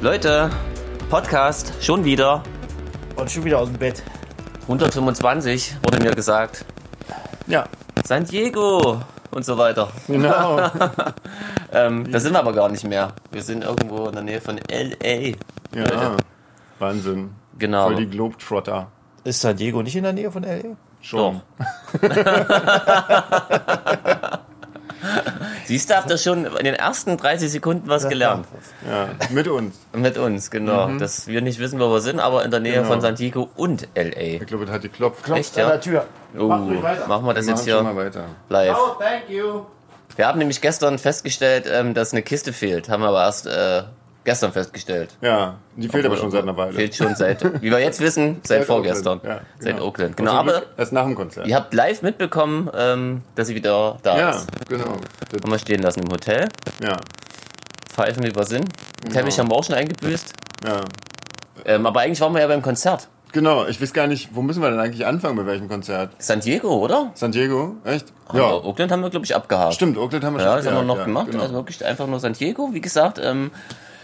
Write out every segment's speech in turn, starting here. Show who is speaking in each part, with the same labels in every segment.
Speaker 1: Leute, Podcast schon wieder.
Speaker 2: Und schon wieder aus dem Bett.
Speaker 1: 125 wurde mir gesagt.
Speaker 2: Ja,
Speaker 1: San Diego und so weiter.
Speaker 2: genau.
Speaker 1: Ähm, da sind wir aber gar nicht mehr. Wir sind irgendwo in der Nähe von LA.
Speaker 3: Ja. Wahnsinn.
Speaker 1: Äh, Genau.
Speaker 3: Voll die Globetrotter.
Speaker 2: Ist San Diego nicht in der Nähe von L.A.?
Speaker 3: Schon.
Speaker 1: Siehst du, habt ihr schon in den ersten 30 Sekunden was gelernt.
Speaker 3: Ja. Mit uns.
Speaker 1: Mit uns, genau. Dass wir nicht wissen, wo wir sind, aber in der Nähe
Speaker 3: Mhm. Genau.
Speaker 1: von San Diego und LA.
Speaker 3: Ich glaube, das hat geklopft. Klopft.
Speaker 1: Echt,
Speaker 2: An
Speaker 1: ja?
Speaker 2: der Tür.
Speaker 1: Oh,
Speaker 2: Macht ruhig weiter.
Speaker 1: machen wir das
Speaker 3: Wir machen
Speaker 1: jetzt
Speaker 3: schon mal
Speaker 1: hier
Speaker 3: weiter.
Speaker 1: live.
Speaker 2: Oh, thank you.
Speaker 1: Wir haben nämlich gestern festgestellt, ähm, dass eine Kiste fehlt. Haben wir aber erst äh, gestern festgestellt.
Speaker 3: Ja, die fehlt aber schon seit einer Weile.
Speaker 1: Fehlt schon seit, wie wir jetzt wissen, seit,
Speaker 3: Seit
Speaker 1: vorgestern.
Speaker 3: Oakland. Ja,
Speaker 1: Seit
Speaker 3: genau.
Speaker 1: Oakland.
Speaker 3: Und
Speaker 1: Genau,
Speaker 3: zum
Speaker 1: aber
Speaker 3: Glück Erst nach dem Konzert.
Speaker 1: ihr habt live mitbekommen, ähm, dass sie wieder da
Speaker 3: Ja,
Speaker 1: ist.
Speaker 3: genau.
Speaker 1: Haben wir stehen lassen im Hotel.
Speaker 3: Ja,
Speaker 1: Pfeifen wie wir sind.
Speaker 3: Genau.
Speaker 1: Teppich haben wir auch schon eingebüßt.
Speaker 3: ja.
Speaker 1: Ähm, aber eigentlich waren wir ja beim Konzert.
Speaker 3: Genau, ich weiß gar nicht, wo müssen wir denn eigentlich anfangen, bei welchem Konzert?
Speaker 1: San Diego, oder?
Speaker 3: San Diego? Echt?
Speaker 1: Aber
Speaker 3: Ja.
Speaker 1: Oakland haben wir, glaube ich, abgehakt.
Speaker 3: Stimmt, Oakland haben wir schon
Speaker 1: Ja, das haben wir
Speaker 3: gejagt,
Speaker 1: noch
Speaker 3: ja,
Speaker 1: gemacht.
Speaker 3: genau.
Speaker 1: Also wirklich einfach nur San Diego. Wie gesagt, ähm,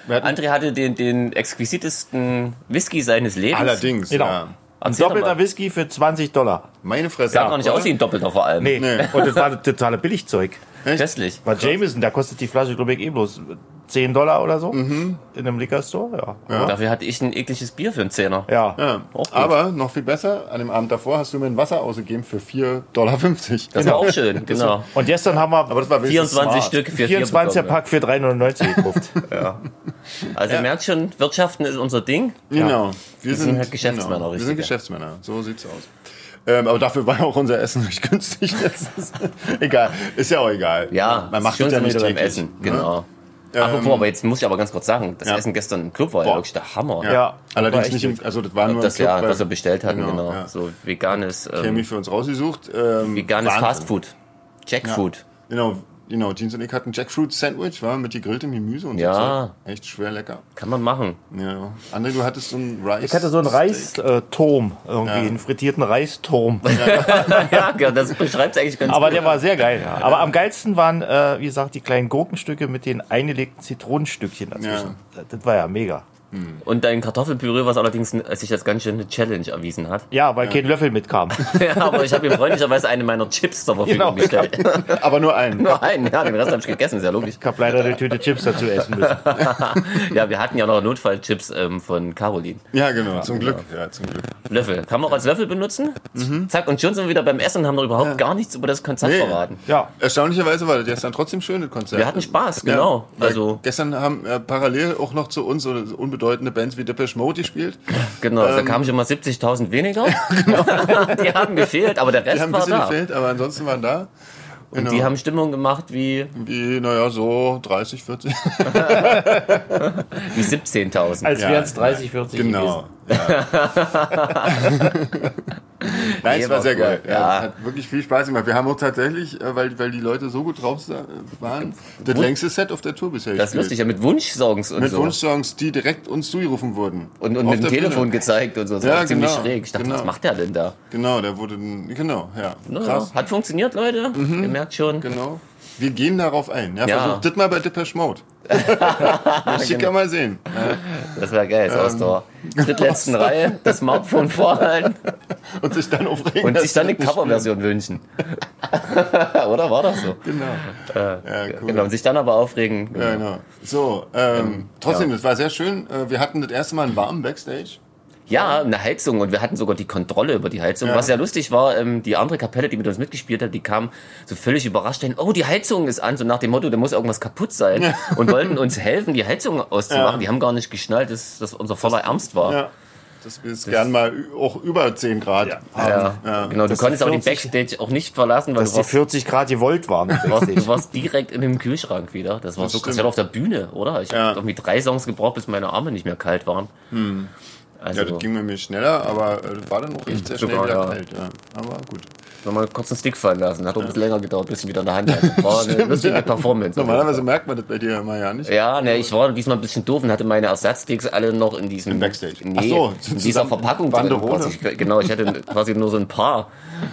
Speaker 3: Wir hatten-
Speaker 1: André hatte den, den exquisitesten Whisky seines Lebens.
Speaker 3: Allerdings,
Speaker 2: Genau.
Speaker 3: ja.
Speaker 2: Ein
Speaker 1: Erzähl doch mal.
Speaker 2: doppelter Whisky für 20 Dollar.
Speaker 3: Meine Fresse.
Speaker 1: Sah gar nicht
Speaker 3: oder?
Speaker 1: aus wie ein Doppelter vor allem.
Speaker 2: Nee,
Speaker 3: Nee.
Speaker 2: und das war das totale Billigzeug.
Speaker 1: Köstlich.
Speaker 2: Bei Jameson, da kostet die Flasche, glaube ich, eh bloß 10 Dollar oder so. In einem Liquor Store, Mhm. ja.
Speaker 1: Dafür hatte ich ein ekliges Bier für einen Zehner.
Speaker 2: Ja.
Speaker 3: Ja.
Speaker 1: Auch gut.
Speaker 3: Aber noch viel besser, an dem Abend davor hast du mir ein Wasser ausgegeben für 4,50 Dollar.
Speaker 1: Das war auch schön, genau.
Speaker 2: Und gestern haben wir
Speaker 3: Aber das war wenigstens
Speaker 1: 24
Speaker 3: smart.
Speaker 1: Stück für
Speaker 2: 24er
Speaker 1: vier bekommen.
Speaker 2: Pack für 3,99 gekauft.
Speaker 1: Also ihr merkt schon, Wirtschaften ist unser Ding.
Speaker 3: Genau. Wir,
Speaker 1: sind halt Geschäftsmänner,
Speaker 3: genau. Wir
Speaker 1: richtige.
Speaker 3: sind Geschäftsmänner, so sieht's aus. Ähm, aber dafür war auch unser Essen nicht günstig. letztens. egal, ist ja auch egal.
Speaker 1: Ja,
Speaker 3: man macht
Speaker 1: schon
Speaker 3: es ja
Speaker 1: sind wir
Speaker 3: nicht
Speaker 1: wieder beim
Speaker 3: täglich. Ne?
Speaker 1: Essen. Genau. Apropos, aber jetzt muss ich aber ganz kurz sagen, das
Speaker 3: ja.
Speaker 1: Essen gestern im Club war ja
Speaker 3: Boah.
Speaker 1: wirklich der Hammer.
Speaker 3: Ja.
Speaker 2: Ja.
Speaker 3: Allerdings
Speaker 2: War echt
Speaker 3: nicht im, also das war nur
Speaker 1: Das
Speaker 3: im Club,
Speaker 1: ja,
Speaker 3: weil
Speaker 1: was wir bestellt hatten, genau.
Speaker 3: ja.
Speaker 1: So veganes,
Speaker 3: Cammy
Speaker 1: ähm,
Speaker 3: für uns rausgesucht. Ähm,
Speaker 1: veganes
Speaker 3: Wahnsinn.
Speaker 1: Fastfood. Jackfood.
Speaker 3: Genau, genau. Jeans und ich hatten Jackfruit Sandwich, war mit gegrilltem Gemüse und so
Speaker 1: Ja.
Speaker 3: Zeug. Echt schwer lecker.
Speaker 1: Kann man machen.
Speaker 3: Ja. André, du hattest so einen Rice.
Speaker 2: Ich hatte so einen Reisturm, irgendwie, einen frittierten Reisturm.
Speaker 1: ja, genau, das beschreibt es eigentlich ganz
Speaker 2: Aber
Speaker 1: gut.
Speaker 2: der war sehr geil. Ja. Aber am geilsten waren, äh, wie gesagt, die kleinen Gurkenstücke mit den eingelegten Zitronenstückchen dazwischen. Das war ja mega.
Speaker 1: Und dein Kartoffelpüree, was allerdings äh, sich als ganz schön eine Challenge erwiesen hat.
Speaker 2: Ja, weil kein Löffel mitkam.
Speaker 1: Ja, aber ich habe ihm freundlicherweise eine meiner Chips zur Verfügung
Speaker 2: Genau.
Speaker 1: gestellt.
Speaker 3: Aber nur einen.
Speaker 1: Nur einen, ja, den Rest habe ich gegessen, ist ja logisch.
Speaker 2: Ich habe leider eine Tüte Chips dazu essen müssen.
Speaker 1: Ja, wir hatten ja noch Notfallchips ähm, von Caroline.
Speaker 3: Ja, genau. Zum Glück. Ja, zum Glück.
Speaker 1: Löffel. Kann man auch als Löffel benutzen? Zack, und schon sind wir wieder beim Essen und haben doch überhaupt gar nichts über das Konzert
Speaker 3: Mhm. Nee.
Speaker 1: verraten.
Speaker 2: Ja,
Speaker 3: Erstaunlicherweise war das gestern trotzdem schön, das Konzert.
Speaker 1: Wir hatten Spaß,
Speaker 3: Ja,
Speaker 1: genau.
Speaker 3: weil
Speaker 1: also,
Speaker 3: Gestern haben äh, parallel auch noch zu uns so unbedeutende Bands wie Depeche Mode gespielt.
Speaker 1: genau,
Speaker 3: Ähm.
Speaker 1: da kamen schon mal 70.000 weniger. die haben gefehlt, aber der
Speaker 3: genau. Die
Speaker 1: Rest
Speaker 3: haben ein
Speaker 1: war
Speaker 3: bisschen
Speaker 1: da.
Speaker 3: gefehlt, aber ansonsten waren da. Genau.
Speaker 1: Die haben Stimmung gemacht wie,
Speaker 3: wie, naja, so 30, 40.
Speaker 1: wie 17.000.
Speaker 2: als
Speaker 3: Ja.
Speaker 2: wären es 30, 40 gewesen.
Speaker 3: genau. Ja. Nein,
Speaker 1: Nee,
Speaker 3: es war
Speaker 1: war
Speaker 3: sehr
Speaker 1: cool.
Speaker 3: geil. Ja,
Speaker 1: Ja.
Speaker 3: Hat wirklich viel Spaß gemacht. Wir haben auch tatsächlich, äh, weil, weil die Leute so gut drauf sa- waren, das längste Set auf der Tour bisher
Speaker 1: das ist lustig, ja, mit Wunschsongs und
Speaker 3: Mit
Speaker 1: so.
Speaker 3: Wunschsongs, die direkt uns zugerufen wurden.
Speaker 1: und, und mit
Speaker 3: Auf
Speaker 1: dem
Speaker 3: der Bühne.
Speaker 1: Telefon gezeigt und so. Das
Speaker 3: Ja,
Speaker 1: war ziemlich
Speaker 3: genau,
Speaker 1: schräg. Ich dachte,
Speaker 3: genau.
Speaker 1: was macht der denn da?
Speaker 3: Genau, da wurde, ein- genau, ja.
Speaker 1: Naja,
Speaker 3: Krass. Mhm.
Speaker 1: Hat funktioniert, Leute. Ihr merkt schon.
Speaker 3: Genau. Wir gehen darauf ein. Ja,
Speaker 1: Ja. Genau.
Speaker 3: Versucht das mal bei Depeche Mode. ich kann mal sehen.
Speaker 1: Das war geil, so
Speaker 3: Ähm.
Speaker 1: aus der drittletzten Reihe, das Smartphone vorhalten
Speaker 3: Und sich dann aufregen.
Speaker 1: und
Speaker 3: dass
Speaker 1: sich dann eine
Speaker 3: das nicht-
Speaker 1: Coverversion wünschen. Oder war das so?
Speaker 3: Genau. Ja, cool.
Speaker 1: Genau, und sich dann aber aufregen.
Speaker 3: Ja, genau. So, ähm, trotzdem, das war sehr schön. Äh, Wir hatten das erste Mal einen warmen Backstage.
Speaker 1: Ja, eine Heizung und wir hatten sogar die Kontrolle über die Heizung.
Speaker 3: Ja.
Speaker 1: Was ja lustig war, ähm, die andere Kapelle, die mit uns mitgespielt hat, die kam so völlig überrascht hin, oh, die Heizung ist an, so nach dem Motto, da muss irgendwas kaputt sein und wollten uns helfen, die Heizung auszumachen.
Speaker 3: Ja.
Speaker 1: Die haben gar nicht geschnallt, dass das unser voller Ernst war.
Speaker 3: Ja. Dass wir es gern mal ü- auch über 10 Grad
Speaker 1: Ja,
Speaker 3: haben. Ja.
Speaker 1: genau. Du
Speaker 2: Dass
Speaker 1: konntest
Speaker 2: die
Speaker 1: auch die
Speaker 2: 40
Speaker 1: Backstage auch nicht verlassen, weil
Speaker 2: Dass
Speaker 1: du
Speaker 2: die
Speaker 1: warst,
Speaker 2: 40 Grad gewollt waren.
Speaker 1: warst, du warst direkt in dem Kühlschrank wieder. Das war
Speaker 3: Das
Speaker 1: so krass.
Speaker 3: stimmt.
Speaker 1: Ich war auf der Bühne, oder? Ich
Speaker 3: Ja. Hm.
Speaker 1: habe irgendwie drei Songs gebraucht, bis meine Arme nicht mehr kalt waren. Also,
Speaker 3: Ja, das ging bei mir schneller, aber äh, das war dann auch echt sehr schnell
Speaker 1: Sogar,
Speaker 3: wieder
Speaker 1: ja.
Speaker 3: kalt. Ja. Aber gut.
Speaker 1: wenn man kurz einen Stick fallen lassen, hat auch ein bisschen länger gedauert, bis ich wieder in der Hand hatte. War eine lustige Performance.
Speaker 3: Normalerweise merkt man das bei dir immer ja nicht.
Speaker 1: Ja, ne, ich war diesmal ein bisschen doof und hatte meine Ersatzsticks alle noch in diesem.
Speaker 3: Im Backstage.
Speaker 1: Nee,
Speaker 3: Ach so,
Speaker 1: in dieser
Speaker 3: zusammen-
Speaker 1: Verpackung
Speaker 3: Banderole.
Speaker 1: quasi. Genau, ich hätte quasi nur so ein paar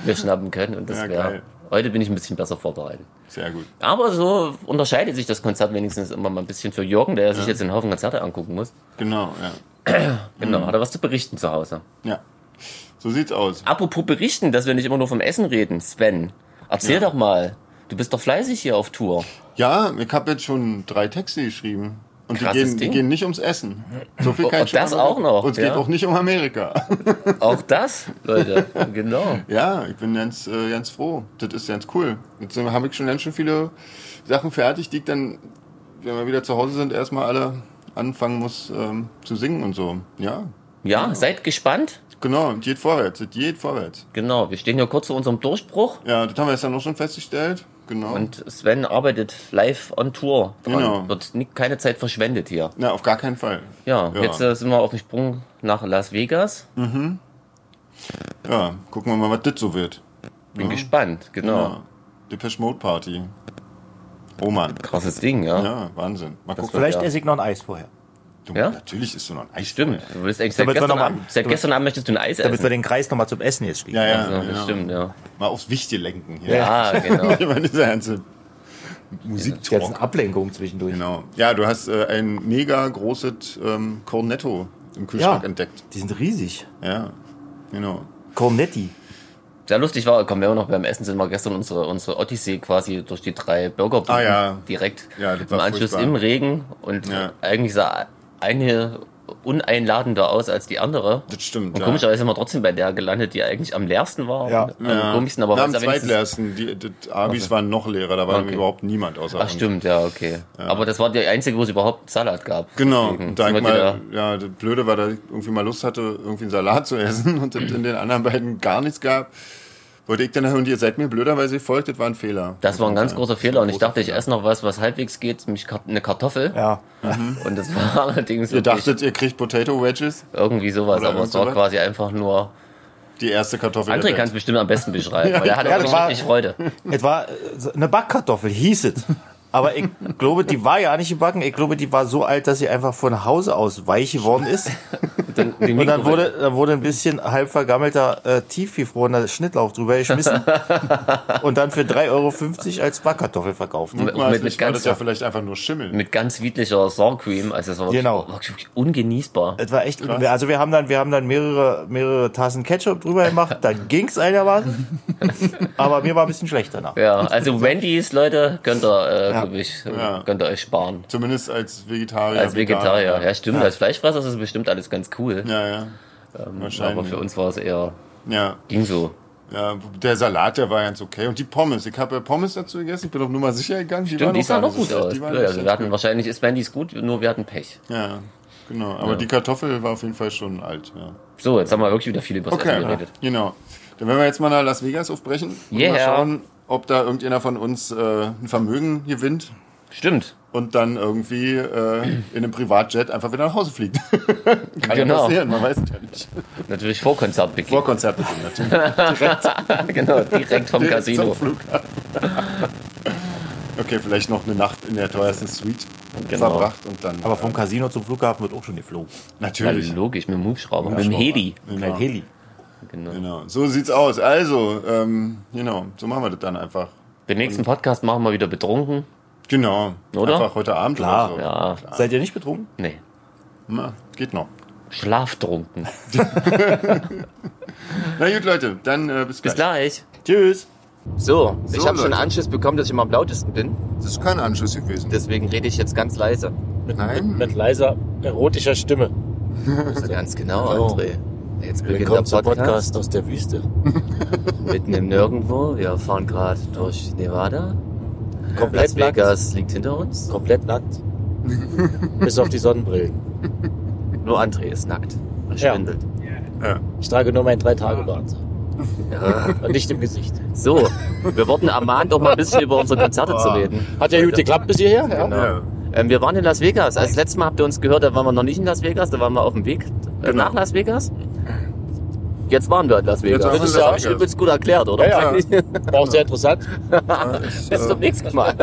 Speaker 1: mir schnappen können und das
Speaker 3: Ja,
Speaker 1: wäre
Speaker 3: geil.
Speaker 1: Heute bin ich ein bisschen besser vorbereitet.
Speaker 3: Sehr gut.
Speaker 1: Aber so unterscheidet sich das Konzert wenigstens immer mal ein bisschen für Jürgen, der sich jetzt einen Haufen Konzerte angucken muss.
Speaker 3: Genau, ja.
Speaker 1: Genau, hat er was zu berichten zu Hause.
Speaker 3: Ja. So sieht's aus.
Speaker 1: Apropos berichten, dass wir nicht immer nur vom Essen reden, Sven. Erzähl doch mal. Du bist doch fleißig hier auf Tour.
Speaker 3: Ja, ich habe jetzt schon drei Texte geschrieben. Und die
Speaker 1: Krasses
Speaker 3: gehen, die
Speaker 1: Ding.
Speaker 3: gehen nicht ums Essen. So viel kann
Speaker 1: Und
Speaker 3: ich schon
Speaker 1: das
Speaker 3: mal sagen.
Speaker 1: auch noch,
Speaker 3: Und es
Speaker 1: ja.
Speaker 3: geht auch nicht um Amerika.
Speaker 1: Auch das, Leute. genau.
Speaker 3: ja, ich bin ganz, äh, ganz froh. Das ist ganz cool. Jetzt habe ich schon ganz schön viele Sachen fertig, die ich dann, wenn wir wieder zu Hause sind, erstmal alle anfangen muss ähm, zu singen und so. Ja,
Speaker 1: Ja, seid gespannt.
Speaker 3: genau. Und geht vorwärts. Es geht vorwärts.
Speaker 1: Genau, wir stehen ja kurz vor unserem Durchbruch
Speaker 3: Ja, das haben wir gestern auch schon festgestellt. Genau.
Speaker 1: und Sven arbeitet live on Tour. Dran.
Speaker 3: Genau.
Speaker 1: Wird ni- keine Zeit verschwendet hier.
Speaker 3: Na, auf gar keinen Fall.
Speaker 1: Ja,
Speaker 3: Ja.
Speaker 1: jetzt äh, sind wir auf dem Sprung nach Las Vegas.
Speaker 3: Ja, gucken wir mal, was das so wird.
Speaker 1: Bin gespannt, genau.
Speaker 3: Ja. Depeche Mode Party. Oh Mann.
Speaker 1: Krasses Ding, ja.
Speaker 3: Ja, Wahnsinn. Mal gucken.
Speaker 2: Vielleicht
Speaker 1: Ja.
Speaker 2: esse ich noch ein Eis vorher.
Speaker 3: Du,
Speaker 1: Ja?
Speaker 3: Natürlich ist so noch ein Eis.
Speaker 1: Stimmt. Du willst eigentlich seit
Speaker 2: Damit wir
Speaker 1: gestern,
Speaker 2: noch mal-
Speaker 1: Abend, seit
Speaker 2: damit-
Speaker 1: gestern Abend möchtest du ein Eis
Speaker 2: Damit wir
Speaker 1: essen.
Speaker 2: den Kreis nochmal zum Essen jetzt schließen.
Speaker 3: Ja, ja,
Speaker 1: Also,
Speaker 3: genau.
Speaker 1: Das stimmt, ja.
Speaker 3: Mal aufs Wichtige lenken. hier.
Speaker 1: Ja, genau.
Speaker 3: Ich meine, dieser ganze
Speaker 2: Die ganzen
Speaker 3: Musiktalk.
Speaker 2: Ablenkungen zwischendurch.
Speaker 3: Genau. Ja, du hast äh, ein mega großes ähm, Cornetto im Kühlschrank entdeckt.
Speaker 2: Die sind riesig.
Speaker 3: Ja, genau.
Speaker 2: Cornetti.
Speaker 1: Sehr lustig war, kommen wir immer noch beim Essen, sind wir gestern unsere, unsere Odyssee quasi durch die drei Burgerbuden
Speaker 3: Ah, ja.
Speaker 1: direkt
Speaker 3: Ja, das
Speaker 1: im
Speaker 3: war
Speaker 1: Anschluss
Speaker 3: furchtbar.
Speaker 1: im Regen und
Speaker 3: Ja.
Speaker 1: eigentlich sah eine uneinladender aus als die andere.
Speaker 3: Das stimmt,
Speaker 1: Und
Speaker 3: ja.
Speaker 1: komischerweise sind wir trotzdem bei der gelandet, die eigentlich am leersten war.
Speaker 2: Ja.
Speaker 1: Und Am komischsten, aber
Speaker 3: Na,
Speaker 1: weil
Speaker 3: am
Speaker 1: es ja wenigstens-
Speaker 3: zweitleersten. Die, die Abis waren noch leerer, da war
Speaker 1: Okay.
Speaker 3: überhaupt niemand außer
Speaker 1: Ach
Speaker 3: uns.
Speaker 1: stimmt, ja, okay. Aber das war die einzige, wo es überhaupt Salat gab.
Speaker 3: Genau,
Speaker 1: Deswegen
Speaker 3: da
Speaker 1: Mhm. sind
Speaker 3: ich
Speaker 1: wir wieder-
Speaker 3: mal, ja, das Blöde war, dass ich irgendwie mal Lust hatte, irgendwie einen Salat zu essen und das in den anderen beiden gar nichts gab. Wollte ich dann, und ihr seid mir blöderweise gefolgt, das war ein Fehler.
Speaker 1: Das war ein ganz großer Fehler und ich
Speaker 3: großer
Speaker 1: dachte, ich esse noch was, was halbwegs geht, mich Kart- eine Kartoffel.
Speaker 2: Ja.
Speaker 1: Und das war allerdings
Speaker 3: Ihr
Speaker 1: wirklich
Speaker 3: dachtet, ihr kriegt Potato Wedges,
Speaker 1: irgendwie sowas, aber
Speaker 3: Oder
Speaker 1: es
Speaker 3: irgend
Speaker 1: war
Speaker 3: sowas?
Speaker 1: quasi einfach nur.
Speaker 3: die erste Kartoffel.
Speaker 1: André
Speaker 3: der
Speaker 1: kann es bestimmt am besten beschreiben, weil er hat
Speaker 2: Ja,
Speaker 1: auch
Speaker 2: das war-
Speaker 1: richtig Freude.
Speaker 2: Es war äh, so eine Backkartoffel, hieß es. Aber ich glaube, die war ja nicht gebacken. Ich glaube, die war so alt, dass sie einfach von Hause aus weich geworden ist.
Speaker 1: Den
Speaker 2: Und dann wurde, dann wurde ein bisschen halb vergammelter, äh, tiefgefrorener Schnittlauch drüber geschmissen. Und dann für 3,50 Euro als Backkartoffel verkauft.
Speaker 3: Welt. Mutmaßlich
Speaker 1: mit- mit
Speaker 3: war
Speaker 1: ganz-
Speaker 3: das ja vielleicht einfach nur Schimmel.
Speaker 1: mit ganz niedlicher Sour Cream, also es war wirklich,
Speaker 2: Genau.
Speaker 1: wirklich, wirklich ungenießbar.
Speaker 2: Das war echt, also wir haben dann, wir haben dann mehrere, mehrere Tassen Ketchup drüber gemacht, dann ging's einigermaßen. Aber mir war ein bisschen schlecht danach.
Speaker 1: Ja, also Wendy's, Leute, könnt ihr, äh, glaub ich, äh,
Speaker 3: Ja.
Speaker 1: könnt ihr euch sparen.
Speaker 3: Zumindest als Vegetarier.
Speaker 1: Als Vegetarier,
Speaker 3: Veganer.
Speaker 1: ja stimmt, als Fleischfresser ist es bestimmt alles ganz cool.
Speaker 3: Ja, ja.
Speaker 1: aber
Speaker 3: Wahrscheinlich.
Speaker 1: für uns war es eher,
Speaker 3: ja,
Speaker 1: ging so.
Speaker 3: ja, der Salat, der war ganz okay. Und die Pommes. Ich habe ja Pommes dazu gegessen. Ich bin auf Nummer sicher gegangen. Die waren
Speaker 1: Stimmt, die
Speaker 3: gar
Speaker 1: sahen auch
Speaker 3: nicht so
Speaker 1: gut
Speaker 3: schlecht.
Speaker 1: aus.
Speaker 3: Die waren
Speaker 1: Ja,
Speaker 3: nicht
Speaker 1: also
Speaker 3: schlecht.
Speaker 1: wir hatten, wahrscheinlich ist Wendy's gut, nur wir hatten Pech.
Speaker 3: Ja, genau. Aber die Kartoffel war auf jeden Fall schon alt, ja.
Speaker 1: So, jetzt haben wir wirklich wieder viel über das
Speaker 3: Okay,
Speaker 1: Essen geredet.
Speaker 3: genau. Dann werden wir jetzt mal nach Las Vegas aufbrechen und mal
Speaker 1: Yeah.
Speaker 3: schauen, ob da irgendjemand von uns äh, ein Vermögen gewinnt
Speaker 1: Stimmt.
Speaker 3: und dann irgendwie äh, in einem Privatjet einfach wieder nach Hause fliegt. Kann ja
Speaker 1: Genau.
Speaker 3: passieren, man weiß es ja nicht.
Speaker 1: Natürlich vor Konzertbeginn.
Speaker 3: Vor Konzertbeginn natürlich.
Speaker 1: genau, direkt vom
Speaker 3: Direkt zum
Speaker 1: Casino.
Speaker 3: Flughafen. okay, vielleicht noch eine Nacht in der teuersten Suite
Speaker 1: Genau.
Speaker 3: verbracht und dann
Speaker 2: Aber vom Casino zum Flughafen wird auch schon geflogen.
Speaker 1: Ja,
Speaker 3: natürlich.
Speaker 1: logisch, mit dem Hubschrauber, mit dem Heli.
Speaker 2: Kein
Speaker 3: Genau.
Speaker 2: Heli.
Speaker 3: genau. So sieht's aus. Also, ähm, genau, so machen wir das dann einfach.
Speaker 1: Den nächsten Podcast machen wir wieder betrunken.
Speaker 3: Genau.
Speaker 1: Oder?
Speaker 3: Einfach heute Abend
Speaker 2: Klar,
Speaker 3: oder so.
Speaker 1: Ja,
Speaker 2: Seid ihr nicht betrunken?
Speaker 1: nee.
Speaker 3: Na, geht noch.
Speaker 1: Schlaftrunken.
Speaker 3: Na gut, Leute, dann äh, bis,
Speaker 1: Bis gleich.
Speaker 3: gleich.
Speaker 2: Tschüss.
Speaker 1: So,
Speaker 3: So,
Speaker 1: ich habe schon
Speaker 3: Leute.
Speaker 1: Anschluss bekommen, dass ich immer am lautesten bin.
Speaker 3: Das ist kein Anschluss gewesen.
Speaker 1: Deswegen rede ich jetzt ganz leise.
Speaker 3: Nein.
Speaker 4: mit leiser erotischer Stimme.
Speaker 1: Ganz genau,
Speaker 4: Hallo.
Speaker 1: André. Jetzt beginnt der
Speaker 4: Willkommen zum
Speaker 1: Podcast,
Speaker 4: Podcast aus der Wüste.
Speaker 1: mitten im Nirgendwo. Wir fahren gerade durch Nevada.
Speaker 4: Komplett
Speaker 1: Las
Speaker 4: nackt.
Speaker 1: Vegas liegt hinter uns.
Speaker 4: Komplett nackt. Bis auf die Sonnenbrillen.
Speaker 1: Nur André ist nackt. Er
Speaker 4: Ja.
Speaker 1: schwindelt.
Speaker 4: Ich trage nur mein Drei-Tage-Bart.
Speaker 1: Ja.
Speaker 4: Und nicht im Gesicht.
Speaker 1: So, wir wurden ermahnt, auch mal ein bisschen über unsere Konzerte zu reden.
Speaker 4: Hat ja gut geklappt bis hierher? Ja.
Speaker 3: Ja.
Speaker 1: Ähm, wir waren in Las Vegas. Als letztes Mal habt ihr uns gehört, da waren wir noch nicht in Las Vegas, da waren wir auf dem Weg äh,
Speaker 3: Genau.
Speaker 1: nach Las Vegas. Jetzt waren wir in Las Vegas.
Speaker 3: waren wir in
Speaker 1: das
Speaker 3: Las
Speaker 1: habe ich
Speaker 3: Vegas.
Speaker 1: übelst gut erklärt, oder?
Speaker 4: Ja, War auch sehr interessant.
Speaker 1: Bis zum nächsten Mal.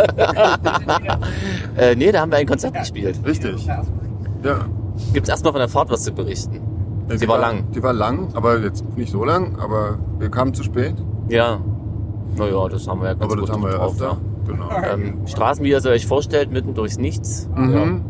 Speaker 1: äh, nee, da haben wir ein Konzert gespielt.
Speaker 3: Richtig. Ja.
Speaker 1: Gibt's erstmal von der Fahrt was zu berichten? Die war lang.
Speaker 3: Die war lang, aber jetzt nicht so lang, aber wir kamen zu spät.
Speaker 1: Ja. Naja, das haben wir ja ganz
Speaker 3: Aber
Speaker 1: gut
Speaker 3: das haben wir ja
Speaker 1: drauf.
Speaker 3: öfter. Genau.
Speaker 1: ja. Ähm, Straßen, wie ihr sie euch vorstellt, mitten durchs Nichts.
Speaker 3: Mhm.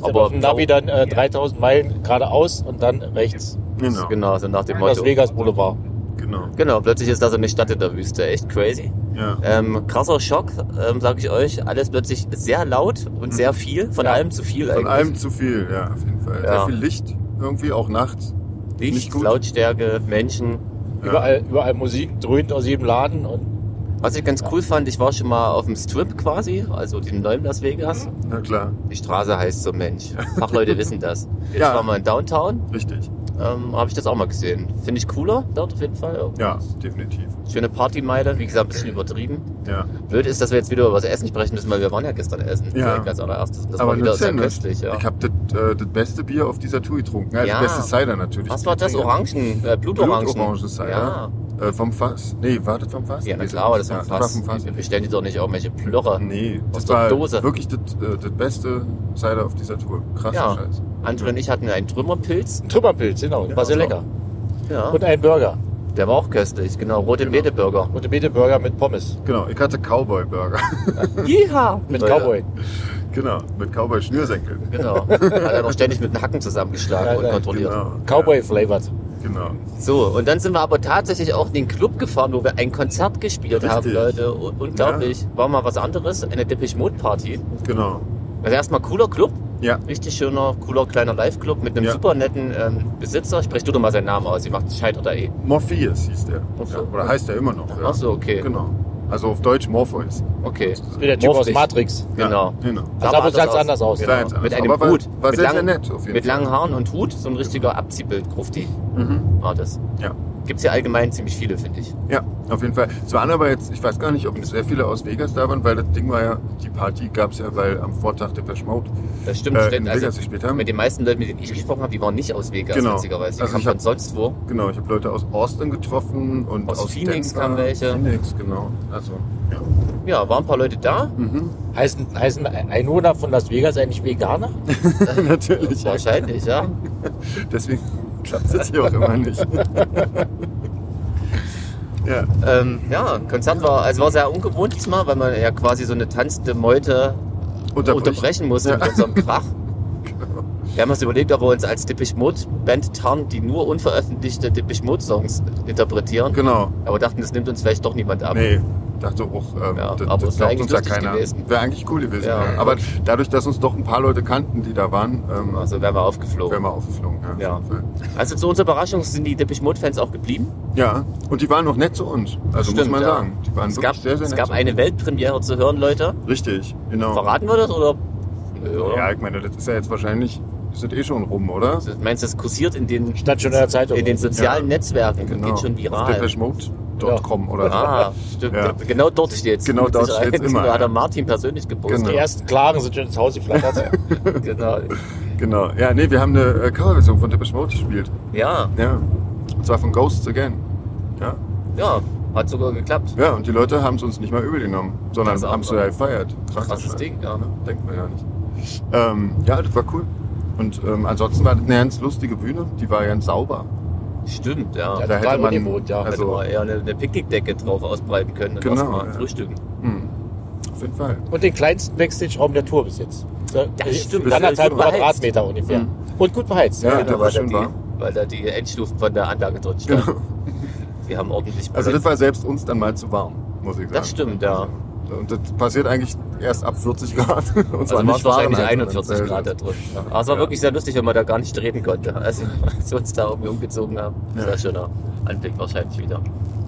Speaker 1: Aber
Speaker 4: Aber auf dem Navi
Speaker 1: blau-
Speaker 4: dann äh, 3000 Meilen geradeaus und dann rechts.
Speaker 3: Genau.
Speaker 1: Genau, so nach dem
Speaker 4: Las
Speaker 1: Motto.
Speaker 4: Vegas Boulevard.
Speaker 3: genau.
Speaker 1: Genau, plötzlich ist das eine Stadt in der Wüste. Echt crazy.
Speaker 3: Ja.
Speaker 1: Ähm, krasser Schock, ähm, sag ich euch. Alles plötzlich sehr laut und sehr viel. Von allem zu viel
Speaker 3: Mhm. Von
Speaker 1: eigentlich.
Speaker 3: allem zu viel, ja, auf jeden Fall.
Speaker 1: Ja.
Speaker 3: Sehr viel Licht, irgendwie auch nachts.
Speaker 1: Licht,
Speaker 3: nicht gut.
Speaker 1: Lautstärke, Menschen.
Speaker 4: Überall, überall Musik dröhnt aus jedem Laden und
Speaker 1: Was ich ganz cool fand, ich war schon mal auf dem Strip quasi, also dem neuen Las Vegas.
Speaker 3: Na klar,
Speaker 1: Die Straße heißt so, Mensch. Fachleute wissen das. Jetzt
Speaker 3: Ja.
Speaker 1: war mal in Downtown,
Speaker 3: richtig.
Speaker 1: ähm, habe ich das auch mal gesehen. Finde ich cooler dort auf jeden Fall.
Speaker 3: Ja, definitiv.
Speaker 1: Schöne Partymeile, wie gesagt, ein bisschen übertrieben.
Speaker 3: Ja.
Speaker 1: Blöd ist, dass wir jetzt wieder über was Essen sprechen müssen, weil wir waren ja gestern essen.
Speaker 3: Ja.
Speaker 1: Direkt Als allererstes. Und das
Speaker 3: Aber
Speaker 1: war wieder sehr
Speaker 3: nützlich.
Speaker 1: köstlich,
Speaker 3: ne?
Speaker 1: ja.
Speaker 3: Ich habe das, äh, das beste Bier auf dieser Tour getrunken. Ja,
Speaker 1: Ja.
Speaker 3: Das beste Cider natürlich.
Speaker 1: Was war das? Orangen? Äh, Blutorangen?
Speaker 3: Blutorangen-Cider.
Speaker 1: Ja.
Speaker 3: Äh, vom Fass. Nee, war das vom Fass?
Speaker 1: Ja, na
Speaker 3: Nee,
Speaker 1: klar, aber das war
Speaker 3: ja, Hm,
Speaker 1: fast.
Speaker 3: Das war vom Fass.
Speaker 1: Wir bestellen die doch nicht irgendwelche Plörrer.
Speaker 3: Nee,
Speaker 1: Aus
Speaker 3: das
Speaker 1: der
Speaker 3: war
Speaker 1: Dose.
Speaker 3: wirklich das, äh, das beste Cider auf dieser Tour. Krasser
Speaker 1: Ja.
Speaker 3: Scheiß.
Speaker 1: Andre und ich hatten einen Trümmerpilz.
Speaker 4: ein Trümmerpilz, genau. war sehr lecker.
Speaker 1: Ja.
Speaker 4: Und ein Burger.
Speaker 1: der war auch köstlich, genau. Rote Beete-Burger.
Speaker 4: Und ein Bete-Burger mit Pommes.
Speaker 3: Genau, ich hatte Cowboy-Burger.
Speaker 1: Jeha!
Speaker 4: Mit Cowboy.
Speaker 3: genau, mit Cowboy-Schnürsenkeln.
Speaker 1: Genau. Hat er noch ständig mit den Hacken zusammengeschlagen
Speaker 4: Ja,
Speaker 1: und
Speaker 4: ja.
Speaker 1: kontrolliert.
Speaker 3: Genau.
Speaker 4: Cowboy flavored.
Speaker 3: Genau.
Speaker 1: So, und dann sind wir aber tatsächlich auch in den Club gefahren, wo wir ein Konzert gespielt
Speaker 3: Richtig.
Speaker 1: haben, Leute. U- Unglaublich. War mal was anderes, eine Depeche Mode Party.
Speaker 3: Genau.
Speaker 1: Also erstmal cooler Club,
Speaker 3: Ja.
Speaker 1: richtig schöner, cooler kleiner Live-Club mit einem
Speaker 3: Ja.
Speaker 1: super netten ähm, Besitzer. Sprich du doch mal seinen Namen aus, sie macht Scheiter da eh.
Speaker 3: Morpheus hieß der.
Speaker 1: Ach so.
Speaker 3: Ja, oder heißt er immer noch. Ja.
Speaker 1: Ach so, okay.
Speaker 3: Genau. Also auf Deutsch Morpheus.
Speaker 1: Okay,
Speaker 4: Wie der Typ aus
Speaker 1: Morphig.
Speaker 4: Matrix.
Speaker 1: genau.
Speaker 3: Ja, genau.
Speaker 4: Das sah aber ganz anders aus.
Speaker 3: Sah jetzt
Speaker 1: Genau. Mit
Speaker 3: anders
Speaker 1: einem
Speaker 3: aus. Aber war-
Speaker 1: Hut.
Speaker 3: war
Speaker 1: mit
Speaker 3: sehr,
Speaker 1: langen,
Speaker 3: sehr nett auf jeden
Speaker 1: Mit
Speaker 3: Fall. Genau.
Speaker 1: langen Haaren und Hut, so ein richtiger Abziehbild-Grufti war das.
Speaker 3: Ja.
Speaker 1: Gibt's ja allgemein ziemlich viele, finde ich.
Speaker 3: Mhm. Ja, auf jeden Fall. Es waren aber jetzt, ich weiß gar nicht, ob sehr viele aus Vegas da waren, weil das Ding war ja, die Party gab es ja, weil am Vortag der Mode.
Speaker 1: Das stimmt,
Speaker 3: Äh,
Speaker 1: stimmt. Also
Speaker 3: in Vegas gespielt haben?
Speaker 1: Mit den meisten Leuten, mit denen ich gesprochen habe, die waren nicht aus Vegas,
Speaker 3: Genau.
Speaker 1: witzigerweise. Die
Speaker 3: Also
Speaker 1: kamen
Speaker 3: ich hab-
Speaker 1: von sonst wo.
Speaker 3: Genau, ich habe Leute aus Austin getroffen und
Speaker 1: Aus
Speaker 3: aus,
Speaker 1: Phoenix
Speaker 3: Denver.
Speaker 1: kamen welche.
Speaker 3: Phoenix, genau. Also, ja.
Speaker 1: Ja, waren ein paar Leute da.
Speaker 3: Mhm.
Speaker 4: Heißen, heißen Einwohner von Las Vegas eigentlich Veganer?
Speaker 3: Natürlich.
Speaker 1: Wahrscheinlich, ja.
Speaker 3: Deswegen klappt es hier auch immer nicht. ja,
Speaker 1: Ähm, ja, Konzert war, also war sehr ungewohnt diesmal, weil man ja quasi so eine tanzende Meute
Speaker 3: Unterbrich-
Speaker 1: unterbrechen musste mit unserem Krach.
Speaker 3: Genau.
Speaker 1: Wir haben uns überlegt, ob wir uns als Dippich Mode Band tarnen, die nur unveröffentlichte Dippich Mode Songs interpretieren.
Speaker 3: genau.
Speaker 1: Aber dachten, das nimmt uns vielleicht doch niemand ab.
Speaker 3: Nee, dachte auch, ähm,
Speaker 1: Ja,
Speaker 3: das,
Speaker 1: aber
Speaker 3: das
Speaker 1: es wär
Speaker 3: glaubt
Speaker 1: eigentlich
Speaker 3: uns ja
Speaker 1: lustig
Speaker 3: keiner.
Speaker 1: gewesen.
Speaker 3: Wäre eigentlich cool gewesen.
Speaker 1: Ja.
Speaker 3: Ja. Aber dadurch, dass uns doch ein paar Leute kannten, die da waren, ähm,
Speaker 1: Also wären wir
Speaker 3: wären
Speaker 1: aufgeflogen.
Speaker 3: wir aufgeflogen. Ja, auf
Speaker 1: Ja.
Speaker 3: jeden Fall.
Speaker 1: Also zu unserer Überraschung sind die Dippich Mode Fans auch geblieben.
Speaker 3: ja, und die waren noch nett zu uns. Also muss
Speaker 1: Stimmt,
Speaker 3: man
Speaker 1: ja.
Speaker 3: sagen. Die waren
Speaker 1: Es
Speaker 3: wirklich
Speaker 1: gab,
Speaker 3: sehr, sehr
Speaker 1: es
Speaker 3: nett.
Speaker 1: gab
Speaker 3: zu uns.
Speaker 1: eine Weltpremiere zu hören, Leute.
Speaker 3: Richtig, genau.
Speaker 1: Verraten wir das oder? Nö, oder?
Speaker 3: Ja, ich meine, das ist ja jetzt wahrscheinlich, ist das eh schon rum, oder?
Speaker 1: Also, Meinst du, es kursiert in den,
Speaker 4: Stand schon in der Zeitung.
Speaker 1: in den sozialen Netzwerken und
Speaker 3: Genau.
Speaker 1: geht schon
Speaker 3: Auf
Speaker 1: viral?
Speaker 3: depeche-mode.com oder so.
Speaker 1: Ah, stimmt.
Speaker 3: Ja.
Speaker 1: Genau dort steht's.
Speaker 3: Genau
Speaker 1: Mit
Speaker 3: dort
Speaker 1: Sicherheit.
Speaker 3: steht's immer,
Speaker 1: Da hat
Speaker 3: ja.
Speaker 1: er Martin persönlich
Speaker 4: Die
Speaker 1: gepostet.
Speaker 4: ersten Klagen sind schon ins Haus geflattert.
Speaker 1: Genau. genau.
Speaker 3: Genau. Ja, nee, wir haben eine äh, Coverversion von Depeche Mode gespielt.
Speaker 1: Ja,
Speaker 3: Ja. Und zwar von Ghosts Again. Ja.
Speaker 1: ja, hat sogar geklappt.
Speaker 3: Ja, und die Leute haben es uns nicht mal übel genommen, sondern
Speaker 1: Das auch
Speaker 3: haben es
Speaker 1: noch.
Speaker 3: ja gefeiert. Krasses,
Speaker 1: Krasses Ding, ja. ne?
Speaker 3: Denkt man gar nicht. Ähm, ja, das war cool. Und ähm, ansonsten war das eine ganz lustige Bühne, die war ganz sauber.
Speaker 1: Stimmt, ja.
Speaker 4: Ja,
Speaker 1: Hätte
Speaker 4: total ungewohnt, ja.
Speaker 1: also,
Speaker 3: Also,
Speaker 1: man eher eine, eine Picknickdecke drauf ausbreiten können und
Speaker 3: Genau,
Speaker 1: das mal
Speaker 3: ja.
Speaker 1: frühstücken.
Speaker 3: auf jeden Fall.
Speaker 4: Und den kleinsten Backstage-Raum der Tour bis jetzt.
Speaker 1: Das stimmt.
Speaker 4: Mit anderthalb
Speaker 1: Gut beheizt.
Speaker 4: Quadratmeter ungefähr. Und gut beheizt.
Speaker 3: Ja,
Speaker 1: Genau,
Speaker 3: der war
Speaker 1: weil, da
Speaker 3: schön
Speaker 1: die,
Speaker 3: warm. Genau.
Speaker 1: weil da die Endstufen von der Anlage drin stehen. Die haben ordentlich
Speaker 3: Also das
Speaker 1: Brett.
Speaker 3: war selbst uns dann mal zu warm, muss ich sagen.
Speaker 1: Das stimmt, ja.
Speaker 3: Und das passiert eigentlich erst ab 40 Grad. Uns
Speaker 1: Also
Speaker 3: war
Speaker 1: waren es
Speaker 3: nicht warm,
Speaker 1: wahrscheinlich
Speaker 3: als wir dann
Speaker 1: 41
Speaker 3: selber-
Speaker 1: Grad da drin. Aber es war wirklich sehr lustig, wenn man da gar nicht reden konnte. Also als wir uns da irgendwie umgezogen haben. Sehr schöner Anblick wahrscheinlich wieder.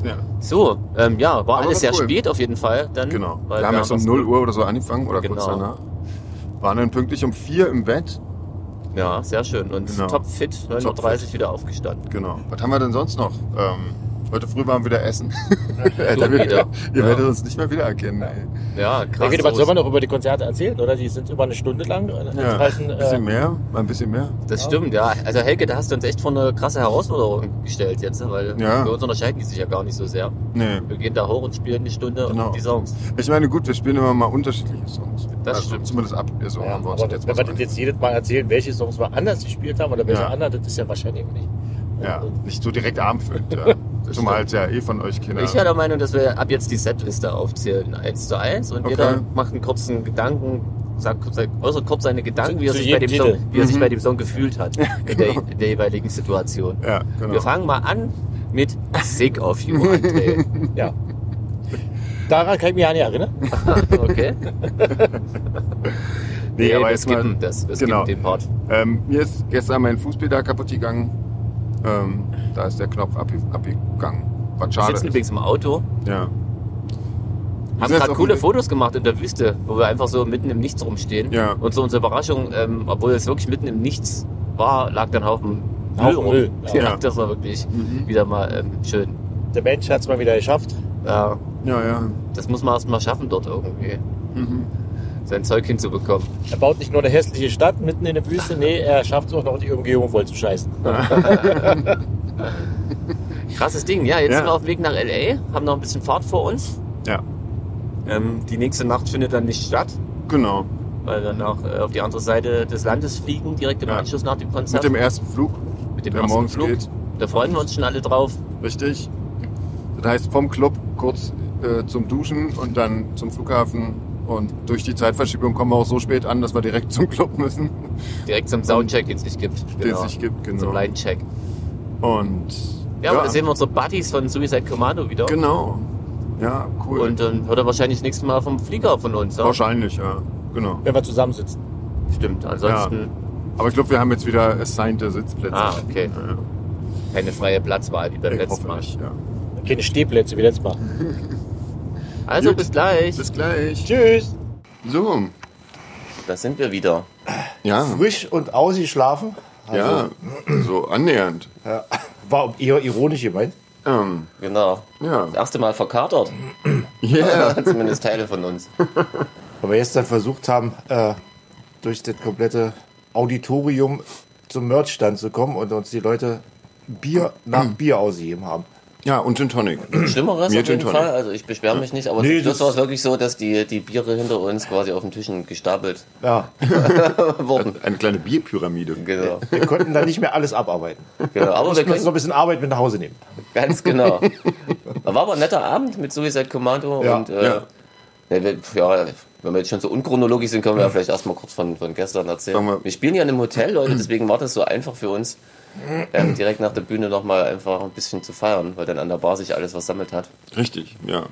Speaker 3: Ja,
Speaker 1: So, ähm, ja, war
Speaker 3: Aber
Speaker 1: alles
Speaker 3: war
Speaker 1: sehr
Speaker 3: cool.
Speaker 1: spät auf jeden Fall. Dann,
Speaker 3: genau. Wir
Speaker 1: weil
Speaker 3: haben erst um
Speaker 1: was-
Speaker 3: 0 Uhr oder so angefangen oder kurz
Speaker 1: Genau.
Speaker 3: danach. Waren dann pünktlich um 4 im Bett.
Speaker 1: Ja, sehr schön. Und
Speaker 3: Genau.
Speaker 1: topfit, 9.30 Uhr wieder aufgestanden.
Speaker 3: Genau. Was haben wir denn sonst noch? Ähm, heute früh waren wir wieder essen. Alter,
Speaker 1: Schon
Speaker 3: wir-
Speaker 1: wieder.
Speaker 3: Ihr
Speaker 1: Ja.
Speaker 3: werdet uns nicht mehr wiedererkennen. Ey.
Speaker 1: Ja, krass.
Speaker 4: Da geht aber
Speaker 1: so
Speaker 4: soll man noch über die Konzerte erzählen, oder? Die sind über eine Stunde lang.
Speaker 3: Ja.
Speaker 4: Enthalten,
Speaker 3: Ein
Speaker 4: äh,
Speaker 3: bisschen mehr, mal ein bisschen mehr.
Speaker 1: Das stimmt, ja. Also Helge, da hast du uns echt vor eine krasse Herausforderung gestellt jetzt, ne? weil
Speaker 3: Ja.
Speaker 1: bei uns unterscheiden die sich ja gar nicht so sehr.
Speaker 3: Nee.
Speaker 1: Wir gehen da hoch und spielen die Stunde
Speaker 3: Genau.
Speaker 1: und die Songs.
Speaker 3: Ich meine, gut, wir spielen immer mal unterschiedliche Songs. Also
Speaker 1: Das stimmt.
Speaker 3: Zumindest ab. äh, So
Speaker 4: ja,
Speaker 3: haben wir
Speaker 4: aber
Speaker 3: uns das jetzt
Speaker 4: wenn
Speaker 3: mal
Speaker 4: wir
Speaker 3: so
Speaker 4: das jetzt jedes Mal erzählen, welche Songs wir anders gespielt haben oder welche
Speaker 3: Ja.
Speaker 4: anderen, das ist ja wahrscheinlich nicht.
Speaker 3: Ja, nicht so direkt abendfüllend. Ja. Zumal es ja eh von euch Kinder.
Speaker 1: Ich war der Meinung, dass wir ab jetzt die Setliste aufzählen, eins zu eins, und
Speaker 3: Okay.
Speaker 1: jeder macht einen kurzen Gedanken, sagt, kurz- sagt äußert kurz seine Gedanken,
Speaker 4: Zu-
Speaker 1: wie, er
Speaker 4: zu
Speaker 1: sich, bei
Speaker 4: jedem
Speaker 1: dem
Speaker 4: Titel.
Speaker 1: Song, wie er
Speaker 3: Mhm.
Speaker 1: sich bei dem Song gefühlt hat, in, der, in der jeweiligen Situation.
Speaker 3: Ja, genau.
Speaker 1: Wir fangen mal an mit Sick of You, André.
Speaker 4: Ja. Daran kann ich mich ja nicht erinnern.
Speaker 1: Okay? wir
Speaker 3: nee, jetzt mal-
Speaker 1: skippen das, wir
Speaker 3: genau.
Speaker 1: skippen den Part.
Speaker 3: Ähm, mir ist gestern mein Fußpedal kaputt gegangen. Ähm, da ist der Knopf abge- abgegangen. Was
Speaker 1: Wir
Speaker 3: schade
Speaker 1: sitzen
Speaker 3: ist.
Speaker 1: übrigens im Auto,
Speaker 3: Ja. Wir
Speaker 1: haben
Speaker 3: sind jetzt
Speaker 1: gerade
Speaker 3: auf
Speaker 1: coole
Speaker 3: dem Weg.
Speaker 1: Fotos gemacht in der Wüste, wo wir einfach so mitten im Nichts rumstehen.
Speaker 3: Ja.
Speaker 1: Und so unsere Überraschung, ähm, obwohl es wirklich mitten im Nichts war, lag dann Haufen Müll
Speaker 4: Haufen
Speaker 1: rum.
Speaker 4: Müll,
Speaker 1: Ja.
Speaker 4: ja.
Speaker 1: Das war wirklich
Speaker 3: Mhm.
Speaker 1: wieder mal ähm, schön.
Speaker 4: Der Mensch hat es mal wieder geschafft.
Speaker 1: Ja,
Speaker 3: Ja, ja. Mhm.
Speaker 1: das muss man erst mal schaffen dort irgendwie. Sein Zeug hinzubekommen.
Speaker 4: Er baut nicht nur eine hässliche Stadt mitten in der Wüste, nee, er schafft es auch noch, die Umgebung voll zu scheißen.
Speaker 1: Krasses Ding, ja. Jetzt
Speaker 3: Ja.
Speaker 1: sind wir auf dem Weg nach L.A., haben noch ein bisschen Fahrt vor uns.
Speaker 3: Ja,
Speaker 1: Ähm, die nächste Nacht findet dann nicht statt,
Speaker 3: genau.
Speaker 1: weil wir dann auch äh, auf die andere Seite des Landes fliegen, direkt im
Speaker 3: Ja.
Speaker 1: Anschluss nach dem Konzert.
Speaker 3: Mit dem ersten Flug,
Speaker 1: Mit dem
Speaker 3: der
Speaker 1: ersten
Speaker 3: morgens
Speaker 1: Flug.
Speaker 3: geht.
Speaker 1: Da freuen wir uns schon alle drauf.
Speaker 3: Richtig. Das heißt, vom Club kurz äh, zum Duschen und dann zum Flughafen. Und durch die Zeitverschiebung kommen wir auch so spät an, dass wir direkt zum Club müssen,
Speaker 1: Direkt zum Soundcheck, den es nicht gibt.
Speaker 3: den es nicht gibt. Genau.
Speaker 1: Zum Line-Check.
Speaker 3: Und
Speaker 1: Ja, und da sehen wir unsere Buddies von Suicide Commando wieder.
Speaker 3: genau. Ja, cool.
Speaker 1: Und äh, dann hört er wahrscheinlich das nächste Mal vom Flieger von uns. Ja?
Speaker 3: Wahrscheinlich, ja. Genau.
Speaker 4: Wenn wir zusammensitzen.
Speaker 1: Stimmt. Ansonsten
Speaker 3: Aber ich glaube, wir haben jetzt wieder assignte Sitzplätze.
Speaker 1: Ah, okay.
Speaker 3: Ja,
Speaker 1: keine freie Platzwahl wie beim
Speaker 3: ich
Speaker 1: letzten
Speaker 3: hoffe
Speaker 1: Mal.
Speaker 3: nicht, ja.
Speaker 4: Keine Stehplätze wie letztes Mal.
Speaker 1: Also
Speaker 3: Gut.
Speaker 1: bis gleich.
Speaker 3: Bis gleich.
Speaker 4: Tschüss!
Speaker 3: So,
Speaker 1: Da sind wir wieder.
Speaker 3: ja.
Speaker 2: Frisch und ausgeschlafen.
Speaker 3: Ja, so annähernd.
Speaker 2: Ja. War eher ironisch gemeint.
Speaker 3: Ähm,
Speaker 1: Genau.
Speaker 3: Ja.
Speaker 1: Das erste Mal verkatert.
Speaker 3: yeah.
Speaker 1: Zumindest Teile von uns.
Speaker 2: Weil wir gestern versucht haben, äh, durch das komplette Auditorium zum Merchstand zu kommen und uns die Leute Bier nach Bier ausgegeben haben.
Speaker 3: Ja, und Gin Tonic.
Speaker 1: Schlimmeres
Speaker 3: Mir
Speaker 1: auf jeden
Speaker 3: Gin Tonic.
Speaker 1: Fall. Also ich beschwere mich nicht, aber
Speaker 2: Nee,
Speaker 1: zum Schluss
Speaker 2: das-
Speaker 1: war es wirklich so, dass die, die Biere hinter uns quasi auf den Tischen gestapelt
Speaker 2: Ja,
Speaker 1: wurden.
Speaker 3: Eine kleine Bierpyramide.
Speaker 1: Genau.
Speaker 2: wir konnten da nicht mehr alles abarbeiten.
Speaker 1: genau. Aber wir
Speaker 2: Wir müssen noch
Speaker 1: können
Speaker 2: ein bisschen Arbeit mit nach Hause nehmen.
Speaker 1: ganz genau. War aber ein netter Abend mit Suicide Commando
Speaker 2: Ja,
Speaker 1: und äh,
Speaker 3: ja.
Speaker 1: ja, wir- ja, wenn wir jetzt schon so unchronologisch sind, können wir ja vielleicht erstmal kurz von, von gestern erzählen.
Speaker 3: Sagen
Speaker 1: Wir,
Speaker 3: wir-
Speaker 1: spielen ja in einem Hotel, Leute, deswegen war das so einfach für uns, ähm, direkt nach der Bühne nochmal einfach ein bisschen zu feiern, weil dann an der Bar sich alles versammelt hat.
Speaker 3: Richtig, ja.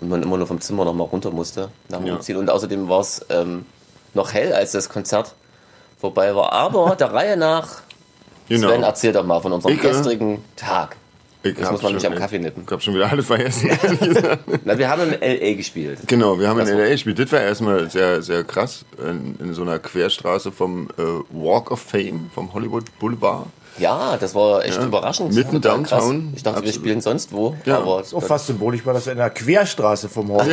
Speaker 1: und man immer nur vom Zimmer nochmal runter musste nach dem
Speaker 3: Ja.
Speaker 1: Umziehen. Und außerdem war es ähm, noch hell, als das Konzert vorbei war. Aber der Reihe nach, Sven,
Speaker 3: Genau.
Speaker 1: erzähl doch mal von unserem
Speaker 3: Ich, äh,
Speaker 1: gestrigen Tag.
Speaker 3: Ich
Speaker 1: Das
Speaker 3: hab
Speaker 1: muss man
Speaker 3: schon-
Speaker 1: nicht am Kaffee nippen.
Speaker 3: Ich hab schon wieder alles vergessen.
Speaker 1: Na, wir haben in L.A. gespielt.
Speaker 3: genau, wir haben in
Speaker 1: Das war-
Speaker 3: LA gespielt. Das war erstmal sehr, sehr krass. In, in so einer Querstraße vom äh, Walk of Fame, vom Hollywood Boulevard.
Speaker 1: Ja, das war echt überraschend.
Speaker 3: mitten
Speaker 1: Total krass.
Speaker 3: downtown.
Speaker 1: Ich dachte, wir
Speaker 3: Absolut.
Speaker 1: spielen sonst wo.
Speaker 3: Ja.
Speaker 1: aber
Speaker 2: Ist auch fast symbolisch, weil das in der Querstraße vom Horn.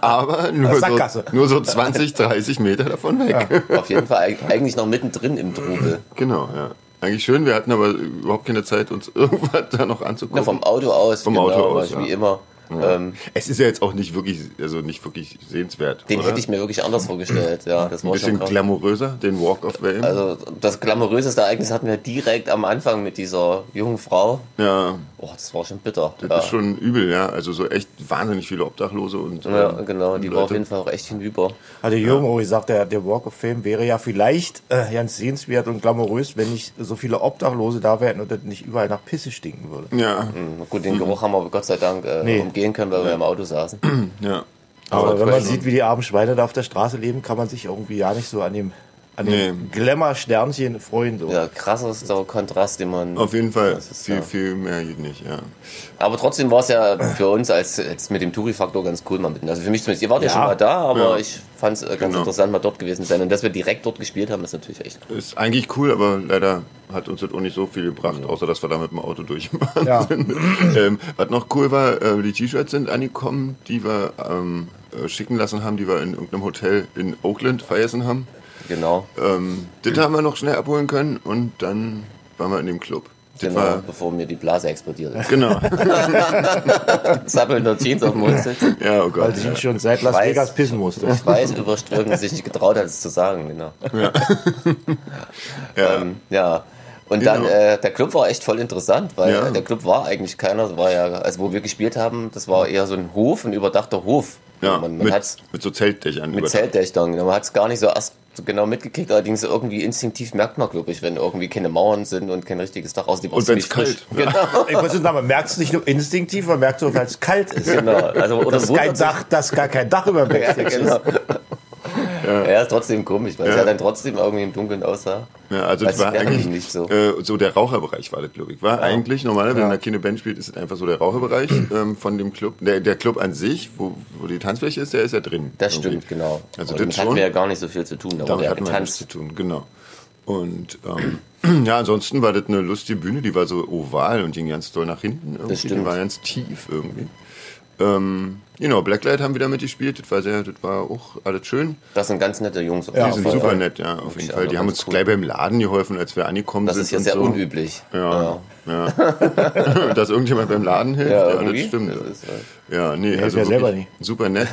Speaker 3: Aber nur so,
Speaker 2: Sackgasse.
Speaker 3: nur so 20, 30 Meter davon weg.
Speaker 1: auf jeden Fall eig- eigentlich noch mittendrin im Trubel.
Speaker 3: Genau, ja. Eigentlich schön, wir hatten aber überhaupt keine Zeit, uns irgendwas da noch anzugucken.
Speaker 1: Na, Ne, vom Auto aus.
Speaker 3: Vom
Speaker 1: genau,
Speaker 3: Auto
Speaker 1: aber
Speaker 3: aus,
Speaker 1: Wie
Speaker 3: ja.
Speaker 1: immer. Ähm,
Speaker 3: es ist ja jetzt auch nicht wirklich, also nicht wirklich sehenswert.
Speaker 1: den
Speaker 3: oder?
Speaker 1: hätte ich mir wirklich anders vorgestellt. Ja, das
Speaker 3: ein
Speaker 1: war schon
Speaker 3: bisschen
Speaker 1: krass.
Speaker 3: glamouröser, den Walk of Fame.
Speaker 1: Also das glamouröseste Ereignis hatten wir direkt am Anfang mit dieser jungen Frau.
Speaker 3: ja,
Speaker 1: Oh, das war schon bitter.
Speaker 3: das
Speaker 1: ja.
Speaker 3: ist schon übel, ja. Also so echt wahnsinnig viele Obdachlose und
Speaker 1: ja,
Speaker 3: ähm,
Speaker 1: genau, die war auf
Speaker 3: Leute.
Speaker 1: jeden Fall auch echt hinüber.
Speaker 2: Hatte Jürgen auch gesagt, der, der Walk of Fame wäre ja vielleicht äh, ganz sehenswert und glamourös, wenn nicht so viele Obdachlose da wären und das nicht überall nach Pisse stinken würde.
Speaker 3: Ja,
Speaker 1: Na Gut, den Geruch haben wir Gott sei Dank äh,
Speaker 2: Nee.
Speaker 1: umgehen können, weil wir im Auto saßen.
Speaker 3: ja.
Speaker 2: Aber wenn man
Speaker 3: vielleicht-
Speaker 2: sieht, wie die armen Schweine da auf der Straße leben, kann man sich irgendwie ja nicht so an dem, an dem
Speaker 3: Nee.
Speaker 2: Glamour-Sternchen freuen. So.
Speaker 1: Ja, krassester Kontrast, den man.
Speaker 3: Auf jeden Fall,
Speaker 1: Das ist
Speaker 3: viel,
Speaker 1: ja-
Speaker 3: viel mehr geht nicht, ja.
Speaker 1: Aber trotzdem war es ja für uns als jetzt mit dem Touri-Faktor ganz cool mal mitten. Also für mich zumindest, ihr wart ja,
Speaker 2: Ja.
Speaker 1: schon mal da, aber
Speaker 3: Ja.
Speaker 1: ich fand es ganz
Speaker 3: Genau.
Speaker 1: interessant, mal dort gewesen zu sein. Und dass wir direkt dort gespielt haben, ist natürlich echt cool.
Speaker 3: Ist eigentlich cool, aber leider hat uns das auch nicht so viel gebracht, außer dass wir da mit dem Auto durch waren.
Speaker 2: Ja.
Speaker 3: ähm, was noch cool war, äh, die T-Shirts sind angekommen, die wir ähm, äh, schicken lassen haben, die wir in irgendeinem Hotel in Oakland vergessen haben.
Speaker 1: Genau.
Speaker 3: Ähm, das haben wir noch schnell abholen können und dann waren wir in dem Club. Das
Speaker 1: Genau,
Speaker 3: war,
Speaker 1: bevor mir die Blase explodiert ist.
Speaker 3: genau.
Speaker 1: Zappelnder Jeans auf dem Mund sitzen.
Speaker 3: Ja, oh
Speaker 2: Weil
Speaker 3: Gott.
Speaker 2: sie ihn schon seit Las
Speaker 1: Weiß.
Speaker 2: Vegas pissen musste.
Speaker 1: weiß überströmt und sich nicht getraut hat, es zu sagen, genau.
Speaker 3: Ja.
Speaker 1: Ähm, ja.
Speaker 5: Und dann,
Speaker 3: Genau.
Speaker 5: äh, der Club war echt voll interessant, weil
Speaker 3: Ja.
Speaker 5: der Club war eigentlich keiner, das war ja, also wo wir gespielt haben, das war eher so ein Hof, ein überdachter Hof.
Speaker 3: Ja,
Speaker 5: man, man hat's
Speaker 3: mit, mit so Zeltdächern.
Speaker 5: mit
Speaker 3: über-
Speaker 5: Zeltdächtern, man hat's gar nicht so erst so genau mitgekriegt, allerdings irgendwie instinktiv merkt man, glaube ich, wenn irgendwie keine Mauern sind und kein richtiges Dach aussieht.
Speaker 3: Und wenn's kalt.
Speaker 5: Genau.
Speaker 2: Ich wollte sagen, man merkt es nicht nur instinktiv, man merkt es auch, weil es kalt ist.
Speaker 5: genau. Also, oder
Speaker 2: Dass, kein Dach, dass gar kein Dach über dem
Speaker 5: Ja,
Speaker 2: Backstage ist.
Speaker 5: genau. Ja. ist trotzdem komisch, weil es ja dann trotzdem irgendwie im Dunkeln aussah.
Speaker 3: Ja, also das
Speaker 5: Als
Speaker 3: war
Speaker 5: wäre
Speaker 3: eigentlich
Speaker 5: die nicht so.
Speaker 3: Äh, so der Raucherbereich war das, glaube ich. War eigentlich normal, wenn da keine Band spielt, ist es einfach so der Raucherbereich ähm, von dem Club. Der, der Club an sich, wo, wo die Tanzfläche ist, der ist ja drin.
Speaker 5: Das
Speaker 3: Irgendwie.
Speaker 5: stimmt, genau.
Speaker 3: Also
Speaker 5: Also
Speaker 3: das
Speaker 5: damit
Speaker 3: schon.
Speaker 5: hatten wir ja gar nicht so viel zu tun. Da wurde
Speaker 3: Damit
Speaker 5: ja
Speaker 3: hatten wir nichts
Speaker 5: getanzt.
Speaker 3: zu tun, genau. Und ähm, ja, ansonsten war das eine lustige Bühne, die war so oval und ging ganz doll nach hinten. Irgendwie. Die
Speaker 5: stimmt.
Speaker 3: war ganz tief irgendwie. Ähm, genau, Blacklight haben wieder mitgespielt, das war sehr, das war auch alles schön.
Speaker 5: Das sind ganz nette Jungs. auf
Speaker 3: Die
Speaker 5: jeden
Speaker 3: sind
Speaker 5: Fall.
Speaker 3: super nett, ja, auf jeden
Speaker 5: Ja,
Speaker 3: Fall. Die haben
Speaker 5: ganz
Speaker 3: uns
Speaker 5: cool.
Speaker 3: gleich beim Laden geholfen, als wir angekommen
Speaker 5: Das
Speaker 3: sind.
Speaker 5: ist ja
Speaker 3: und
Speaker 5: sehr
Speaker 3: so.
Speaker 5: unüblich.
Speaker 3: Ja, ja. Dass irgendjemand beim Laden hilft,
Speaker 5: Ja,
Speaker 3: ja, das
Speaker 5: irgendwie.
Speaker 3: stimmt.
Speaker 5: Das ist, äh,
Speaker 3: ja, nee,
Speaker 2: hilft
Speaker 3: also
Speaker 2: ja selber
Speaker 3: wirklich super nett.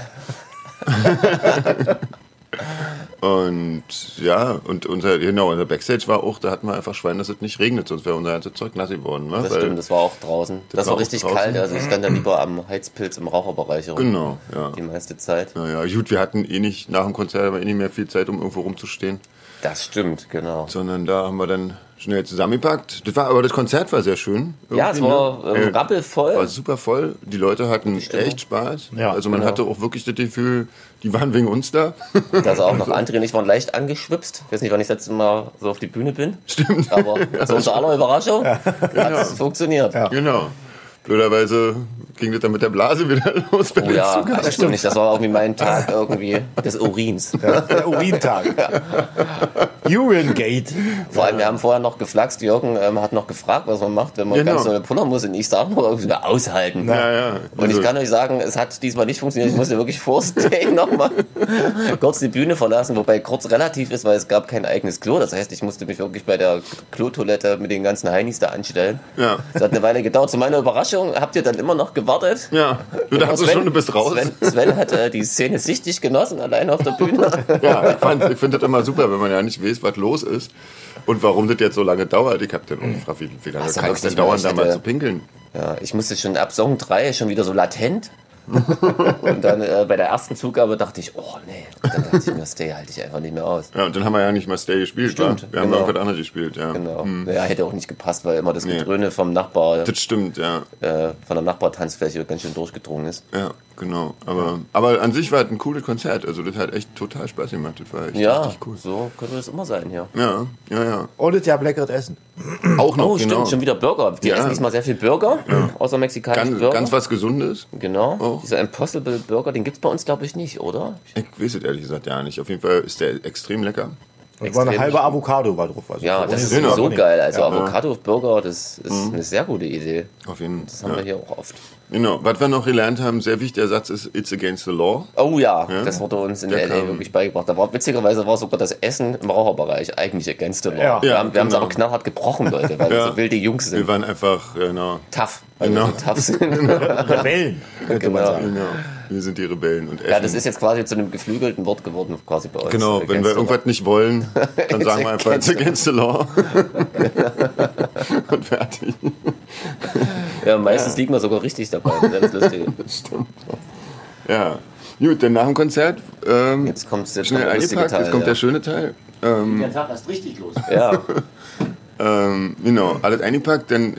Speaker 3: und ja, und unser, genau, unser Backstage war auch, da hatten wir einfach Schwein, dass es nicht regnet, sonst wäre unser ganzes Zeug nass geworden. Ne?
Speaker 5: Das
Speaker 3: Weil-
Speaker 5: stimmt, das war auch draußen. Das,
Speaker 3: war
Speaker 5: war
Speaker 3: auch
Speaker 5: richtig
Speaker 3: draußen.
Speaker 5: kalt, also ich stand da lieber am Heizpilz im Raucherbereich rum.
Speaker 3: Genau, ja.
Speaker 5: Die meiste Zeit.
Speaker 3: Naja, gut, wir hatten eh nicht, nach dem Konzert aber eh nicht mehr viel Zeit, um irgendwo rumzustehen.
Speaker 5: Das stimmt, genau.
Speaker 3: sondern da haben wir dann schnell zusammengepackt. Das war, aber das Konzert war sehr schön.
Speaker 5: Ja, es
Speaker 3: Irgendwie,
Speaker 5: war
Speaker 3: ne?
Speaker 5: ähm,
Speaker 3: Äh,
Speaker 5: rappelvoll.
Speaker 3: War super voll. Die Leute hatten
Speaker 5: Stimmung.
Speaker 3: echt Spaß.
Speaker 2: Ja,
Speaker 3: also man
Speaker 2: genau.
Speaker 3: hatte auch wirklich das Gefühl, die waren wegen uns da.
Speaker 5: Also auch noch André und ich waren leicht angeschwipst. Ich weiß nicht, wann ich das letzte Mal so auf die Bühne bin. Stimmt. Aber zu unserer aller Überraschung hat es funktioniert.
Speaker 3: genau. Blöderweise ging das dann mit der Blase wieder los bei
Speaker 5: Oh
Speaker 3: den
Speaker 5: ja,
Speaker 3: Zugang.
Speaker 5: das stimmt nicht. Das war irgendwie mein Tag irgendwie des Urins.
Speaker 2: Ja, der Urintag. Urangate.
Speaker 5: Vor allem, wir haben vorher noch geflaxt. Jürgen ähm, hat noch gefragt, was man macht, wenn man
Speaker 3: Genau.
Speaker 5: ganz doll pullern muss. Und ich sag nur, irgendwie na, aushalten.
Speaker 3: Ja, ja.
Speaker 5: Und
Speaker 3: Also,
Speaker 5: ich kann euch sagen, es hat diesmal nicht funktioniert. Ich musste wirklich vor Stage nochmal kurz die Bühne verlassen, wobei kurz relativ ist, weil es gab kein eigenes Klo. Das heißt, ich musste mich wirklich bei der Klotoilette mit den ganzen Heinis da anstellen.
Speaker 3: Ja.
Speaker 5: Das hat eine Weile gedauert. Zu meiner Überraschung habt ihr dann immer noch gewartet.
Speaker 3: ja, du dachtest schon, du bist raus.
Speaker 5: Sven, Sven hat äh, die Szene sichtig genossen, allein auf der Bühne.
Speaker 3: Ja, ich, fand- ich finde das immer super, wenn man ja nicht weiß, was los ist und warum das jetzt so lange dauert. Ich habe dann auch gefragt, wie, wie lange
Speaker 5: Das
Speaker 3: kann
Speaker 5: hab
Speaker 3: es
Speaker 5: ich
Speaker 3: denn
Speaker 5: nicht mehr
Speaker 3: dauern, da mal
Speaker 5: gerechnet,
Speaker 3: zu pinkeln?
Speaker 5: Ja, ich musste schon ab Song 3 schon wieder so latent. Und dann äh, bei der ersten Zugabe dachte ich, oh nee, Und dann dachte ich mir, Stay halte ich einfach nicht mehr aus.
Speaker 3: Ja, und dann haben wir ja nicht mal Stay gespielt,
Speaker 5: Stimmt,
Speaker 3: wa? Wir haben
Speaker 5: genau.
Speaker 3: irgendwas anderes gespielt, ja.
Speaker 5: Genau.
Speaker 3: Hm.
Speaker 5: Ja, hätte auch nicht gepasst, weil immer das Gedröhne vom Nachbar, äh,
Speaker 3: Das stimmt, ja.
Speaker 5: von der Nachbartanzfläche ganz schön durchgedrungen ist.
Speaker 3: Ja, genau. Aber, aber an sich war es ein cooles Konzert. Also das hat echt total Spaß gemacht. Das war echt
Speaker 5: Ja,
Speaker 3: richtig cool.
Speaker 5: so könnte das immer sein, ja.
Speaker 3: Ja, ja, ja.
Speaker 2: Und das ja leckeres Essen.
Speaker 3: Auch noch,
Speaker 5: Oh,
Speaker 3: genau.
Speaker 5: stimmt, schon wieder Burger. Die
Speaker 3: Ja.
Speaker 5: essen diesmal sehr viel Burger, außer mexikanisch
Speaker 3: ganz,
Speaker 5: Burger.
Speaker 3: ganz was Gesundes.
Speaker 5: genau,
Speaker 3: Oh.
Speaker 5: dieser Impossible Burger, den gibt's bei uns, glaube ich, nicht, oder?
Speaker 3: Ich weiß es ehrlich gesagt ja nicht. Auf jeden Fall ist der extrem lecker.
Speaker 2: Und war eine
Speaker 5: Extrem.
Speaker 2: halbe Avocado war drauf. Also
Speaker 3: Ah,
Speaker 5: Ja,
Speaker 2: ohne
Speaker 5: das ist
Speaker 2: Sinn,
Speaker 5: so
Speaker 2: ohne-
Speaker 5: geil. Also Avocado-Burger, das ist eine sehr gute Idee.
Speaker 3: Auf jeden
Speaker 5: Das haben
Speaker 3: Fall.
Speaker 5: wir
Speaker 3: Mhm. Ja.
Speaker 5: hier auch oft.
Speaker 3: Genau. Was wir noch gelernt haben, sehr wichtig, der Satz ist It's against the law.
Speaker 5: Oh ja, das wurde uns in
Speaker 3: Der
Speaker 5: der LA
Speaker 3: kam-
Speaker 5: wirklich beigebracht. Da war witzigerweise war sogar das Essen im Raucherbereich eigentlich against the law.
Speaker 2: Ja.
Speaker 5: wir
Speaker 3: Ja,
Speaker 5: haben wir es
Speaker 3: genau.
Speaker 5: aber knallhart gebrochen, Leute, weil wir
Speaker 3: Ja.
Speaker 5: so wilde Jungs
Speaker 3: Wir
Speaker 5: sind.
Speaker 3: waren einfach, genau.
Speaker 5: Tough, weil
Speaker 3: Genau.
Speaker 5: wir Also so tough sind.
Speaker 2: Rebellen, könnte man
Speaker 5: Genau.
Speaker 2: sagen.
Speaker 3: genau. Wir sind die Rebellen und essen.
Speaker 5: ja, das ist jetzt quasi zu einem geflügelten Wort geworden, quasi bei uns. Äh,
Speaker 3: Genau, wenn
Speaker 5: Against
Speaker 3: wir
Speaker 5: the law.
Speaker 3: irgendwas nicht wollen, dann sagen wir einfach, it's
Speaker 5: It's
Speaker 3: against the law. Und fertig.
Speaker 5: Ja, meistens liegen wir sogar richtig dabei. Das ist lustig.
Speaker 3: Stimmt. Ja. Gut, dann nach dem Konzert ähm,
Speaker 5: Jetzt kommt jetzt
Speaker 3: schnell
Speaker 5: kommt der lustige
Speaker 3: eingepackt,
Speaker 5: Teil.
Speaker 3: jetzt kommt
Speaker 5: ja.
Speaker 3: der schöne Teil. Ähm,
Speaker 6: Der Tag erst richtig los.
Speaker 1: Äh,
Speaker 5: ja,
Speaker 3: ähm, genau, alles eingepackt, dann äh,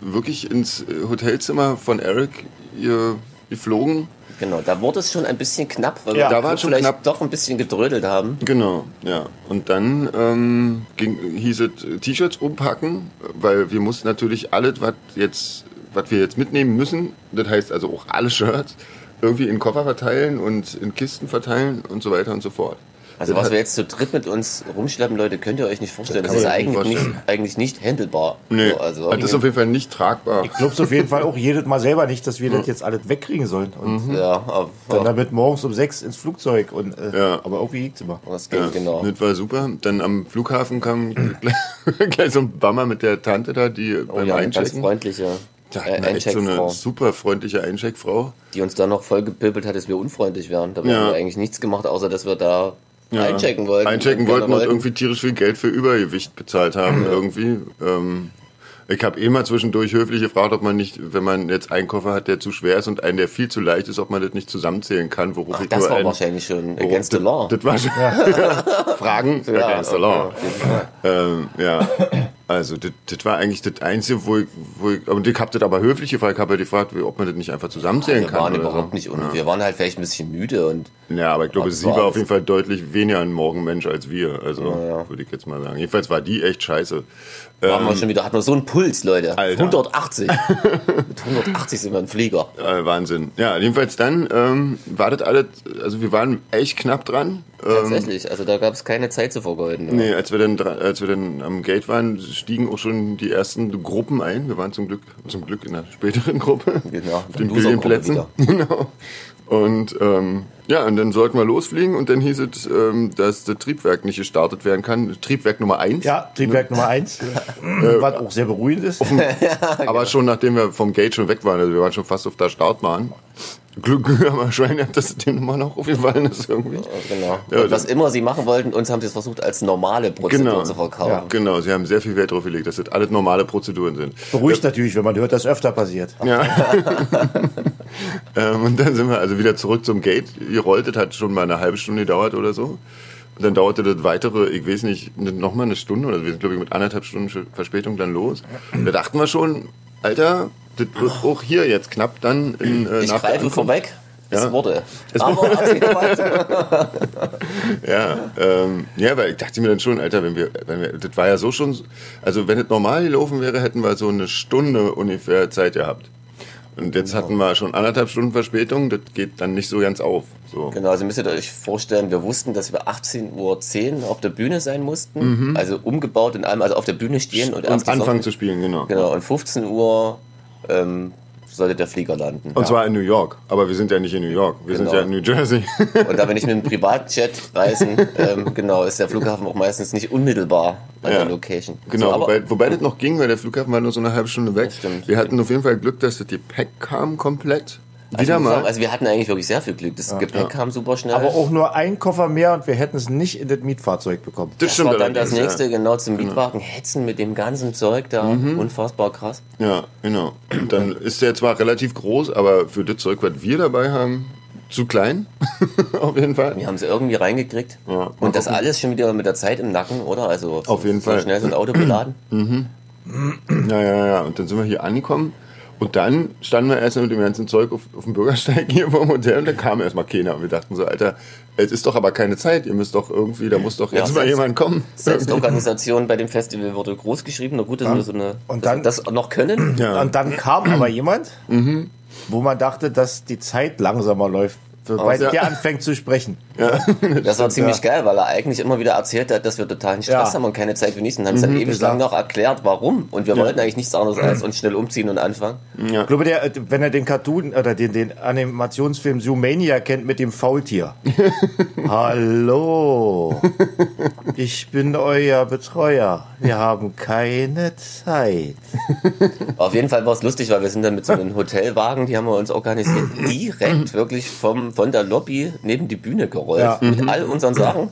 Speaker 3: wirklich ins äh, Hotelzimmer von Eric ge- geflogen.
Speaker 5: genau. Da wurde es schon ein bisschen knapp, weil
Speaker 2: Ja,
Speaker 5: wir
Speaker 3: da war es schon
Speaker 5: vielleicht
Speaker 3: knapp.
Speaker 5: doch ein bisschen gedrödelt haben.
Speaker 3: Genau, ja. Und dann ähm, ging, hieß es äh, T-Shirts umpacken, weil wir mussten natürlich alles, was jetzt, was wir jetzt mitnehmen müssen, das heißt also auch alle Shirts, irgendwie in Koffer verteilen und in Kisten verteilen und so weiter und so fort.
Speaker 5: Also
Speaker 3: Das
Speaker 5: was
Speaker 3: hat-
Speaker 5: wir jetzt zu dritt mit uns rumschleppen, Leute, könnt ihr euch nicht vorstellen. Das,
Speaker 3: kann
Speaker 5: ist
Speaker 3: man sich nicht
Speaker 5: eigentlich nicht,
Speaker 3: vorstellen.
Speaker 5: eigentlich nicht handelbar.
Speaker 3: Nee,
Speaker 5: So, also
Speaker 3: das ist auf jeden Fall nicht tragbar.
Speaker 2: Ich glaube auf jeden Fall auch jedes Mal selber nicht, dass wir das jetzt alles wegkriegen sollen.
Speaker 3: Mhm.
Speaker 2: Und
Speaker 5: ja, aber,
Speaker 2: dann damit morgens um sechs ins Flugzeug. Und, äh,
Speaker 3: Ja.
Speaker 2: Aber irgendwie liegt immer.
Speaker 5: das geht genau.
Speaker 3: Das war super. Dann am Flughafen kam gleich, gleich so ein Bammer mit der Tante da, die beim
Speaker 5: Oh Ja, eine ganz
Speaker 3: Einchecken.
Speaker 5: freundliche
Speaker 3: Da
Speaker 5: äh,
Speaker 3: hatten wir echt so eine
Speaker 5: Eincheckfrau,
Speaker 3: super freundliche Eincheckfrau.
Speaker 5: die uns da noch voll gepöbelt hat, dass wir unfreundlich wären. Dabei
Speaker 3: Ja.
Speaker 5: haben wir eigentlich nichts gemacht, außer dass wir da
Speaker 1: einchecken wollten.
Speaker 3: Einchecken
Speaker 1: Und
Speaker 3: wollten und
Speaker 1: wollten.
Speaker 3: irgendwie tierisch viel Geld für Übergewicht bezahlt haben. Irgendwie. Ähm, ich habe eh mal zwischendurch höflich gefragt, ob man nicht, wenn man jetzt einen Koffer hat, der zu schwer ist und einen, der viel zu leicht ist, ob man das nicht zusammenzählen kann, worauf
Speaker 1: Ach,
Speaker 3: ich
Speaker 1: das
Speaker 3: nur
Speaker 1: war
Speaker 3: ein-
Speaker 1: wahrscheinlich schon
Speaker 3: worauf-
Speaker 1: against the law.
Speaker 3: Das war schon Fragen
Speaker 1: Ja,
Speaker 3: against the law. Ähm, ja, also das, das war eigentlich das Einzige, wo ich, wo ich und ich habe das aber höflich gefragt, ich habe ja gefragt, ob man das nicht einfach zusammenzählen
Speaker 1: Wir
Speaker 3: kann.
Speaker 1: waren
Speaker 3: oder
Speaker 1: überhaupt
Speaker 3: so.
Speaker 1: nicht un Wir waren halt vielleicht ein bisschen müde und
Speaker 3: Ja, aber ich glaube,
Speaker 1: Das
Speaker 3: sie
Speaker 1: war
Speaker 3: war
Speaker 1: alles.
Speaker 3: auf jeden Fall deutlich weniger ein Morgenmensch als wir. Also würde ich jetzt mal sagen. Jedenfalls war die echt scheiße.
Speaker 1: waren wir schon wieder, hatten wir so einen Puls, Leute.
Speaker 3: Ähm, Alter.
Speaker 1: 180. Mit 180 sind wir im Flieger.
Speaker 3: Äh, Wahnsinn. Ja, jedenfalls dann ähm, wartet alle, also wir waren echt knapp dran. Ähm,
Speaker 1: Tatsächlich, also da gab es keine Zeit zu vergeuden.
Speaker 3: Nee, als wir, dann, dra- als wir dann am Gate waren, stiegen auch schon die ersten Gruppen ein. Wir waren zum Glück, zum Glück in einer späteren Gruppe.
Speaker 1: Genau,
Speaker 3: auf den
Speaker 1: Loser-Gruppe
Speaker 3: Billienplätzen. Genau. Und ähm, ja, und dann sollten wir losfliegen und dann hieß es, ähm, dass das Triebwerk nicht gestartet werden kann. Triebwerk Nummer eins.
Speaker 2: Ja, Triebwerk Nummer eins, was auch sehr beruhigend ist.
Speaker 3: Aber schon nachdem wir vom Gate schon weg waren, also wir waren schon fast auf der Startbahn. Glück haben wir Schwein gehabt, dass dem immer noch aufgefallen ist irgendwie.
Speaker 1: Genau.
Speaker 3: Ja,
Speaker 1: und was
Speaker 3: das-
Speaker 1: immer sie machen wollten, uns haben sie es versucht, als normale Prozedur
Speaker 3: Genau.
Speaker 1: zu verkaufen.
Speaker 3: Genau, sie haben sehr viel Wert drauf gelegt, dass das alles normale Prozeduren sind.
Speaker 2: Beruhigt natürlich, wenn man hört, dass öfter passiert.
Speaker 3: Ja. ähm, und dann sind wir also wieder zurück zum Gate gerollt. Das hat schon mal eine halbe Stunde gedauert oder so. Und dann dauerte das weitere, ich weiß nicht, noch mal eine Stunde oder so. wir sind, glaube ich, mit anderthalb Stunden Verspätung dann los. Und da dachten wir schon, Alter, das wird auch hier jetzt knapp dann in, äh,
Speaker 1: Ich
Speaker 3: nach der
Speaker 1: greife
Speaker 3: Ankunft.
Speaker 1: vorweg. Es
Speaker 3: Ja.
Speaker 1: wurde. Aber hat sie gemacht.
Speaker 3: Ja, ähm, ja, weil ich dachte mir dann schon, Alter, wenn wir, wenn wir, das war ja so schon, also wenn es normal gelaufen wäre, hätten wir so eine Stunde ungefähr Zeit gehabt. Und jetzt
Speaker 1: Genau.
Speaker 3: hatten wir schon anderthalb Stunden Verspätung, das geht dann nicht so ganz auf. So.
Speaker 1: Genau, also müsstet ihr euch vorstellen, wir wussten, dass wir 18.10 Uhr auf der Bühne sein mussten. Also umgebaut in allem, also auf der Bühne stehen und, erst
Speaker 3: Mhm. Und
Speaker 1: die
Speaker 3: anfangen
Speaker 1: Sonne-
Speaker 3: zu spielen, genau.
Speaker 1: Genau, und 15 Uhr ähm, sollte der Flieger landen.
Speaker 3: Und zwar in New York, aber wir sind ja nicht in New York, wir sind
Speaker 1: Genau.
Speaker 3: ja in New Jersey.
Speaker 1: Und da wir nicht mit einem Privatjet reisen, ähm, genau, ist der Flughafen auch meistens nicht unmittelbar an
Speaker 3: Ja.
Speaker 1: der Location.
Speaker 3: Genau,
Speaker 1: so, aber
Speaker 3: wobei, wobei das noch ging, weil der Flughafen war nur so eine halbe Stunde weg.
Speaker 1: stimmt.
Speaker 3: Wir hatten auf jeden Fall Glück, dass das Gepäck kam komplett.
Speaker 1: also,
Speaker 3: Wieder
Speaker 1: ich muss
Speaker 3: mal.
Speaker 1: sagen, also wir hatten eigentlich wirklich sehr viel Glück. Das Gepäck kam super schnell.
Speaker 2: Aber auch nur ein Koffer mehr und wir hätten es nicht in das Mietfahrzeug bekommen.
Speaker 1: das war dann das
Speaker 3: allerdings, ja. Mhm.
Speaker 1: nächste, genau, zum Mietwagen hetzen mit dem ganzen Zeug da. Unfassbar krass.
Speaker 3: Ja, genau. Und dann ist der zwar relativ groß, aber für das Zeug, was wir dabei haben, zu klein. Auf jeden Fall.
Speaker 1: Wir haben es irgendwie reingekriegt.
Speaker 3: Ja.
Speaker 1: Und das alles schon wieder mit der Zeit im Nacken, oder? Also
Speaker 3: Auf jeden
Speaker 1: so
Speaker 3: Fall.
Speaker 1: schnell so ein Auto beladen.
Speaker 3: Ja, ja, ja. Und dann sind wir hier angekommen. Und dann standen wir erstmal mit dem ganzen Zeug auf, auf dem Bürgersteig hier vor dem Hotel und da kam erstmal keiner. Und wir dachten so, Alter, es ist doch aber keine Zeit. Ihr müsst doch irgendwie, da muss doch jetzt mal
Speaker 1: selbst-
Speaker 3: jemand kommen.
Speaker 1: Selbstorganisation bei dem Festival wurde groß geschrieben. Na gut, dass wir so eine,
Speaker 2: Und
Speaker 1: dass
Speaker 2: dann-
Speaker 1: wir das noch können.
Speaker 3: Ja. Mhm.
Speaker 2: Und dann kam aber jemand, wo man dachte, dass die Zeit langsamer läuft, sobald
Speaker 3: ja.
Speaker 2: der anfängt zu sprechen.
Speaker 1: Das war ziemlich geil, weil er eigentlich immer wieder erzählt hat, dass wir totalen Stress
Speaker 2: Ja.
Speaker 1: haben und keine Zeit für nichts. Und haben es
Speaker 3: Mhm.
Speaker 1: dann ewig lang noch erklärt, warum. Und wir wollten eigentlich nichts anderes als uns schnell umziehen und anfangen.
Speaker 2: Ich glaube, der, äh, wenn er den Cartoon äh, oder den, den Animationsfilm Zoomania kennt mit dem Faultier. Hallo, ich bin euer Betreuer. Wir haben keine Zeit.
Speaker 1: Auf jeden Fall war es lustig, weil wir sind dann mit so einem Hotelwagen, die haben wir uns organisiert, direkt wirklich vom, von der Lobby neben die Bühne gerollt.
Speaker 2: Ja.
Speaker 3: Mhm.
Speaker 1: Mit all unseren Sachen.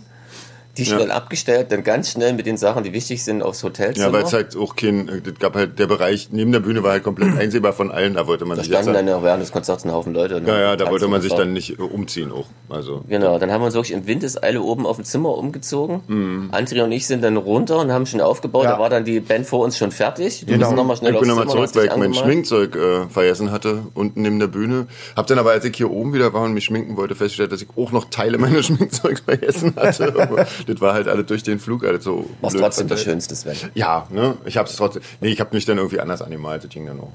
Speaker 1: Die schnell abgestellt, dann ganz schnell mit den Sachen, die wichtig sind, aufs Hotelzimmer.
Speaker 3: Ja, weil es halt auch kein, das gab halt, der Bereich neben der Bühne war halt komplett einsehbar von allen. Da wollte man
Speaker 1: da
Speaker 3: sich jetzt,
Speaker 1: standen dann ja
Speaker 3: halt,
Speaker 1: während des Konzerts ein Haufen Leute. ne? und
Speaker 3: ja, ja,
Speaker 1: haben
Speaker 3: da wollte man sich
Speaker 1: getanzt und
Speaker 3: dann nicht äh, umziehen auch. Also,
Speaker 1: Genau, dann haben wir uns wirklich in Windeseile oben auf dem Zimmer umgezogen.
Speaker 3: Mhm.
Speaker 1: Andrea und ich sind dann runter und haben schon aufgebaut.
Speaker 2: Ja.
Speaker 1: Da war dann die Band vor uns schon fertig. Wir
Speaker 2: Genau.
Speaker 1: müssen nochmal schnell
Speaker 3: Ich
Speaker 1: aufs
Speaker 3: bin
Speaker 1: Zimmer.
Speaker 3: nochmal zurück,
Speaker 1: hast
Speaker 3: weil
Speaker 1: dich
Speaker 3: ich mein
Speaker 1: angemalt.
Speaker 3: Schminkzeug äh, vergessen hatte, unten neben der Bühne. Hab dann aber, als ich hier oben wieder war und mich schminken wollte, festgestellt, dass ich auch noch Teile meines Schminkzeugs vergessen hatte. Aber das war halt alles durch den Flug, alles so.
Speaker 1: Was
Speaker 3: blöd
Speaker 1: trotzdem das
Speaker 3: verteilt.
Speaker 1: Schönste, Sven.
Speaker 3: Ja, ne? Ich hab's trotzdem. Nee, ich hab mich dann irgendwie anders animalt, das ging dann auch.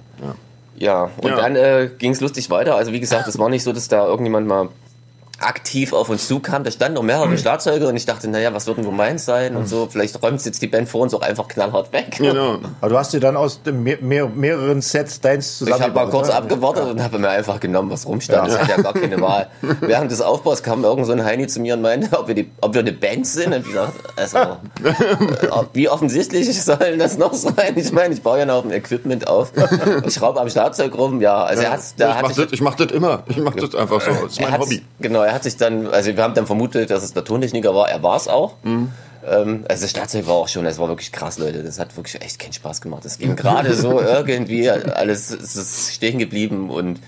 Speaker 3: Ja.
Speaker 1: Ja, und
Speaker 3: Ja.
Speaker 1: dann äh, ging es lustig weiter. Also wie gesagt, es war nicht so, dass da irgendjemand mal aktiv auf uns zukam. Da standen noch mehrere
Speaker 3: Mhm.
Speaker 1: Schlagzeuge und ich dachte, naja, was wird denn wohl meins sein und
Speaker 3: Hm.
Speaker 1: so. Vielleicht räumt jetzt die Band vor uns auch einfach knallhart weg.
Speaker 3: Genau.
Speaker 2: Aber du hast dir dann aus dem mehr, mehr, mehreren Sets deins ne?
Speaker 1: Ich
Speaker 2: zusammen.
Speaker 1: habe mal kurz abgewartet und habe mir einfach genommen, was rumstand. Ich hatte ja gar keine Wahl. Während des Aufbaus kam irgend so ein Heini zu mir und meinte, ob wir, die, ob wir eine Band sind. Und ich dachte, also, äh, wie offensichtlich soll das noch sein? Ich meine, ich baue ja noch ein Equipment auf. Ich schraube am Schlagzeug rum. Ja, also er hat's, da
Speaker 3: ich,
Speaker 1: hat
Speaker 3: mach
Speaker 1: sich
Speaker 3: das, ich mach das immer. Ich mach das einfach so. Das ist
Speaker 1: Er
Speaker 3: mein
Speaker 1: hat's-
Speaker 3: Hobby.
Speaker 1: Genau, er aber er hat sich dann, also wir haben dann vermutet, dass es der Tontechniker war, er war es auch.
Speaker 3: Mhm.
Speaker 1: Ähm, also das Schlagzeug war auch schon, es war wirklich krass, Leute. Das hat wirklich echt keinen Spaß gemacht. Das ging gerade so irgendwie, alles es ist stehen geblieben und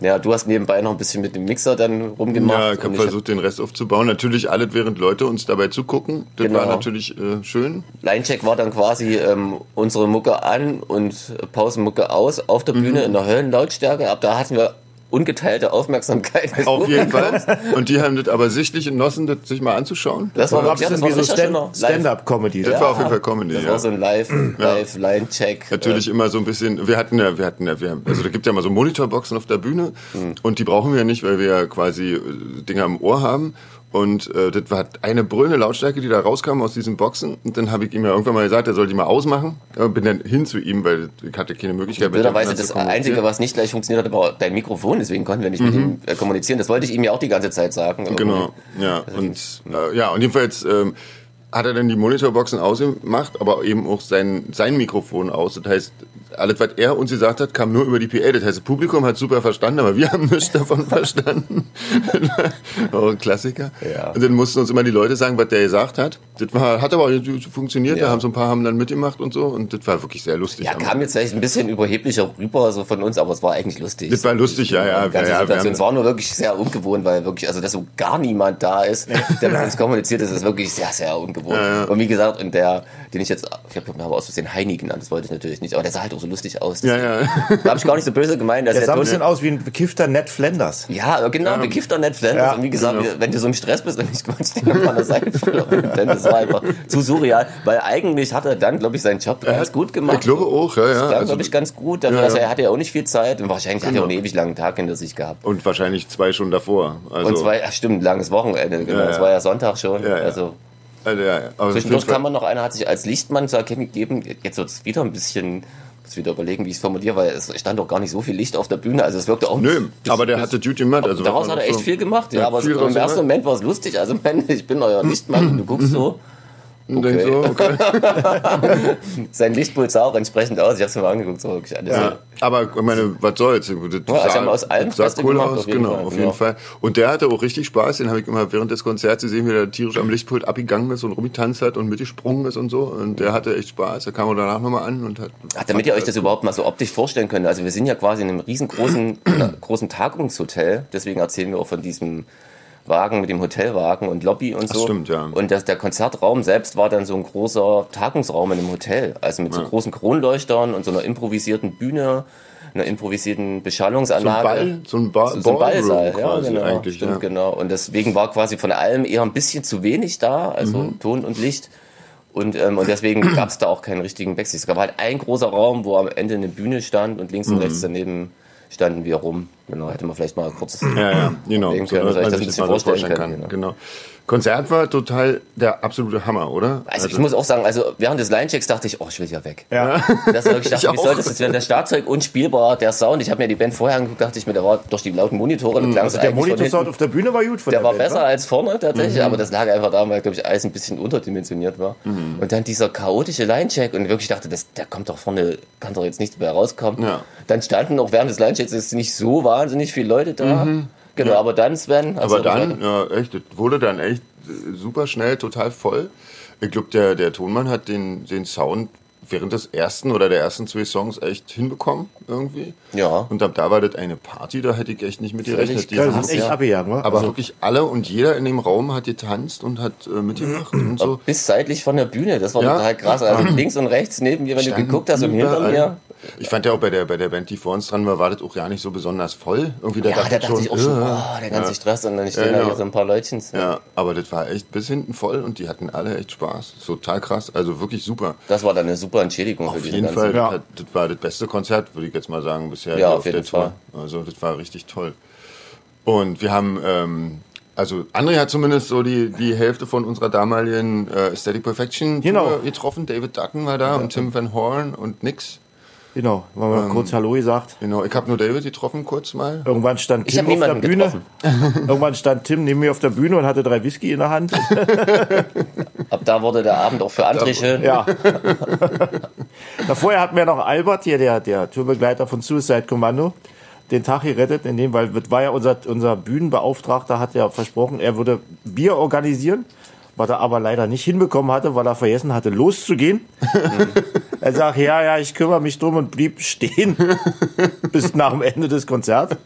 Speaker 1: ja, du hast nebenbei noch ein bisschen mit dem Mixer dann rumgemacht.
Speaker 3: Ja, ich
Speaker 1: und
Speaker 3: habe
Speaker 1: ich hab
Speaker 3: versucht, den Rest aufzubauen. Natürlich alles, während Leute uns dabei zugucken. Das
Speaker 1: Genau.
Speaker 3: war natürlich äh, schön.
Speaker 1: Linecheck war dann quasi ähm, unsere Mucke an und Pausenmucke aus auf der
Speaker 3: Mhm.
Speaker 1: Bühne in der Höllenlautstärke. Ab da hatten wir ungeteilte Aufmerksamkeit. des
Speaker 3: Auf jeden
Speaker 1: Publikums.
Speaker 3: Fall. Und die haben das aber sichtlich genossen, das sich mal anzuschauen.
Speaker 1: Das war,
Speaker 2: War
Speaker 1: wirklich, ja, das
Speaker 2: ein bisschen
Speaker 1: war
Speaker 2: wie so
Speaker 1: richtig schöner
Speaker 2: Stand- Stand-Up-Comedy.
Speaker 3: Das
Speaker 1: Ja.
Speaker 3: war auf jeden Fall Comedy,
Speaker 1: Das
Speaker 3: ja.
Speaker 1: war so ein Live, Live Line-Check.
Speaker 3: Natürlich immer so ein bisschen, wir hatten ja, wir hatten ja, wir haben, also da gibt ja mal so Monitorboxen auf der Bühne
Speaker 1: Hm.
Speaker 3: und die brauchen wir ja nicht, weil wir ja quasi äh, Dinger im Ohr haben. Und äh, das war eine brüllende Lautstärke, die da rauskam aus diesen Boxen. Und dann habe ich ihm ja irgendwann mal gesagt, er soll die mal ausmachen. Und bin dann hin zu ihm, weil ich hatte keine Möglichkeit. mit dem
Speaker 1: Blöderweise
Speaker 3: anderen
Speaker 1: das
Speaker 3: zu kommunizieren.
Speaker 1: Einzige, was nicht gleich funktioniert hat, war dein Mikrofon, deswegen konnten wir nicht mit ihm äh, kommunizieren. Das wollte ich ihm ja auch die ganze Zeit sagen. aber
Speaker 3: Mhm. Genau, ja.
Speaker 1: Also
Speaker 3: Und äh, ja, und jedenfalls ähm, hat er dann die Monitorboxen ausgemacht, aber eben auch sein, sein Mikrofon aus. Das heißt, alles, was er uns gesagt hat, kam nur über die PA. Das heißt, das Publikum hat super verstanden, aber wir haben nichts davon verstanden. oh, ein Klassiker.
Speaker 1: Ja.
Speaker 3: Und dann mussten uns immer die Leute sagen, was der gesagt hat. Das war, hat aber funktioniert, da
Speaker 1: Ja.
Speaker 3: haben so ein paar haben dann mitgemacht und so. Und das war wirklich sehr lustig.
Speaker 1: Ja,
Speaker 3: Am-
Speaker 1: kam jetzt vielleicht ein bisschen überheblicher rüber so von uns, aber es war eigentlich lustig.
Speaker 3: Das war lustig, ja, ja.
Speaker 1: Die ganze
Speaker 3: ja, ja, wir
Speaker 1: Situation.
Speaker 3: haben-
Speaker 1: Es war nur wirklich sehr ungewohnt, weil wirklich, also dass so gar niemand da ist, der mit uns kommuniziert, das ist wirklich sehr, sehr ungewohnt. Und wie gesagt, und der, den ich jetzt, ich glaube, wir haben aus Versehen Heini genannt, das wollte ich natürlich nicht, aber der sah halt auch so lustig aus.
Speaker 3: ja, ja.
Speaker 1: Da habe ich gar nicht so böse gemeint. Dass
Speaker 2: Der sah ein bisschen
Speaker 1: Ton-
Speaker 2: aus wie ein bekiffter Ned Flanders.
Speaker 1: ja, genau, bekifft doch nicht Flanders.
Speaker 2: Ja,
Speaker 1: und wie gesagt,
Speaker 3: genau.
Speaker 1: wenn du so im Stress bist, dann ich quatsch dir noch mal eine Seife. Denn das war einfach zu surreal, weil eigentlich hat er dann, glaube ich, seinen Job ganz gut gemacht.
Speaker 3: Ich glaube auch, ja, ja.
Speaker 1: Das klang,
Speaker 3: Also-
Speaker 1: glaube ich, ganz gut. Dafür,
Speaker 3: Ja,
Speaker 1: dass
Speaker 3: ja.
Speaker 1: er hatte ja auch nicht viel Zeit und wahrscheinlich hat er
Speaker 3: Genau.
Speaker 1: auch einen ewig langen Tag hinter sich gehabt.
Speaker 3: Und wahrscheinlich zwei schon davor. Also,
Speaker 1: Und zwei, ach stimmt, langes Wochenende, genau.
Speaker 3: Ja, ja.
Speaker 1: Es war ja Sonntag schon.
Speaker 3: Ja, ja.
Speaker 1: Also
Speaker 3: Also, ja, ja. Aber
Speaker 1: zwischendurch kann man noch einer hat sich als Lichtmann zu erkennen gegeben. Jetzt wird es wieder ein bisschen, muss wieder überlegen, wie ich es formuliere, weil es stand doch gar nicht so viel Licht auf der Bühne. Also es wirkte auch
Speaker 3: Nö, aber der hatte Duty Mud. Also
Speaker 1: Daraus
Speaker 3: wenn man
Speaker 1: hat er
Speaker 3: auch
Speaker 1: echt
Speaker 3: so-
Speaker 1: viel gemacht,
Speaker 3: Ja,
Speaker 1: ja, aber
Speaker 3: viel
Speaker 1: so,
Speaker 3: draus
Speaker 1: im ersten
Speaker 3: gemacht.
Speaker 1: Moment war es lustig. Also, Mann, ich bin euer Lichtmann und du guckst so.
Speaker 3: Und denk so, okay.
Speaker 1: Sein Lichtpuls sah auch entsprechend aus. Ich hab's mir mal angeguckt, so wirklich alles.
Speaker 3: ja. Aber ich meine, was soll's? Das
Speaker 1: also haben wir aus allem
Speaker 3: das sah
Speaker 1: Beste
Speaker 3: cool
Speaker 1: gemacht,
Speaker 3: aus,
Speaker 1: auf jeden
Speaker 3: genau,
Speaker 1: Fall,
Speaker 3: auf
Speaker 1: genau.
Speaker 3: jeden Fall. Und der hatte auch richtig Spaß, den habe ich immer während des Konzerts gesehen, wie der tierisch am Lichtpult abgegangen ist und rumgetanzt hat und mitgesprungen ist und so. Und der hatte echt Spaß. Da kam er danach nochmal an und hat.
Speaker 1: Ach, damit ihr euch das überhaupt mal so optisch vorstellen könnt. Also wir sind ja quasi in einem riesengroßen äh, großen Tagungshotel. Deswegen erzählen wir auch von diesem Wagen mit dem Hotelwagen und Lobby und so.
Speaker 3: stimmt, ja.
Speaker 1: Und das, der Konzertraum selbst war dann so ein großer Tagungsraum in einem Hotel. Also mit so großen Kronleuchtern und so einer improvisierten Bühne, einer improvisierten
Speaker 3: so ein
Speaker 1: Beschallungsanlage.
Speaker 3: Ball, so ein, ba
Speaker 1: So- so ein
Speaker 3: Ballroom
Speaker 1: Ballsaal, ja,
Speaker 3: quasi
Speaker 1: genau,
Speaker 3: eigentlich.
Speaker 1: stimmt,
Speaker 3: ja.
Speaker 1: genau. Und deswegen war quasi von allem eher ein bisschen zu wenig da, also
Speaker 3: Mhm.
Speaker 1: Ton und Licht. Und, ähm, und deswegen gab es da auch keinen richtigen Backstage. Es gab halt ein großer Raum, wo am Ende eine Bühne stand und
Speaker 3: Mhm.
Speaker 1: links und rechts daneben standen wir rum. Genau, hätte man vielleicht mal kurz.
Speaker 3: Ja, ja, genau.
Speaker 1: Deswegen
Speaker 3: So,
Speaker 1: können wir
Speaker 3: dass
Speaker 1: euch
Speaker 3: man
Speaker 1: das
Speaker 3: sich
Speaker 1: ein
Speaker 3: das
Speaker 1: bisschen
Speaker 3: mal so vorstellen
Speaker 1: vorstellen
Speaker 3: kann.
Speaker 1: können,
Speaker 3: Genau. Konzert war total der absolute Hammer, oder?
Speaker 1: Also, ich muss auch sagen, also während des Linechecks dachte ich, oh, ich will ja weg.
Speaker 2: Ja.
Speaker 1: Das habe ich dachte,
Speaker 3: Ich
Speaker 1: wie
Speaker 3: auch.
Speaker 1: soll das jetzt werden? Das Schlagzeug unspielbar, der Sound. Ich habe mir die Band vorher angeguckt, dachte ich mir, da war durch die lauten Monitore. Mhm.
Speaker 2: Also der Monitor-Sound auf der Bühne war gut von
Speaker 1: Der war
Speaker 2: Band,
Speaker 1: besser
Speaker 2: wa?
Speaker 1: als vorne tatsächlich,
Speaker 3: Mhm.
Speaker 1: aber das lag einfach daran, weil, glaube ich, alles ein bisschen unterdimensioniert war.
Speaker 3: Mhm.
Speaker 1: Und dann dieser chaotische Linecheck und wirklich dachte, das, der kommt doch vorne, kann doch jetzt nichts mehr rauskommen.
Speaker 3: Ja.
Speaker 1: Dann standen auch während des Linechecks jetzt nicht so wahnsinnig viele Leute da. Genau, aber dann, Sven,
Speaker 3: Mhm.
Speaker 1: also
Speaker 3: Aber dann, ja, echt, das wurde dann echt äh, super schnell, total voll. Ich glaube, der, der Tonmann hat den, den Sound während des ersten oder der ersten zwei Songs echt hinbekommen, irgendwie.
Speaker 1: Ja.
Speaker 3: Und ab da war das eine Party, da hätte ich echt nicht mit gerechnet.
Speaker 1: Völlig
Speaker 3: Die
Speaker 2: Ja,
Speaker 1: krass.
Speaker 3: haben-
Speaker 2: das ist echt
Speaker 1: Ja.
Speaker 2: abgegangen, wa?
Speaker 3: aber
Speaker 2: Also,
Speaker 3: wirklich alle und jeder in dem Raum hat getanzt und hat äh, mitgemacht und so.
Speaker 1: bis seitlich von der Bühne, das war
Speaker 3: Ja.
Speaker 1: total krass. Also links und rechts neben mir, wenn du
Speaker 3: Standen
Speaker 1: geguckt hast und hinter
Speaker 3: überall.
Speaker 1: mir.
Speaker 3: Ich fand ja auch bei der, bei der Band, die vor uns dran war, war das auch gar nicht so besonders voll. Irgendwie da
Speaker 1: Ja,
Speaker 3: dachte
Speaker 1: da
Speaker 3: ich
Speaker 1: dachte
Speaker 3: schon,
Speaker 1: ich auch schon,
Speaker 3: äh,
Speaker 1: oh, der ganze Stress und dann stehen
Speaker 3: Ja,
Speaker 1: da
Speaker 3: ja.
Speaker 1: hier so ein paar Leutchen.
Speaker 3: Ja, aber das war echt bis hinten voll und die hatten alle echt Spaß. Ist Total krass, also wirklich super.
Speaker 1: Das war dann eine super Entschädigung für
Speaker 3: Auf
Speaker 1: diesen
Speaker 3: jeden
Speaker 1: ganzen
Speaker 3: Fall,
Speaker 2: Ja.
Speaker 3: das, das war das beste Konzert, würde ich jetzt mal sagen, bisher
Speaker 1: Ja,
Speaker 3: hier
Speaker 1: auf jeden
Speaker 3: der Tour. Also das war richtig toll. Und wir haben, ähm, also André hat zumindest so die, die Hälfte von unserer damaligen äh, Steady Perfection Tour
Speaker 2: Genau.
Speaker 3: getroffen. David Dutton war da und Tim Van Horn und nix.
Speaker 2: genau, wenn
Speaker 1: ähm,
Speaker 2: man kurz Hallo gesagt.
Speaker 3: Genau, ich habe nur David getroffen kurz mal.
Speaker 2: Irgendwann stand
Speaker 1: Ich hab
Speaker 2: Tim auf der
Speaker 1: niemanden
Speaker 2: Bühne. Irgendwann stand Tim neben mir auf der Bühne und hatte drei Whisky in der Hand.
Speaker 1: Ab da wurde der Abend auch für André schön.
Speaker 2: Ja. Na, vorher hatten wir noch Albert hier, der, der Tourbegleiter von Suicide Commando. den Tag gerettet, in dem, weil das war ja unser, unser Bühnenbeauftragter, hat ja versprochen, er würde Bier organisieren, was er aber leider nicht hinbekommen hatte, weil er vergessen hatte, loszugehen. er sagt, ja, ja, ich kümmere mich drum und blieb stehen bis nach dem Ende des Konzerts.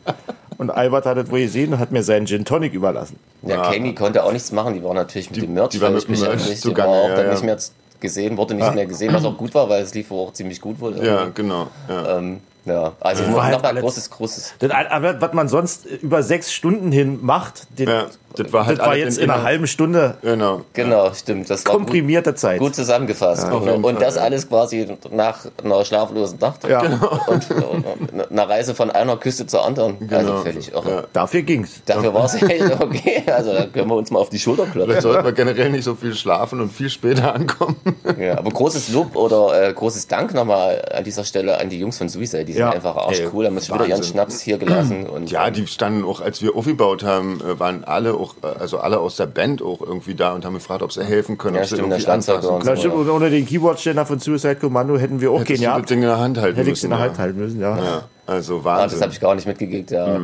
Speaker 2: Und Albert hat das wohl gesehen und hat mir seinen Gin Tonic überlassen.
Speaker 1: Ja, Kami konnte auch nichts machen, die war natürlich mit dem Merch
Speaker 3: die war mit
Speaker 1: völlig
Speaker 3: dem Merch
Speaker 1: beschäftigt. Die war
Speaker 3: zugange,
Speaker 1: auch
Speaker 3: ja,
Speaker 1: dann
Speaker 3: ja. Ah.
Speaker 1: nicht mehr z- gesehen, wurde nicht mehr gesehen, was auch gut war, weil es lief wohl auch ziemlich gut wohl.
Speaker 3: Ja, genau. Ja.
Speaker 1: Ähm, ja, also
Speaker 2: war halt
Speaker 1: nochmal
Speaker 2: alles-
Speaker 1: großes, großes.
Speaker 2: Das, aber was man sonst über sechs Stunden hin macht, das,
Speaker 3: Ja, das war halt
Speaker 2: das war
Speaker 3: alles
Speaker 2: jetzt
Speaker 3: in-
Speaker 2: in einer halben Stunde
Speaker 3: Genau.
Speaker 1: Genau, stimmt. Das war gut,
Speaker 2: komprimierte Zeit.
Speaker 1: gut zusammengefasst.
Speaker 3: auf jeden
Speaker 1: und
Speaker 3: Fall,
Speaker 1: das
Speaker 3: ja.
Speaker 1: alles quasi nach einer schlaflosen Nacht
Speaker 2: Ja.
Speaker 1: und, und einer Reise von einer Küste zur anderen. Also
Speaker 3: Genau.
Speaker 1: völlig irre.
Speaker 3: Ja.
Speaker 2: Dafür ging's.
Speaker 1: Dafür war es echt okay. Also da können wir uns mal auf die Schulter klopfen.
Speaker 3: Vielleicht sollte man generell nicht so viel schlafen und viel später ankommen.
Speaker 1: Ja, aber großes Lob oder äh, großes Dank nochmal an dieser Stelle an die Jungs von Suicide. Die sind
Speaker 2: Ja.
Speaker 1: einfach arschcool. Da haben uns schon wieder ihren
Speaker 3: Wahnsinn.
Speaker 1: Schnaps hier gelassen. Und äh,
Speaker 3: Ja, die standen auch, als wir aufgebaut haben, äh, waren alle auch, äh, also alle aus der Band auch irgendwie da und haben gefragt, ob sie helfen können,
Speaker 1: Ja,
Speaker 3: ob sie
Speaker 1: stimmt,
Speaker 3: irgendwie
Speaker 1: da stand's
Speaker 3: anfassen
Speaker 1: halt
Speaker 3: können.
Speaker 2: Na, stimmt, und ohne den Keyboard-Ständer von Suicide Commando hätten wir auch
Speaker 3: Hättest
Speaker 2: genial.
Speaker 3: du das Ding in der Hand halten
Speaker 2: Hätte ich es in
Speaker 3: müssen.
Speaker 2: der
Speaker 3: ja.
Speaker 2: Hand halten müssen, ja.
Speaker 3: Ja, also
Speaker 1: Ah, das
Speaker 3: Wahnsinn.
Speaker 1: habe ich gar nicht mitgekriegt. Ja,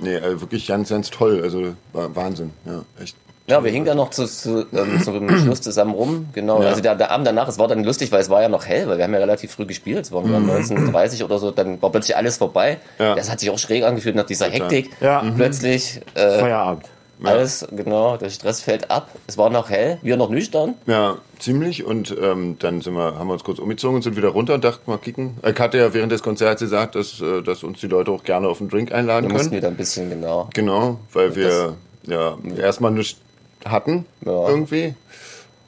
Speaker 3: nee, äh, wirklich ganz, ganz toll. Also war Wahnsinn. Ja, echt.
Speaker 1: ja wir hingen dann noch zu, zu, ähm, zum Schluss zusammen rum. Genau. Also der, der Abend danach, es war dann lustig, weil es war ja noch hell, weil wir haben ja relativ früh gespielt. Es war mhm. 1930 oder so. Dann war plötzlich alles vorbei.
Speaker 3: Ja.
Speaker 1: Das hat sich auch schräg angefühlt nach dieser Hektik.
Speaker 2: Ja. Mhm.
Speaker 1: Plötzlich. Äh,
Speaker 2: Feierabend.
Speaker 1: Alles, genau, der Stress fällt ab. Es war noch hell, wir noch nüchtern.
Speaker 3: Ja, ziemlich. Und ähm, dann sind wir, haben wir uns kurz umgezogen und sind wieder runter und dachten mal kicken. Eck hatte ja während des Konzerts gesagt, dass, äh, dass uns die Leute auch gerne auf einen Drink einladen
Speaker 1: Da mussten wir
Speaker 3: können.
Speaker 1: da ein bisschen, genau.
Speaker 3: Genau, weil wir ja erstmal nichts hatten
Speaker 1: Ja.
Speaker 3: irgendwie.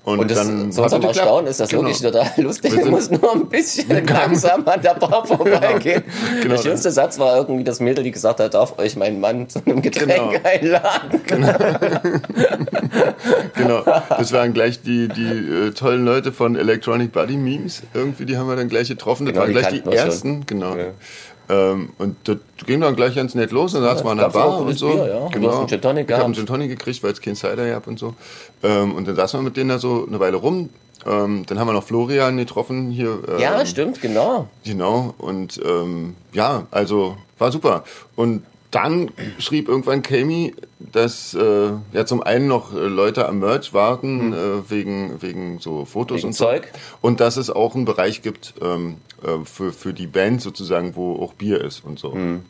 Speaker 3: Und,
Speaker 1: Und das,
Speaker 3: dann
Speaker 1: dann zu unserem
Speaker 3: hat es geklappt.
Speaker 1: Erstaunen ist das
Speaker 3: Genau.
Speaker 1: wirklich total lustig.
Speaker 3: Wir
Speaker 1: Wir
Speaker 3: sind-
Speaker 1: mussten nur ein bisschen langsam an der Bar vorbeigehen.
Speaker 3: Genau.
Speaker 1: Der schönste Satz war irgendwie das Mädel, die gesagt hat, darf euch mein Mann zu einem Getränk
Speaker 3: Genau.
Speaker 1: einladen.
Speaker 3: Genau, das waren gleich die, die äh, tollen Leute von Electronic Body Memes. Irgendwie, die haben wir dann gleich getroffen. Das
Speaker 1: Genau,
Speaker 3: waren
Speaker 1: die
Speaker 3: gleich
Speaker 1: kannten
Speaker 3: die
Speaker 1: wir schon.
Speaker 3: ersten, genau. Ähm, und das ging dann gleich ganz nett los. Dann saß man an der
Speaker 1: gab's auch
Speaker 3: Bar und
Speaker 1: gutes
Speaker 3: so. Genau.
Speaker 1: Bier, ja. Du hast einen Gin Tonic
Speaker 3: ich habe einen
Speaker 1: gehabt.
Speaker 3: Gin Tonic gekriegt, weil es keinen Cider gab und so. Ähm, und dann saß man mit denen da so eine Weile rum. Ähm, dann haben wir noch Florian getroffen hier. Ähm,
Speaker 1: Ja, stimmt, genau.
Speaker 3: Genau, und ähm, ja, also war super. Und dann schrieb irgendwann Kami, dass äh, ja zum einen noch äh, Leute am Merch warten, äh, wegen, wegen so Fotos
Speaker 1: Hm. Wegen
Speaker 3: und so.
Speaker 1: Zeug.
Speaker 3: Und dass es auch einen Bereich gibt ähm, äh, für, für die Band sozusagen, wo auch Bier ist und so.
Speaker 1: Hm.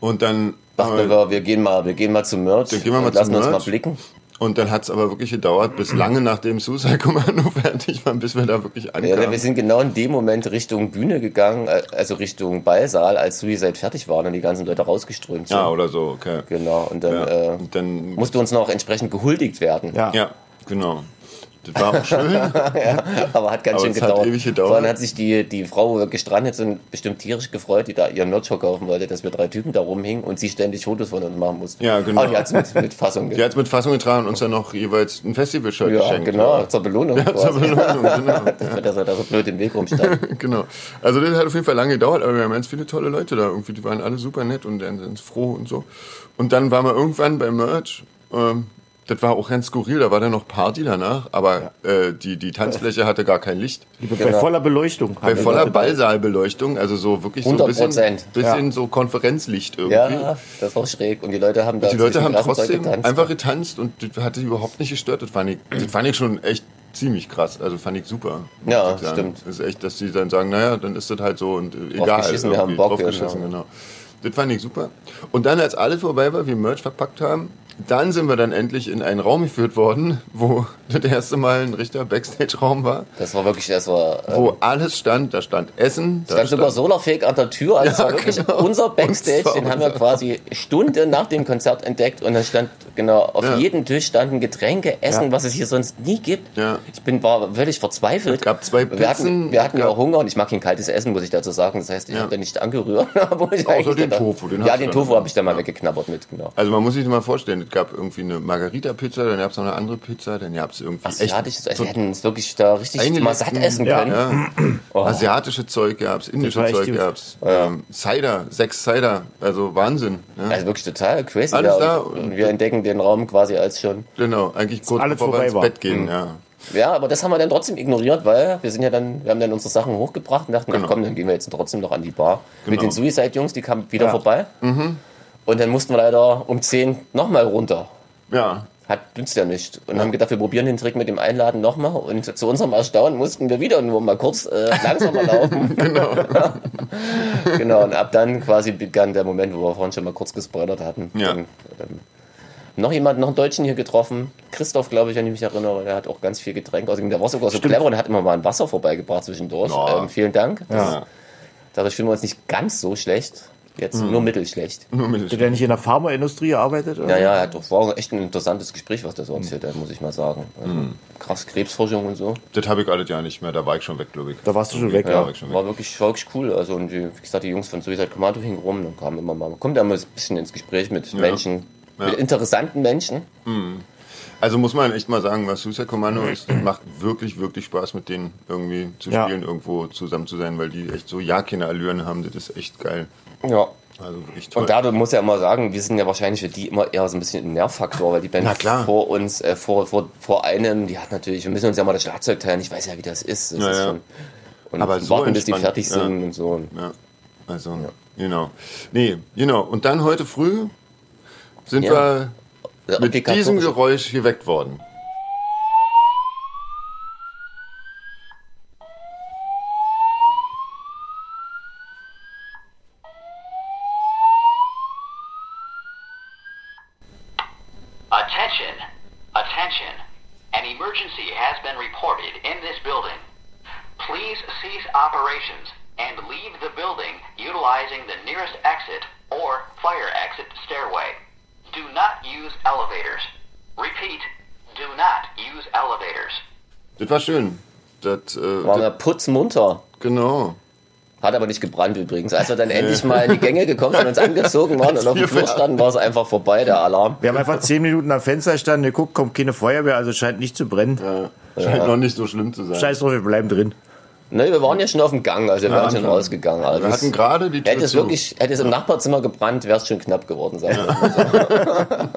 Speaker 3: Und dann äh,
Speaker 1: Dachten wir, wir gehen mal, wir gehen mal zum Merch.
Speaker 3: Dann gehen wir mal
Speaker 1: und lassen
Speaker 3: zum
Speaker 1: uns mal
Speaker 3: Merch.
Speaker 1: blicken.
Speaker 3: und dann hat es aber wirklich gedauert, bis lange nachdem Suicide Commando fertig war, bis wir da wirklich ankamen.
Speaker 1: Ja, wir sind genau in dem Moment Richtung Bühne gegangen, äh, also Richtung Ballsaal, als Suicide fertig waren und die ganzen Leute rausgeströmt sind.
Speaker 3: ja, oder so, okay.
Speaker 1: Genau, und dann,
Speaker 3: Ja.
Speaker 1: äh,
Speaker 3: Und dann
Speaker 1: musste uns noch entsprechend gehuldigt werden.
Speaker 2: Ja.
Speaker 3: Ja, genau. Das war auch schön.
Speaker 1: Aber hat ganz
Speaker 3: Aber
Speaker 1: schön
Speaker 3: es hat
Speaker 1: gedauert.
Speaker 3: ewig gedauert.
Speaker 1: Vor allem hat sich die, die Frau, wo wir gestrandet sind, bestimmt tierisch gefreut, die da ihren Merch verkaufen wollte, dass wir drei Typen da rumhingen und sie ständig Fotos von uns machen mussten.
Speaker 3: Ja, genau.
Speaker 1: Aber die hat's mit, mit Fassung
Speaker 3: Die
Speaker 1: gemacht.
Speaker 3: hat es mit Fassung getragen und uns dann noch jeweils ein Festival-Shirt
Speaker 1: Ja,
Speaker 3: geschenkt.
Speaker 1: genau, zur Belohnung. Ja,
Speaker 3: Zur Belohnung, genau.
Speaker 1: Dass er da so blöd im Weg rumstand.
Speaker 3: genau. Also das hat auf jeden Fall lange gedauert, aber wir haben ganz viele tolle Leute da irgendwie. Die waren alle super nett und dann sind froh und so. Und dann waren wir irgendwann beim Merch. Ähm, das war auch ganz skurril, da war dann noch Party danach, aber äh, die, die Tanzfläche hatte gar kein Licht.
Speaker 4: Genau.
Speaker 2: Bei voller Beleuchtung.
Speaker 3: Bei voller Ballsaalbeleuchtung, also so wirklich so ein bisschen,
Speaker 1: 100%,
Speaker 3: bisschen so Konferenzlicht irgendwie.
Speaker 1: Ja, das war schräg. Und die Leute haben da
Speaker 3: Die Leute
Speaker 1: zwischen
Speaker 3: haben
Speaker 1: Klassenzeug
Speaker 3: trotzdem
Speaker 1: getanzt.
Speaker 3: einfach getanzt und das hat die überhaupt nicht gestört. Das fand ich, das fand ich schon echt ziemlich krass. Also fand ich super. muss
Speaker 1: Ja,
Speaker 3: ich sagen.
Speaker 1: stimmt.
Speaker 3: Das ist echt, dass die dann sagen, naja, dann ist das halt so und äh, egal.
Speaker 1: geschissen, wir haben
Speaker 3: irgendwie,
Speaker 1: Bock,
Speaker 3: drauf
Speaker 1: ja,
Speaker 3: geschissen,
Speaker 1: genau.
Speaker 3: genau. Das fand ich super. Und dann, als alles vorbei war, wir Merch verpackt haben, dann sind wir dann endlich in einen Raum geführt worden, wo das erste Mal ein richter Backstage-Raum war,
Speaker 1: Das war wirklich, das war. äh,
Speaker 3: wo alles stand. Da stand Essen, da
Speaker 1: Stand sogar Solarfake an der Tür, also es
Speaker 3: Ja,
Speaker 1: war wirklich
Speaker 3: genau.
Speaker 1: unser Backstage,
Speaker 3: Und zwar
Speaker 1: den haben wir
Speaker 3: unser.
Speaker 1: quasi Stunde nach dem Konzert entdeckt und dann stand, genau, auf jedem Tisch standen Getränke, Essen, was es hier sonst nie gibt.
Speaker 3: Ja.
Speaker 1: Ich bin, war völlig verzweifelt.
Speaker 3: Es gab zwei
Speaker 1: Wir hatten,
Speaker 3: Pizzen,
Speaker 1: wir hatten
Speaker 3: es
Speaker 1: ja
Speaker 3: gab-
Speaker 1: auch Hunger und ich mag kein kaltes Essen, muss ich dazu sagen, das heißt, ich
Speaker 3: Ja.
Speaker 1: habe da nicht angerührt. obwohl ich eigentlich
Speaker 3: den
Speaker 1: gedacht-
Speaker 3: Tofu, den
Speaker 1: Ja,
Speaker 3: hast du
Speaker 1: den
Speaker 3: dann
Speaker 1: Tofu
Speaker 3: noch.
Speaker 1: habe ich dann mal weggeknabbert mit, genau.
Speaker 3: Also man muss sich das mal vorstellen, es gab irgendwie eine Margarita-Pizza, dann gab es noch eine andere Pizza, dann gab es irgendwie echt
Speaker 1: Asiatisch, also wir hätten uns wirklich da richtig
Speaker 3: Eine
Speaker 1: mal
Speaker 3: letzten-
Speaker 1: satt essen
Speaker 2: Ja.
Speaker 1: können.
Speaker 3: Ja.
Speaker 2: Oh.
Speaker 3: Asiatische Zeug gab's, indische
Speaker 2: war echt
Speaker 3: Zeug
Speaker 2: gut.
Speaker 3: gab's, ähm, Cider, sechs Cider, also Wahnsinn. Ja.
Speaker 2: Äh.
Speaker 1: Also wirklich total crazy.
Speaker 3: Alles
Speaker 1: ja.
Speaker 3: da
Speaker 1: und,
Speaker 3: und-
Speaker 1: und wir entdecken den Raum quasi als schon
Speaker 3: genau, eigentlich kurz
Speaker 2: alles
Speaker 3: bevor
Speaker 2: vorbei
Speaker 3: wir ins
Speaker 2: war. Mhm.
Speaker 3: Bett gehen. Ja.
Speaker 1: Ja, aber das haben wir dann trotzdem ignoriert, weil wir sind ja dann, wir haben dann unsere Sachen hochgebracht und dachten,
Speaker 3: Genau.
Speaker 1: ach komm, dann gehen wir jetzt trotzdem noch an die Bar. Mit den
Speaker 3: Genau.
Speaker 1: Suicide-Jungs, die kamen wieder
Speaker 2: Ja.
Speaker 1: vorbei. Und dann mussten wir leider um 10 nochmal runter.
Speaker 3: Ja.
Speaker 1: Hat nützt ja nicht. Und haben gedacht, wir probieren den Trick mit dem Einladen nochmal. Und zu unserem Erstaunen mussten wir wieder nur mal kurz äh, langsamer laufen. genau. genau. Und ab dann quasi begann der Moment, wo wir vorhin schon mal kurz gespoilert hatten.
Speaker 3: Ja.
Speaker 1: Dann, ähm, noch jemand, noch einen Deutschen hier getroffen. Christoph, glaube ich, an den ich mich erinnere. Der hat auch ganz viel Getränk ausgegeben. Der war sogar so clever und hat immer mal ein Wasser vorbeigebracht zwischendurch.
Speaker 3: Ja.
Speaker 1: Ähm, vielen Dank.
Speaker 2: Ja.
Speaker 1: Dadurch fühlen wir uns nicht ganz so schlecht. Jetzt nur mittelschlecht.
Speaker 3: Nur
Speaker 2: Hat
Speaker 3: mit
Speaker 2: der nicht in der Pharmaindustrie gearbeitet? oder?
Speaker 1: Ja, ja, er hat doch, war echt ein interessantes Gespräch, was der so erzählt hat, muss ich mal sagen. Also, Krass, Krebsforschung und so.
Speaker 3: Das habe ich alles ja nicht mehr, da war ich schon weg, glaube ich.
Speaker 2: Da warst du schon weg,
Speaker 3: ja.
Speaker 2: ja.
Speaker 3: War ich schon weg.
Speaker 1: War wirklich, war wirklich cool. Also, und die, wie gesagt, die Jungs von Suicide Commando hingen rum, dann kamen immer mal, kommt ja mal ein bisschen ins Gespräch mit Menschen, mit interessanten Menschen.
Speaker 3: Also muss man echt mal sagen, was Suicide Commando ist, macht wirklich, wirklich Spaß mit denen irgendwie zu
Speaker 2: Mhm. Ja.
Speaker 3: spielen, irgendwo zusammen zu sein, weil die echt so ja keine Allüren haben, das ist echt geil.
Speaker 1: Ja.
Speaker 3: Also wirklich toll.
Speaker 1: Und dadurch muss ja immer sagen, wir sind ja wahrscheinlich für die immer eher so ein bisschen ein Nervfaktor, weil die Band
Speaker 3: Na klar.
Speaker 1: vor uns, äh, vor, vor, vor einem, die hat natürlich, wir müssen uns ja mal das Schlagzeug teilen, ich weiß ja, wie das ist. Das
Speaker 3: Ja,
Speaker 1: ist
Speaker 3: ja.
Speaker 1: und
Speaker 3: Aber so
Speaker 1: warten, bis die
Speaker 3: entspannt,
Speaker 1: fertig
Speaker 3: ja.
Speaker 1: sind und so. Und
Speaker 3: ja. Also, genau. Nee, genau. Und dann heute früh sind
Speaker 1: Ja.
Speaker 3: wir mit diesem
Speaker 1: obligatorische-
Speaker 3: Geräusch geweckt worden.
Speaker 7: Attention! Attention! An emergency has been reported in this building. Please cease operations and leave the building utilizing the nearest exit or fire exit stairway. Do not use elevators. Repeat, do not use elevators.
Speaker 3: Das war schön. Das, äh,
Speaker 1: waren
Speaker 3: das
Speaker 1: wir putzmunter.
Speaker 3: genau.
Speaker 1: Hat aber nicht gebrannt übrigens. Als wir dann
Speaker 3: Äh.
Speaker 1: endlich mal in die Gänge gekommen sind, uns angezogen waren und auf dem Flur standen, war es einfach vorbei, der Alarm.
Speaker 2: Wir haben einfach zehn Minuten am Fenster gestanden, geguckt, kommt keine Feuerwehr, also scheint nicht zu brennen.
Speaker 3: Äh, scheint noch nicht so schlimm zu sein.
Speaker 2: Scheiß drauf, wir bleiben drin.
Speaker 1: Ne, wir waren ja schon auf dem Gang, also wir waren schon
Speaker 3: Anfang.
Speaker 1: rausgegangen. Also
Speaker 3: Wir hatten
Speaker 1: es-
Speaker 3: gerade die Tür
Speaker 1: hätte es
Speaker 3: zu.
Speaker 1: wirklich, hätte es im Nachbarzimmer gebrannt, wäre es schon knapp geworden sein.
Speaker 3: Aber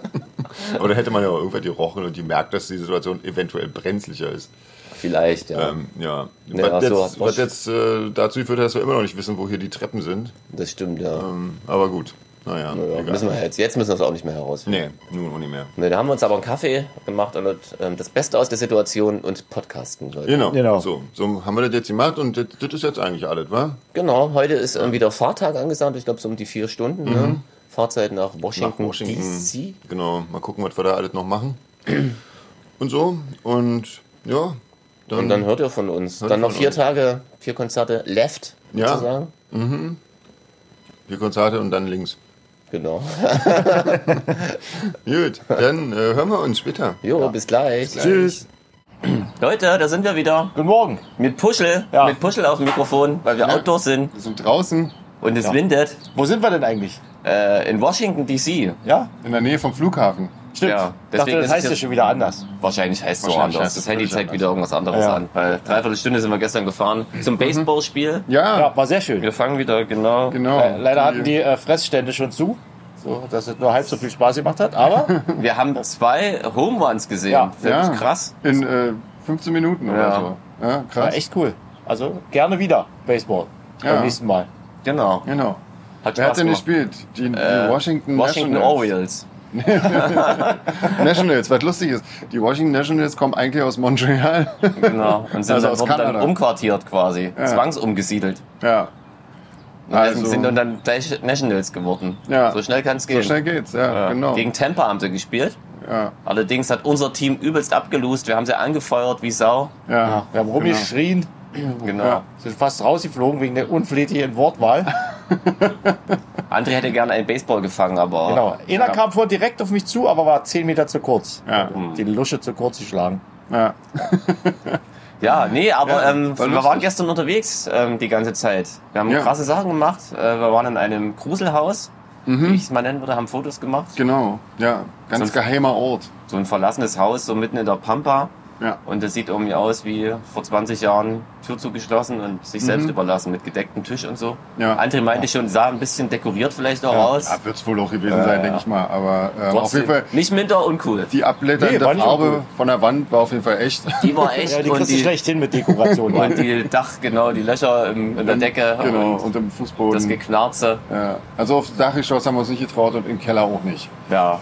Speaker 3: da hätte man ja auch irgendwann gerochen und die merkt, dass die Situation eventuell brenzlicher ist.
Speaker 1: Vielleicht, ja.
Speaker 3: Ähm, ja.
Speaker 1: Ja,
Speaker 3: was
Speaker 1: so hat's
Speaker 3: jetzt,
Speaker 1: was-
Speaker 3: was jetzt äh, dazu geführt hat, dass wir immer noch nicht wissen, wo hier die Treppen sind.
Speaker 1: Das stimmt, ja.
Speaker 3: Ähm, aber gut. Naja,
Speaker 1: ja.
Speaker 3: egal.
Speaker 1: Müssen wir jetzt, jetzt müssen wir es auch nicht mehr herausfinden.
Speaker 3: Nee, nun auch nicht mehr.
Speaker 1: Ne, da haben wir uns aber einen Kaffee gemacht und ähm, das Beste aus der Situation und podcasten sollte.
Speaker 3: Genau.
Speaker 2: Genau.
Speaker 3: So, so haben wir das jetzt gemacht und das, das ist jetzt eigentlich alles, wa?
Speaker 1: Genau, heute ist ähm, wieder Fahrtag angesagt, ich glaube so um die vier Stunden.
Speaker 3: Mhm.
Speaker 1: Ne? Fahrzeit nach Washington, DC.
Speaker 3: Genau. Mal gucken, was wir da alles noch machen. und so. Und ja. Dann,
Speaker 1: Und dann hört ihr von uns.
Speaker 3: Hört
Speaker 1: dann
Speaker 3: ihr
Speaker 1: noch
Speaker 3: von
Speaker 1: vier
Speaker 3: uns.
Speaker 1: Tage, vier Konzerte left,
Speaker 3: Ja.
Speaker 1: sozusagen.
Speaker 3: die Konzerte und dann links.
Speaker 1: Genau.
Speaker 3: Gut, dann äh, hören wir uns später.
Speaker 1: Jo, bis gleich.
Speaker 2: Tschüss.
Speaker 1: Leute, da sind wir wieder.
Speaker 2: Guten Morgen.
Speaker 1: Mit Puschel.
Speaker 2: Ja.
Speaker 1: Äh, Mit Puschel auf dem Mikrofon, weil wir Outdoors sind
Speaker 3: Wir sind draußen
Speaker 1: und es windet.
Speaker 2: Wo sind wir denn eigentlich?
Speaker 1: Äh, in Washington, D.C.
Speaker 2: Ja,
Speaker 3: in der Nähe vom Flughafen.
Speaker 2: stimmt.
Speaker 1: Ja,
Speaker 2: Ich
Speaker 1: deswegen ist
Speaker 2: dachte, das
Speaker 1: es
Speaker 2: heißt ja
Speaker 1: jetzt-
Speaker 2: schon wieder anders.
Speaker 1: Wahrscheinlich heißt es so
Speaker 3: Wahrscheinlich
Speaker 1: anders.
Speaker 3: heißt es
Speaker 1: Das Handy
Speaker 3: völlig
Speaker 1: zeigt wieder irgendwas anderes
Speaker 2: Ja.
Speaker 1: an. Weil dreiviertel Stunde sind wir gestern gefahren
Speaker 3: Mhm.
Speaker 1: zum Baseballspiel.
Speaker 3: Ja,
Speaker 2: Ja, war sehr schön.
Speaker 1: Wir fangen wieder, genau.
Speaker 3: genau.
Speaker 2: Äh, Leider hatten die äh, Fressstände schon zu, so, dass es nur halb so viel Spaß gemacht hat, aber
Speaker 1: Wir haben zwei Home Runs gesehen.
Speaker 2: Ja.
Speaker 1: Das ist krass.
Speaker 3: In äh, 15 Minuten
Speaker 1: Ja.
Speaker 3: oder so. Ja,
Speaker 2: war
Speaker 3: krass.
Speaker 2: echt cool. Also gerne wieder Baseball
Speaker 3: Ja.
Speaker 2: beim nächsten Mal.
Speaker 1: Genau.
Speaker 3: Genau.
Speaker 1: Hat
Speaker 3: Wer hat
Speaker 1: Spaß
Speaker 3: denn
Speaker 1: gemacht.
Speaker 3: gespielt? Die, die
Speaker 1: Äh,
Speaker 3: Washington,
Speaker 1: Washington
Speaker 3: Nationals.
Speaker 1: Orioles.
Speaker 3: Nationals, was lustig ist. Die Washington Nationals kommen eigentlich aus Montreal.
Speaker 1: Genau. Und sind
Speaker 3: Also
Speaker 1: dann,
Speaker 3: aus
Speaker 1: wurden dann
Speaker 3: Kanada.
Speaker 1: umquartiert quasi. zwangsumgesiedelt.
Speaker 3: ja.
Speaker 1: Und
Speaker 3: Also-
Speaker 1: sind dann, dann gleich Nationals geworden.
Speaker 3: Ja.
Speaker 1: So schnell kann es
Speaker 3: So
Speaker 1: gehen.
Speaker 3: schnell geht's, ja,
Speaker 1: Ja.
Speaker 3: genau.
Speaker 1: Gegen Tampa haben sie gespielt.
Speaker 3: ja,
Speaker 1: Allerdings hat unser Team übelst abgelost. Wir haben sie angefeuert wie Sau.
Speaker 3: ja.
Speaker 2: Wir haben rumgeschrien,
Speaker 1: Genau.
Speaker 3: Ja.
Speaker 2: sind fast rausgeflogen wegen der unflätigen Wortwahl.
Speaker 1: André hätte gerne einen Baseball gefangen, aber
Speaker 2: Genau. Einer kam vor direkt auf mich zu, aber war zehn Meter zu kurz.
Speaker 3: Ja.
Speaker 2: Die Lusche zu kurz geschlagen.
Speaker 3: ja.
Speaker 1: Ja, nee, aber
Speaker 3: Ja,
Speaker 1: ähm, wir
Speaker 3: war lustig.
Speaker 1: waren gestern unterwegs ähm, die ganze Zeit. Wir haben
Speaker 3: Ja.
Speaker 1: krasse Sachen gemacht. Äh, wir waren in einem Gruselhaus,
Speaker 3: Mhm.
Speaker 1: wie ich es mal nennen würde, haben Fotos gemacht.
Speaker 3: Genau. Ja, ganz
Speaker 1: Sonst-
Speaker 3: geheimer Ort.
Speaker 1: So ein verlassenes Haus, so mitten in der Pampa.
Speaker 3: Ja.
Speaker 1: Und das sieht irgendwie aus wie vor 20 Jahren Tür zugeschlossen und sich selbst überlassen mit gedecktem Tisch und so.
Speaker 3: Mhm. Ja.
Speaker 1: André meinte schon, sah ein bisschen dekoriert vielleicht auch aus.
Speaker 3: Ja, wird es wohl auch gewesen sein,
Speaker 1: ja.
Speaker 3: denke ich mal. Aber ähm, auf
Speaker 1: Trotzdem
Speaker 3: jeden Fall,
Speaker 1: nicht minder uncool.
Speaker 3: die abblätternde
Speaker 4: Nee, war nicht
Speaker 3: Farbe
Speaker 4: uncool.
Speaker 3: von der Wand war auf jeden Fall echt.
Speaker 1: Die war echt
Speaker 4: Ja, die
Speaker 1: und,
Speaker 4: kriegst du
Speaker 1: die,
Speaker 4: schlecht hin mit Dekoration.
Speaker 1: und die Dach, genau, die Löcher im, in der Decke
Speaker 3: Genau,
Speaker 1: und
Speaker 3: und im Fußboden.
Speaker 1: das Geknarze.
Speaker 3: ja. Also aufs Dachgeschoss haben wir uns nicht getraut und im Keller auch nicht.
Speaker 1: Ja.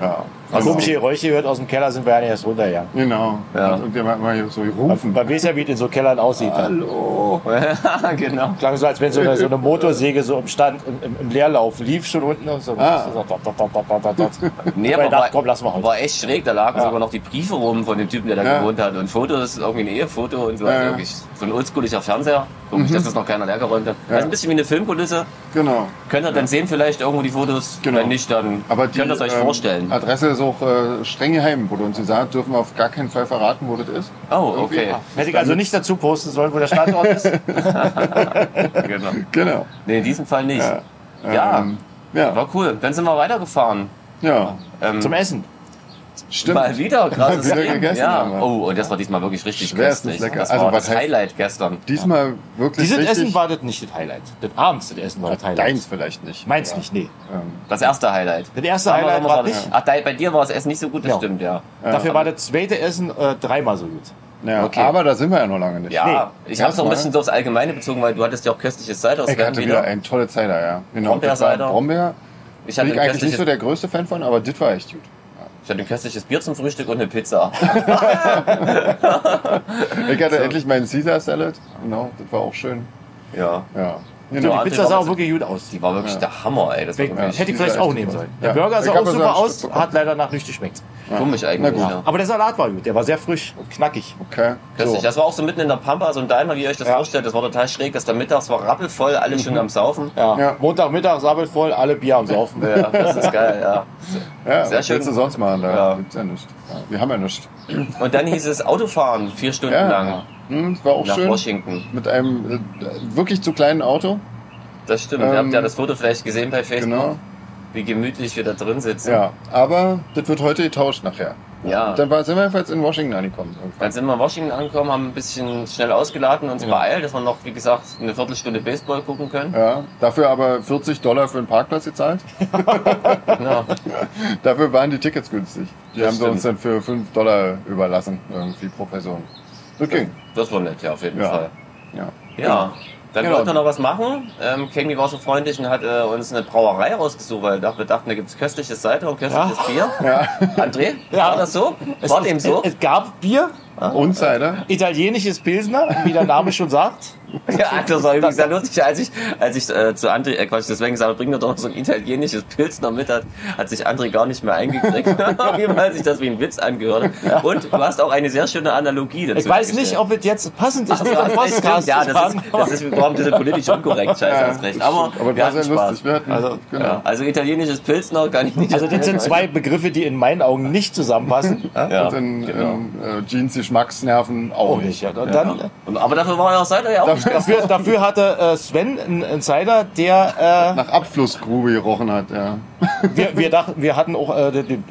Speaker 3: Ja.
Speaker 4: Also, komische Geräusche gehört aus dem Keller, sind wir ja nicht erst runtergegangen.
Speaker 3: Genau.
Speaker 1: Ja.
Speaker 3: Und irgendjemand hat mal hier so gerufen.
Speaker 4: Man weiß ja, wie es in so Kellern aussieht. Dann.
Speaker 3: Hallo.
Speaker 1: genau.
Speaker 4: Klang so, als wenn so eine, so eine Motorsäge so im Stand, im, im, im Leerlauf lief schon unten. Und so.
Speaker 3: Ah.
Speaker 4: so dot, dot, dot, dot, dot, dot.
Speaker 1: Nee, aber
Speaker 4: Aber ich dachte,
Speaker 1: war,
Speaker 4: komm, lass mal heute.
Speaker 1: war echt schräg. Da lagen sogar noch die Briefe rum von dem Typen, der da
Speaker 3: Ja.
Speaker 1: gewohnt hat. Und Fotos, irgendwie ein Ehefoto und so.
Speaker 3: Ja,
Speaker 1: Also
Speaker 3: ja. Mhm.
Speaker 1: wirklich so ein oldschoolischer Fernseher. Wirklich, dass das noch keiner leergeräumt hat. Also ein bisschen wie eine Filmkulisse.
Speaker 3: Genau.
Speaker 1: Könnt ihr dann sehen vielleicht irgendwo die Fotos?
Speaker 3: Genau.
Speaker 1: Wenn nicht, dann
Speaker 3: Aber die
Speaker 1: könnt ihr es euch
Speaker 3: ähm,
Speaker 1: vorstellen.
Speaker 3: Adresse ist auch äh, streng geheim, wurde uns gesagt, dürfen wir auf gar keinen Fall verraten, wo das ist.
Speaker 1: Oh,
Speaker 3: Irgendwie-
Speaker 1: okay.
Speaker 4: Hätte ich also nicht dazu posten sollen, wo der Standort ist.
Speaker 1: genau.
Speaker 3: Genau.
Speaker 1: Nee, in diesem Fall nicht.
Speaker 3: Ja.
Speaker 1: Ja.
Speaker 3: Ähm, ja.
Speaker 1: War cool. Dann sind wir weitergefahren.
Speaker 3: ja.
Speaker 1: Ähm,
Speaker 4: Zum Essen.
Speaker 3: Stimmt.
Speaker 1: Mal wieder, krasses
Speaker 3: wieder
Speaker 1: Leben.
Speaker 3: gegessen
Speaker 1: ja.
Speaker 3: haben wir.
Speaker 1: Oh, und das war diesmal wirklich richtig
Speaker 3: Schwerstens
Speaker 1: köstlich.
Speaker 3: lecker.
Speaker 1: Das
Speaker 3: Also,
Speaker 1: war
Speaker 3: was
Speaker 1: das
Speaker 3: heißt-
Speaker 1: Highlight gestern.
Speaker 3: Diesmal wirklich
Speaker 4: Dieses
Speaker 3: richtig.
Speaker 4: Essen war das nicht das Highlight. Das abends das Essen war das Highlight.
Speaker 3: Deins vielleicht nicht.
Speaker 4: Meins
Speaker 3: Ja.
Speaker 4: nicht, nee.
Speaker 3: Ähm,
Speaker 1: Das erste Highlight.
Speaker 4: Das erste
Speaker 1: Aber
Speaker 4: Highlight
Speaker 1: da muss
Speaker 4: war
Speaker 1: man-
Speaker 4: nicht.
Speaker 1: Ach, da- bei dir war das Essen nicht so gut, das
Speaker 4: Ja.
Speaker 1: stimmt, ja.
Speaker 4: Dafür war das zweite Essen äh, dreimal so gut.
Speaker 3: ja.
Speaker 1: Okay.
Speaker 3: Aber da sind wir ja noch lange nicht.
Speaker 1: Ja, ich habe es auch ein
Speaker 3: Erstmal-
Speaker 1: bisschen so aufs Allgemeine bezogen, weil du hattest ja auch köstliches Cider.
Speaker 3: Ich hatte wieder einen tollen Cider, ja. Genau.
Speaker 1: Brombeer
Speaker 3: das war
Speaker 1: Cider.
Speaker 3: Brombeer.
Speaker 1: Ich
Speaker 3: Bin
Speaker 1: hatte, ein
Speaker 3: ich eigentlich nicht
Speaker 1: köstliches,
Speaker 3: so der größte Fan von, aber das war echt gut.
Speaker 1: ich hatte ein köstliches Bier zum Frühstück und eine Pizza.
Speaker 3: Ich hatte endlich meinen Caesar Salad. Genau, das war auch schön.
Speaker 1: ja.
Speaker 3: Ja.
Speaker 1: Ja,
Speaker 4: Die
Speaker 1: André
Speaker 4: Pizza sah
Speaker 1: war-
Speaker 4: auch wirklich gut aus.
Speaker 1: Die war wirklich der Hammer, ey. Das war
Speaker 4: Deswegen,
Speaker 1: wirklich
Speaker 4: Hätte ich vielleicht
Speaker 3: Ja,
Speaker 4: auch nehmen sollen. Der
Speaker 3: ja.
Speaker 4: Burger sah
Speaker 3: Ich hab
Speaker 4: auch
Speaker 3: mir so
Speaker 4: super
Speaker 3: ein Stück
Speaker 4: aus,
Speaker 3: bekommen.
Speaker 4: hat leider nach nicht geschmeckt.
Speaker 1: komisch eigentlich.
Speaker 3: Na gut.
Speaker 1: Ja.
Speaker 4: Aber der Salat war gut, der war sehr frisch und knackig.
Speaker 3: Okay.
Speaker 1: Köstlich.
Speaker 3: So.
Speaker 1: Das war auch so mitten in der Pampa, so ein Daimer, wie ihr euch das vorstellt. Das war total schräg, dass da mittags war rappelvoll, alle schon am Saufen.
Speaker 4: Ja.
Speaker 3: Mhm. Ja.
Speaker 4: Montagmittag, voll, alle Bier am Saufen.
Speaker 1: Ja, das ist geil, ja.
Speaker 3: Ja,
Speaker 1: Sehr
Speaker 3: was
Speaker 1: schön.
Speaker 3: willst du sonst machen? Da
Speaker 1: Ja.
Speaker 3: gibt's ja nichts. Ja, wir haben ja nichts.
Speaker 1: Und dann hieß es Autofahren, vier Stunden
Speaker 3: Ja.
Speaker 1: lang
Speaker 3: Hm, war auch
Speaker 1: nach
Speaker 3: schön.
Speaker 1: Washington.
Speaker 3: Mit einem äh, wirklich zu kleinen Auto.
Speaker 1: Das stimmt.
Speaker 3: Ähm,
Speaker 1: Ihr habt ja das Foto vielleicht gesehen bei Facebook,
Speaker 3: Genau.
Speaker 1: wie gemütlich wir da drin sitzen.
Speaker 3: Ja. Aber das wird heute getauscht nachher.
Speaker 1: ja.
Speaker 3: Und dann war, sind wir jedenfalls in Washington angekommen. irgendwann.
Speaker 1: Dann sind wir in Washington angekommen, haben ein bisschen schnell ausgeladen, uns beeilt, dass wir noch, wie gesagt, eine Viertelstunde Baseball gucken können.
Speaker 3: Ja, dafür aber 40 Dollar für einen Parkplatz gezahlt.
Speaker 1: Genau.
Speaker 3: Dafür waren die Tickets günstig. Die
Speaker 1: Das
Speaker 3: haben sie
Speaker 1: stimmt.
Speaker 3: uns dann für 5 Dollar überlassen, irgendwie pro Person. Das ging.
Speaker 1: Das war nett, ja, auf jeden
Speaker 3: Ja.
Speaker 1: Fall.
Speaker 3: Ja.
Speaker 1: Ja. Dann
Speaker 3: Genau.
Speaker 1: wollten wir noch was machen. Ähm, Kemi war so freundlich und hat äh, uns eine Brauerei rausgesucht, weil wir dachten, da gibt's köstliches Cider und köstliches Bier. André,
Speaker 4: Ja.
Speaker 1: war das so? War dem so?
Speaker 4: Es, es gab Bier,
Speaker 1: Ah.
Speaker 3: Und Cider?
Speaker 4: italienisches Pilsner, wie der Name schon sagt.
Speaker 1: Ja, das war übrigens sehr lustig, als ich, als ich äh, zu André, äh, Quatsch, deswegen gesagt, habe, bring mir doch noch so ein italienisches Pilz noch mit, hat, hat sich André gar nicht mehr eingekriegt, weil sich das wie ein Witz angehört. hat. Und du hast auch eine sehr schöne Analogie dazu.
Speaker 4: Ich weiß nicht, ob es jetzt passend ist, mit dem Podcast
Speaker 1: ja,
Speaker 4: zu
Speaker 1: das ist,
Speaker 4: machen.
Speaker 1: das ist wir waren ein bisschen politisch unkorrekt, scheiße, hast recht. Aber,
Speaker 3: Aber
Speaker 1: wir
Speaker 3: das war
Speaker 1: hatten
Speaker 3: sehr lustig.
Speaker 1: Spaß.
Speaker 3: Wir hatten,
Speaker 4: Also,
Speaker 3: genau.
Speaker 1: Ja, also italienisches Pilz noch kann ich nicht.
Speaker 4: Also das sind zwei Begriffe, die in meinen Augen nicht zusammenpassen.
Speaker 1: ja,
Speaker 3: Und in,
Speaker 1: genau. Oh,
Speaker 3: in äh, Jeans Geschmacksnerven auch
Speaker 4: Auch nicht.
Speaker 3: nicht.
Speaker 4: Ja. Und dann,
Speaker 1: Und, aber dafür war ja auch Seidel ja auch nicht
Speaker 4: dafür, dafür hatte äh, Sven einen einen Cider, der
Speaker 3: Nach Abflussgrube gerochen hat, ja.
Speaker 4: äh, wir, wir dachten, wir hatten auch äh, die, die-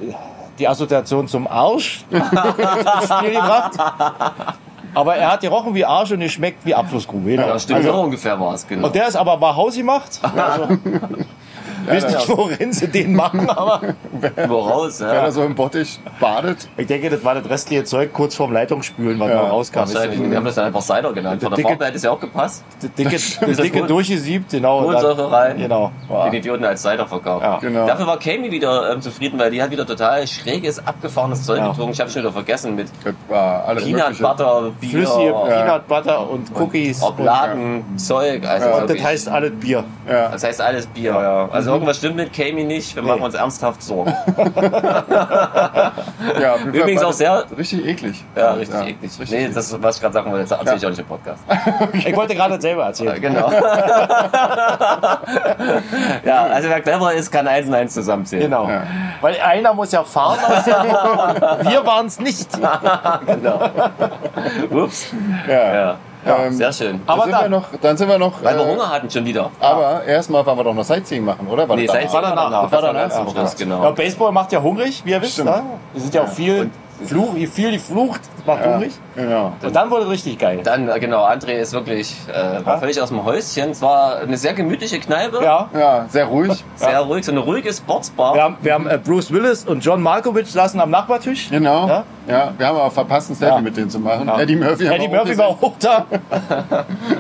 Speaker 4: die Assoziation zum Arsch ins Spiel gebracht. Aber er hat gerochen wie Arsch und geschmeckt wie Abflussgrube. Genau.
Speaker 1: Ja, stimmt, so ungefähr war es, genau.
Speaker 4: Und der ist aber mal hausgemacht. Also, weiß nicht, worin sie den machen, aber
Speaker 1: Woraus,
Speaker 3: Wenn
Speaker 1: ja.
Speaker 3: er so im Bottich badet,
Speaker 4: ich denke, das war das restliche Zeug kurz vorm Leitungsspülen, was
Speaker 3: Ja.
Speaker 4: noch rauskam. Ist
Speaker 1: Wahrscheinlich, wir haben das dann einfach Cider genannt. Von der
Speaker 4: Dicke-
Speaker 1: Farbe hätte es ja auch gepasst.
Speaker 4: Das dicke, das
Speaker 1: Das
Speaker 4: dicke
Speaker 1: Hol-
Speaker 4: durchgesiebt, genau. und dann-
Speaker 1: Kohlensäure rein.
Speaker 4: Genau.
Speaker 1: Den Idioten als Cider verkauft.
Speaker 4: Ja.
Speaker 3: Genau.
Speaker 1: Dafür war Kami wieder ähm, zufrieden, weil die hat wieder total schräges, abgefahrenes Zeug
Speaker 4: Ja.
Speaker 1: getrunken. Ich habe schon wieder vergessen mit
Speaker 3: das war alles
Speaker 1: Peanut
Speaker 3: Äh, ah, Mögliche.
Speaker 1: Butter, Bier,
Speaker 4: Flüssige Peanut Butter und Cookies.
Speaker 1: Oblaten, Zeug. Also
Speaker 4: und
Speaker 1: wirklich-
Speaker 4: das heißt alles Bier.
Speaker 3: Ja.
Speaker 1: das heißt alles Bier. Ja. Also irgendwas stimmt mit Kami nicht. Wir machen uns ernsthaft Sorgen.
Speaker 3: Ja, auf jeden Fall
Speaker 1: Übrigens
Speaker 3: war
Speaker 1: auch
Speaker 3: das
Speaker 1: sehr-
Speaker 3: Richtig eklig.
Speaker 1: Ja, richtig
Speaker 3: Ja,
Speaker 1: eklig.
Speaker 3: richtig
Speaker 1: nee, das, was ich gerade sagen wollte, das erzähle ich
Speaker 3: Ja.
Speaker 1: auch nicht im Podcast.
Speaker 4: Ich wollte gerade das selber erzählen.
Speaker 1: genau. ja, also wer clever ist, kann eins und eins zusammenzählen.
Speaker 4: Genau.
Speaker 3: Ja.
Speaker 4: Weil einer muss ja fahren aus der Woche. Wir waren es nicht.
Speaker 1: genau. Ups.
Speaker 3: Ja.
Speaker 1: Ja.
Speaker 3: Ähm,
Speaker 1: Sehr schön.
Speaker 3: Dann
Speaker 4: Aber
Speaker 3: sind wir
Speaker 4: dann,
Speaker 3: noch, dann sind wir noch.
Speaker 1: Weil wir
Speaker 3: äh,
Speaker 1: Hunger hatten schon wieder.
Speaker 3: Aber erstmal wollen wir doch noch Sightseeing machen, oder? War
Speaker 1: Nee,
Speaker 3: das
Speaker 1: seit war
Speaker 3: danach?
Speaker 1: danach.
Speaker 3: Das war
Speaker 1: Das war
Speaker 3: danach.
Speaker 1: ganz am Schluss,
Speaker 4: ja,
Speaker 1: genau.
Speaker 4: Baseball macht ja hungrig, wie ihr wisst.
Speaker 3: Stimmt.
Speaker 4: Ne? Wir sind ja auch viel Fluch, wie viel die Flucht, das macht ja. hungrig.
Speaker 3: Genau.
Speaker 4: Und dann wurde es richtig geil.
Speaker 1: Dann, äh, genau, André ist wirklich äh, war völlig aus dem Häuschen. Es war eine sehr gemütliche Kneipe,
Speaker 4: Ja.
Speaker 3: Ja, sehr ruhig.
Speaker 1: sehr ruhig, so eine ruhige Sportsbar.
Speaker 4: Wir haben, wir haben äh, Bruce Willis und John Malkovich saßen am Nachbartisch.
Speaker 3: Genau.
Speaker 4: Ja?
Speaker 3: Ja? wir haben aber verpasst, ein Selfie
Speaker 4: Ja.
Speaker 3: mit denen zu machen. Eddie Murphy haben
Speaker 4: Eddie
Speaker 3: wir auch
Speaker 4: Murphy war
Speaker 3: gesehen.
Speaker 4: auch da.
Speaker 1: Genau.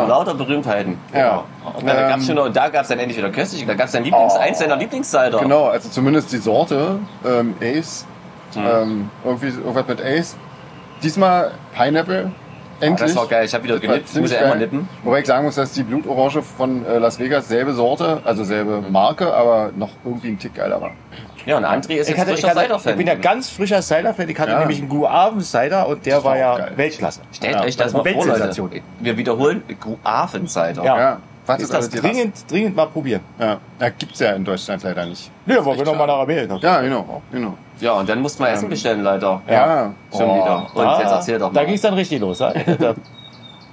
Speaker 3: Genau.
Speaker 1: Lauter Berühmtheiten. Genau.
Speaker 3: Ja.
Speaker 1: Und dann
Speaker 3: Ähm,
Speaker 1: gab's schon noch, und da gab es dann endlich wieder köstlich, da gab es dann
Speaker 4: Oh.
Speaker 1: Lieblings, eins seiner Lieblingscider.
Speaker 3: Genau, also zumindest die Sorte ähm, Ace.
Speaker 1: Mhm.
Speaker 3: Ähm, irgendwie irgendwas mit Ace. Diesmal Pineapple. Endlich.
Speaker 1: Ah, Das war geil, ich habe wieder
Speaker 3: Das war
Speaker 1: genippt, ich muss
Speaker 3: ziemlich
Speaker 1: ja immer
Speaker 3: geil.
Speaker 1: nippen.
Speaker 3: Wobei ich sagen muss, dass die Blutorange von äh, Las Vegas selbe Sorte, also selbe
Speaker 1: Mhm.
Speaker 3: Marke, aber noch irgendwie ein Tick geiler war.
Speaker 1: Ja, und André ist
Speaker 4: Ich,
Speaker 1: jetzt
Speaker 4: hatte, ich,
Speaker 1: frischer
Speaker 4: hatte, ich
Speaker 1: Cider-Fan.
Speaker 4: bin ja ganz frischer Cider-Fan. Ich hatte
Speaker 3: ne? Ja.
Speaker 4: nämlich einen Guaven-Cider und der
Speaker 3: war
Speaker 4: war
Speaker 3: auch
Speaker 4: ja
Speaker 3: geil.
Speaker 4: Weltklasse.
Speaker 1: Stellt
Speaker 3: Ja,
Speaker 1: euch das
Speaker 4: das war
Speaker 1: mal vor, Leute.
Speaker 4: Weltsensation.
Speaker 1: Wir wiederholen Guaven-Cider.
Speaker 4: Ja.
Speaker 3: Ja, was
Speaker 1: Ist das
Speaker 3: alles die Rasse?
Speaker 4: Dringend, dringend mal probieren.
Speaker 3: Ja, ja gibt's ja in Deutschland leider nicht.
Speaker 4: Nee, aber wir
Speaker 3: echt
Speaker 4: noch mal
Speaker 3: schade.
Speaker 4: ne? nach Amerika.
Speaker 3: Ja, genau, genau.
Speaker 1: Ja, und dann mussten wir Essen bestellen, leider.
Speaker 3: Ja,
Speaker 1: Schon wieder. Und jetzt erzähl doch mal.
Speaker 4: Oh. Ah. Da ging es dann richtig los. Ja? Ich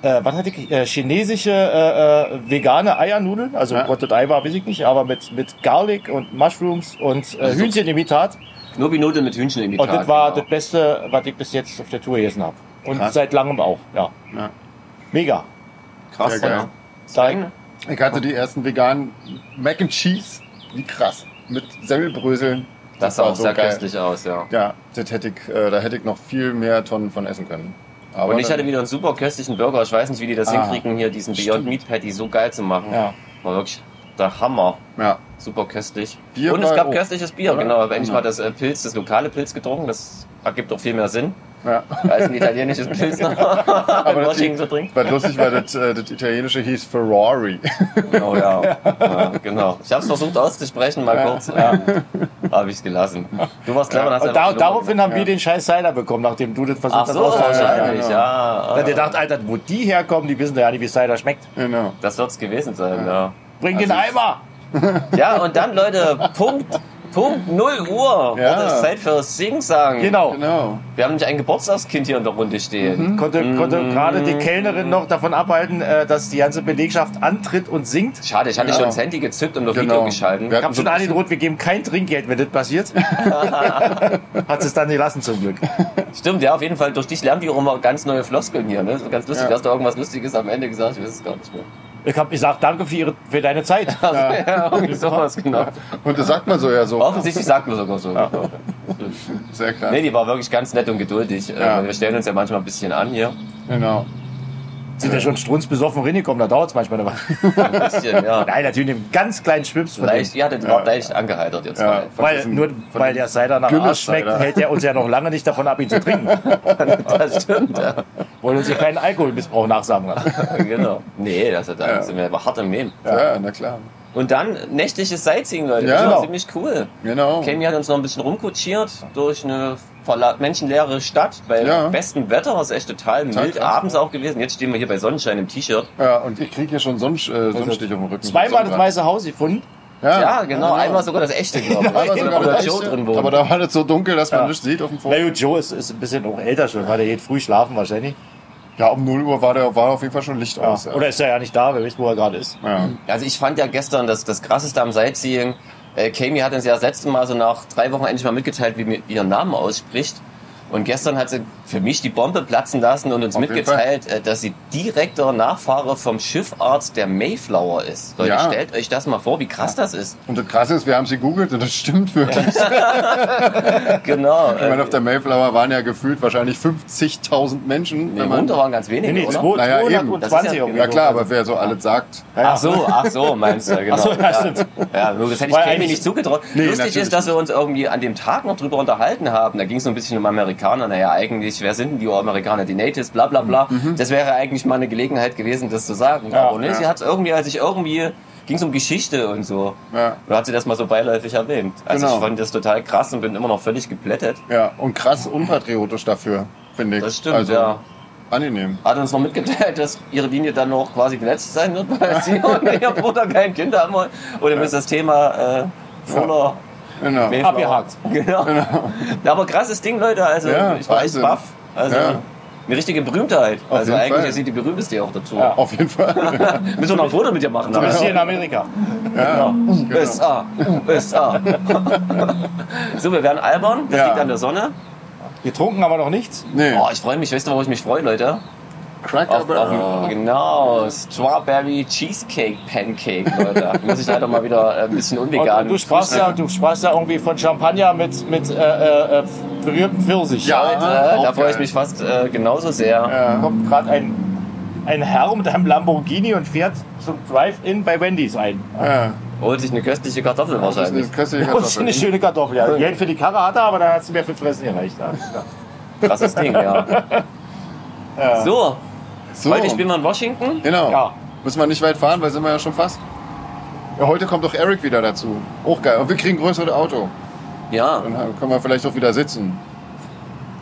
Speaker 4: hatte, äh, was hatte ich? Äh, chinesische äh, äh, vegane Eiernudeln. Also
Speaker 3: Ja.
Speaker 4: Rotted Ei war, weiß ich nicht, aber mit, mit Garlic und Mushrooms und äh, Hühnchenimitat.
Speaker 1: Knobi-Nudeln mit Hühnchen im
Speaker 4: Und das war
Speaker 1: genau.
Speaker 4: das Beste, was ich bis jetzt auf der Tour gegessen habe. Und
Speaker 3: Krass.
Speaker 4: seit langem auch, ja.
Speaker 3: Ja.
Speaker 4: Mega.
Speaker 1: krass.
Speaker 3: Sehr geil.
Speaker 4: Da,
Speaker 3: Ich hatte die ersten veganen Mac and Cheese. Wie krass. Mit Semmelbröseln.
Speaker 1: Das sah
Speaker 3: war
Speaker 1: auch sehr
Speaker 3: geil.
Speaker 1: köstlich aus, ja.
Speaker 3: Ja, das hätte ich, äh, da hätte ich noch viel mehr Tonnen von essen können. Aber
Speaker 1: Und ich
Speaker 3: dann-
Speaker 1: hatte wieder einen super köstlichen Burger. Ich weiß nicht, wie die das
Speaker 3: Ah.
Speaker 1: hinkriegen, hier diesen Beyond Meat Patty so geil zu machen.
Speaker 4: Ja.
Speaker 1: War wirklich der Hammer.
Speaker 3: Ja.
Speaker 1: Super köstlich.
Speaker 3: Bier
Speaker 1: Und es
Speaker 3: war-
Speaker 1: gab
Speaker 3: oh.
Speaker 1: köstliches Bier, genau. Ich habe endlich
Speaker 3: Ja.
Speaker 1: mal das äh, Pilz, das lokale Pilz getrunken. Das ergibt auch viel mehr Sinn
Speaker 3: ja.
Speaker 1: als ein italienisches Pilz nach
Speaker 3: das-
Speaker 1: Washington zu trinken.
Speaker 3: War lustig, weil das, äh, das italienische hieß Ferrari.
Speaker 1: Oh ja. ja, genau. Ich habe es versucht auszusprechen, mal kurz. Ja. Habe ich es gelassen. Du warst clever, ja. hast
Speaker 4: und
Speaker 1: einfach
Speaker 4: da,
Speaker 1: gelogen.
Speaker 4: daraufhin haben wir den scheiß Cider bekommen, nachdem du das versucht
Speaker 1: Ach
Speaker 4: hast
Speaker 1: so, wahrscheinlich,
Speaker 3: genau.
Speaker 1: ja. ah,
Speaker 4: Dann hat ihr gedacht, Alter, wo die herkommen, die wissen ja nicht, wie Cider schmeckt.
Speaker 3: genau.
Speaker 1: Das wird's gewesen sein, ja.
Speaker 4: Bring den Eimer!
Speaker 1: Ja, und dann, Leute, Punkt, Punkt 0 Uhr
Speaker 3: Ja.
Speaker 1: wird es Zeit für Sing sagen.
Speaker 4: Genau.
Speaker 3: Genau.
Speaker 1: Wir haben nämlich ein Geburtstagskind hier in der Runde
Speaker 3: Mhm.
Speaker 1: stehen.
Speaker 4: Konnte, konnte gerade die Kellnerin noch davon abhalten, äh, dass die ganze Belegschaft antritt und singt.
Speaker 1: Schade, ich hatte
Speaker 3: Genau.
Speaker 1: schon das Handy gezückt und auf
Speaker 3: Genau.
Speaker 1: Video geschalten.
Speaker 3: Wir
Speaker 4: Ich habe schon angedroht, wir geben kein Trinkgeld, wenn das passiert. Hat sie es dann gelassen zum Glück.
Speaker 1: Stimmt, ja, auf jeden Fall. Durch dich lernen wir auch immer ganz neue Floskeln hier. Ne? Das ist ganz lustig,
Speaker 3: Ja.
Speaker 1: du hast da irgendwas Lustiges am Ende gesagt, ich weiß es gar nicht mehr.
Speaker 4: Ich habe gesagt, danke für, ihre, für deine Zeit.
Speaker 1: Also, ja. irgendwie sowas, genau.
Speaker 3: Und das sagt man so ja so.
Speaker 1: Offensichtlich sagt man sogar so. Genau.
Speaker 3: Sehr krass.
Speaker 1: Nee, die war wirklich ganz nett und geduldig. Äh,
Speaker 3: Ja.
Speaker 1: Wir stellen uns ja manchmal ein bisschen an hier.
Speaker 3: Genau.
Speaker 4: Sind ja schon strunzbesoffen reingekommen, da dauert es manchmal. Aber.
Speaker 1: Ein bisschen, ja.
Speaker 4: Nein, natürlich mit einem ganz kleinen Schwips von
Speaker 1: Leicht,
Speaker 4: dem.
Speaker 1: ja, das war leicht angeheitert jetzt mal.
Speaker 3: von
Speaker 4: Weil,
Speaker 3: diesem-
Speaker 4: nur
Speaker 3: von
Speaker 4: weil
Speaker 3: dem-
Speaker 4: der Cider nach
Speaker 3: Gülles
Speaker 4: Arsch schmeckt,
Speaker 3: Cider.
Speaker 4: hält er uns ja noch lange nicht davon ab, ihn zu trinken.
Speaker 1: Das stimmt, ja.
Speaker 4: Wollen uns hier keinen Alkoholmissbrauch nachsagen lassen.
Speaker 1: Genau. Nee, das, da
Speaker 3: Ja.
Speaker 1: sind wir aber hart im Nehmen.
Speaker 3: Ja, na klar.
Speaker 1: Und dann nächtliches Sightseeing, Leute.
Speaker 3: Ja,
Speaker 1: das war
Speaker 3: genau.
Speaker 1: ziemlich cool.
Speaker 3: Genau.
Speaker 1: Kami hat uns noch ein bisschen rumkutschiert durch eine verla- menschenleere Stadt bei
Speaker 3: Ja.
Speaker 1: bestem Wetter. Es ist echt total mild.
Speaker 3: krass.
Speaker 1: Abends auch gewesen. Jetzt stehen wir hier bei Sonnenschein im T-Shirt.
Speaker 3: Ja, und ich kriege hier schon Sonnensch äh, Sonnenstich auf dem Rücken.
Speaker 4: Zweimal das Weiße Haus gefunden.
Speaker 3: Ja,
Speaker 1: Ja, genau. Einmal sogar das echte, glaube ich.
Speaker 3: Aber, sogar
Speaker 1: Wo der
Speaker 3: das
Speaker 1: Joe
Speaker 3: echte.
Speaker 1: drin wohnt.
Speaker 3: aber da war das so dunkel, dass man
Speaker 4: Ja.
Speaker 3: nichts sieht auf dem
Speaker 4: Na
Speaker 3: Foto.
Speaker 4: gut, Joe ist, ist ein bisschen auch älter schon, weil der geht früh schlafen wahrscheinlich.
Speaker 3: Ja, um 0 Uhr war, der, war auf jeden Fall schon Licht
Speaker 4: Ja.
Speaker 3: aus. Ja.
Speaker 4: Oder ist er ja nicht da, wer weiß, wo er gerade ist.
Speaker 3: ja.
Speaker 1: Also ich fand ja gestern das, das krasseste am Sightseeing, äh, Kami hat uns ja das letzte Mal so nach drei Wochen endlich mal mitgeteilt, wie mir ihren Namen ausspricht. Und gestern hat sie für mich die Bombe platzen lassen und uns
Speaker 3: Auf jeden
Speaker 1: mitgeteilt, äh, dass sie direkter Nachfahre vom Schiffarzt der Mayflower ist. Leute,
Speaker 3: Ja.
Speaker 1: stellt euch das mal vor, wie krass das ist.
Speaker 3: Und das Krasse ist, wir haben sie googelt und das stimmt wirklich.
Speaker 1: Genau.
Speaker 3: Ich meine,
Speaker 1: Äh,
Speaker 3: auf der Mayflower waren ja gefühlt wahrscheinlich 50.000 Menschen.
Speaker 1: nee, runter waren ganz wenige,
Speaker 4: Nee, nee,
Speaker 1: oder?
Speaker 4: 2,
Speaker 3: Naja, eben.
Speaker 4: 220
Speaker 1: Das ist ja-
Speaker 4: irgendwie
Speaker 3: Ja genau klar,
Speaker 4: so.
Speaker 3: aber wer so alles sagt.
Speaker 1: Ach so, ach so, meinst du, genau.
Speaker 4: Ach so, ja, stimmt.
Speaker 1: Ja, nur das hätte ich
Speaker 4: Weil
Speaker 1: Kami
Speaker 4: eigentlich-
Speaker 1: nicht zugetraut.
Speaker 3: Nee,
Speaker 1: Lustig
Speaker 3: natürlich
Speaker 1: ist, dass wir uns irgendwie an dem Tag noch drüber unterhalten haben. Da ging es so ein bisschen um Amerikaner. Naja, eigentlich, wer sind denn die Amerikaner? Die Natives, bla bla bla. Das wäre eigentlich mal eine Gelegenheit gewesen, das zu sagen. Aber ne,
Speaker 3: ja.
Speaker 1: sie hat es irgendwie, als ich irgendwie, ging es um Geschichte und so.
Speaker 3: Ja.
Speaker 1: Da hat sie das mal so beiläufig erwähnt. Also
Speaker 3: Genau.
Speaker 1: ich fand das total krass und bin immer noch völlig geplättet.
Speaker 3: Ja, und krass unpatriotisch dafür, finde ich. Also
Speaker 1: Das stimmt, ja.
Speaker 3: Angenehm.
Speaker 1: Hat uns noch mitgeteilt, dass ihre Linie dann noch quasi die letzte sein wird, weil sie und ihr Bruder kein Kind haben wollen. Oder ist das Thema äh, voller...
Speaker 3: Genau.
Speaker 1: Mayflower.
Speaker 4: Abgehakt.
Speaker 1: Genau. Na, aber krasses Ding, Leute. Also
Speaker 3: Ja,
Speaker 1: ich war echt
Speaker 3: Wahnsinn.
Speaker 1: baff. Also
Speaker 3: Ja.
Speaker 1: eine richtige Berühmtheit. also
Speaker 3: jeden
Speaker 1: eigentlich
Speaker 3: Fall.
Speaker 1: ist sie die berühmteste auch dazu.
Speaker 4: Ja.
Speaker 3: Auf jeden Fall.
Speaker 1: Müssen wir noch ein Foto mit ihr machen. also.
Speaker 4: Du bist
Speaker 1: Aber.
Speaker 4: hier in Amerika.
Speaker 3: genau.
Speaker 1: USA, USA. so, wir werden albern. Das
Speaker 3: Ja.
Speaker 1: liegt an der Sonne.
Speaker 4: Getrunken aber noch nichts.
Speaker 3: Nee,
Speaker 1: Oh, ich freue mich, weißt du, worauf ich mich freue, Leute?
Speaker 3: Cracker
Speaker 1: Auf, auf,
Speaker 3: Barrel.
Speaker 1: genau, Strawberry Cheesecake Pancake, Leute. Muss ich leider mal wieder äh, ein bisschen
Speaker 4: Und,
Speaker 1: unvegan.
Speaker 4: und du sprachst ja, du sprachst ja irgendwie von Champagner mit mit äh, äh, äh, berührtem Pfirsich.
Speaker 3: Ja.
Speaker 1: Leute,
Speaker 3: auch
Speaker 1: Äh, da freue
Speaker 3: geil.
Speaker 1: ich mich fast äh, genauso sehr.
Speaker 4: Da kommt gerade ein ein Herr mit einem Lamborghini und fährt zum Drive-In bei Wendy's ein.
Speaker 3: Ja,
Speaker 1: Holt sich eine köstliche Kartoffel
Speaker 3: das ist eine
Speaker 1: wahrscheinlich.
Speaker 3: köstliche
Speaker 4: Und ist eine
Speaker 3: Kartoffel.
Speaker 4: schöne Kartoffel. Ja. Geld für die Karre hat er, aber dann hat sie mehr für Fressen gereicht. Ja.
Speaker 1: Krasses Ding, ja. So,
Speaker 3: So,
Speaker 1: heute spielen wir in Washington.
Speaker 3: genau.
Speaker 4: Ja.
Speaker 3: Müssen wir nicht weit fahren, weil sind wir ja schon fast. Ja, heute kommt doch Eric wieder dazu. Auch geil. Und wir kriegen ein größeres Auto.
Speaker 1: Ja,
Speaker 3: Dann können wir vielleicht auch wieder sitzen.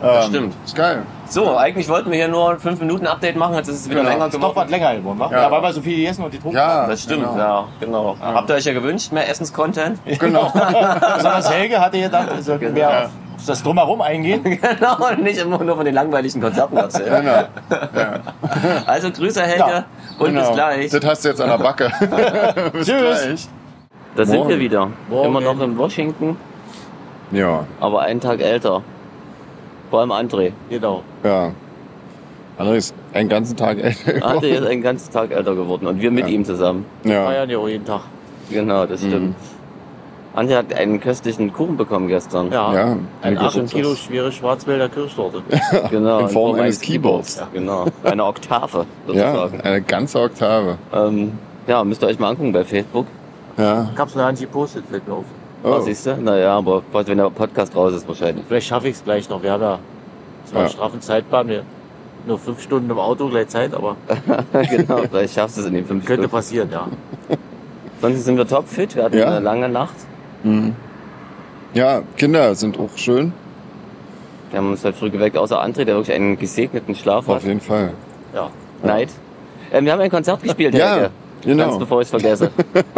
Speaker 3: Ähm,
Speaker 1: das stimmt.
Speaker 3: Ist geil.
Speaker 1: So, eigentlich wollten wir hier nur ein 5-Minuten-Update machen, jetzt ist es wieder
Speaker 3: Genau.
Speaker 1: länger
Speaker 4: Ist doch
Speaker 1: geworden.
Speaker 4: was länger geworden, wa?
Speaker 3: Ja.
Speaker 4: Ja. weil wir so viel gegessen und getrunken
Speaker 3: Ja,
Speaker 4: haben.
Speaker 1: Das stimmt,
Speaker 3: Genau.
Speaker 1: ja, genau. Habt ihr euch ja gewünscht, mehr Essenscontent?
Speaker 3: Genau.
Speaker 4: Besonders Helge hatte gedacht, er sollte mehr auf auf das Drumherum eingehen.
Speaker 1: genau, und nicht immer nur von den langweiligen Konzerten erzählen.
Speaker 3: genau.
Speaker 1: Also Grüße, Helge,
Speaker 4: Ja,
Speaker 1: und
Speaker 3: genau.
Speaker 1: bis gleich.
Speaker 3: Das hast du jetzt an der Backe. bis
Speaker 4: Tschüss.
Speaker 3: gleich.
Speaker 1: Da sind wir
Speaker 3: Morgen.
Speaker 1: wieder. Immer noch in Washington,
Speaker 3: Ja,
Speaker 1: aber einen Tag älter. Vor allem André.
Speaker 4: Genau.
Speaker 3: ja. André ist einen ganzen Tag älter
Speaker 1: André
Speaker 3: geworden.
Speaker 1: ist einen ganzen Tag älter geworden und wir mit ihm zusammen.
Speaker 3: Ja.
Speaker 4: ja auch jeden Tag.
Speaker 1: Genau,
Speaker 3: Mhm.
Speaker 1: das stimmt. André hat einen köstlichen Kuchen bekommen gestern.
Speaker 4: Ja.
Speaker 3: Ja,
Speaker 4: Ein
Speaker 3: Nico
Speaker 4: 18
Speaker 3: Schutz.
Speaker 4: Kilo schwere Schwarzwälder Kirschtorte.
Speaker 1: genau.
Speaker 3: In Form eines Keyboards.
Speaker 1: Ja, genau. Eine Oktave,
Speaker 3: Ja,
Speaker 1: sozusagen.
Speaker 3: eine ganze Oktave.
Speaker 1: Ja, ähm, ja müsst ihr euch mal angucken bei Facebook.
Speaker 3: Ja.
Speaker 4: Ich hab's noch nicht gepostet, fällt mir auf.
Speaker 1: Oh.
Speaker 3: Oh.
Speaker 1: siehst du? Naja, aber was, wenn der Podcast raus ist wahrscheinlich.
Speaker 4: Vielleicht schaffe ich es gleich noch. Wir haben ja
Speaker 3: Ja.
Speaker 4: zwar einen straffen Zeitplan, wir nur fünf Stunden im Auto gleich Zeit, aber
Speaker 1: genau, vielleicht schaffst du es in den fünf
Speaker 4: könnte
Speaker 1: Stunden.
Speaker 4: passieren, ja.
Speaker 1: Sonst sind wir topfit, wir hatten
Speaker 3: Ja.
Speaker 1: eine lange Nacht.
Speaker 3: Ja, Kinder sind auch schön.
Speaker 1: Wir haben uns halt früh geweckt, außer André, der wirklich einen gesegneten Schlaf
Speaker 3: Auf
Speaker 1: hat.
Speaker 3: jeden Fall.
Speaker 4: ja.
Speaker 1: Neid. Ähm, wir haben ein Konzert gespielt,
Speaker 3: Ja,
Speaker 1: Helge.
Speaker 3: genau.
Speaker 1: Ganz bevor ich es vergesse.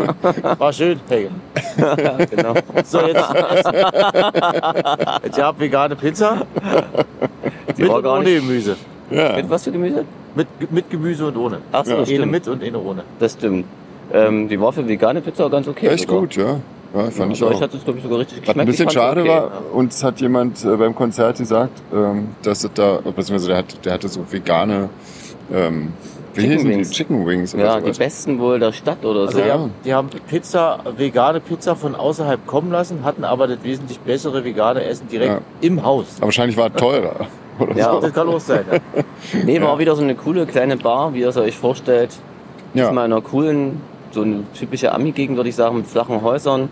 Speaker 4: War schön, Helge.
Speaker 1: genau.
Speaker 4: So, jetzt. jetzt. jetzt ihr habt vegane Pizza
Speaker 1: Die
Speaker 4: mit
Speaker 1: war
Speaker 4: und
Speaker 1: gar
Speaker 4: ohne
Speaker 1: nicht.
Speaker 4: Gemüse.
Speaker 3: Ja.
Speaker 1: Mit was für Gemüse?
Speaker 4: Mit, mit Gemüse und ohne.
Speaker 1: Ach so,
Speaker 3: Ja.
Speaker 4: Eine
Speaker 1: stimmt.
Speaker 4: mit und eine ohne.
Speaker 1: Das stimmt. Ähm, die war für vegane Pizza ganz okay.
Speaker 3: Echt
Speaker 1: sogar.
Speaker 3: gut, ja. Ja, fand ich
Speaker 1: Aber ich
Speaker 3: auch.
Speaker 1: hatte es, glaube ich, sogar richtig
Speaker 3: Was
Speaker 1: geschmeckt.
Speaker 3: ein bisschen
Speaker 1: Ich fand's
Speaker 3: schade
Speaker 1: okay.
Speaker 3: war, uns hat jemand äh, beim Konzert gesagt, ähm, dass es da, beziehungsweise der, hat, der hatte so vegane ähm, wie
Speaker 1: Chicken
Speaker 3: hießen die?
Speaker 1: Wings.
Speaker 3: Chicken Wings oder
Speaker 1: Ja, die
Speaker 3: sowas.
Speaker 1: besten wohl der Stadt oder so.
Speaker 4: Also
Speaker 3: Ja.
Speaker 4: die, haben, die haben Pizza, vegane Pizza von außerhalb kommen lassen, hatten aber das wesentlich bessere vegane Essen direkt
Speaker 3: Ja.
Speaker 4: im Haus.
Speaker 3: Aber wahrscheinlich war es teurer. Oder
Speaker 1: Ja.
Speaker 4: Das kann auch sein. Ja.
Speaker 1: Nee, war auch wieder so eine coole kleine Bar, wie ihr es euch vorstellt.
Speaker 3: so.
Speaker 1: Ist mal
Speaker 3: ja.
Speaker 1: in einer coolen, so eine typische Ami-Gegend, würde ich sagen, mit flachen Häusern.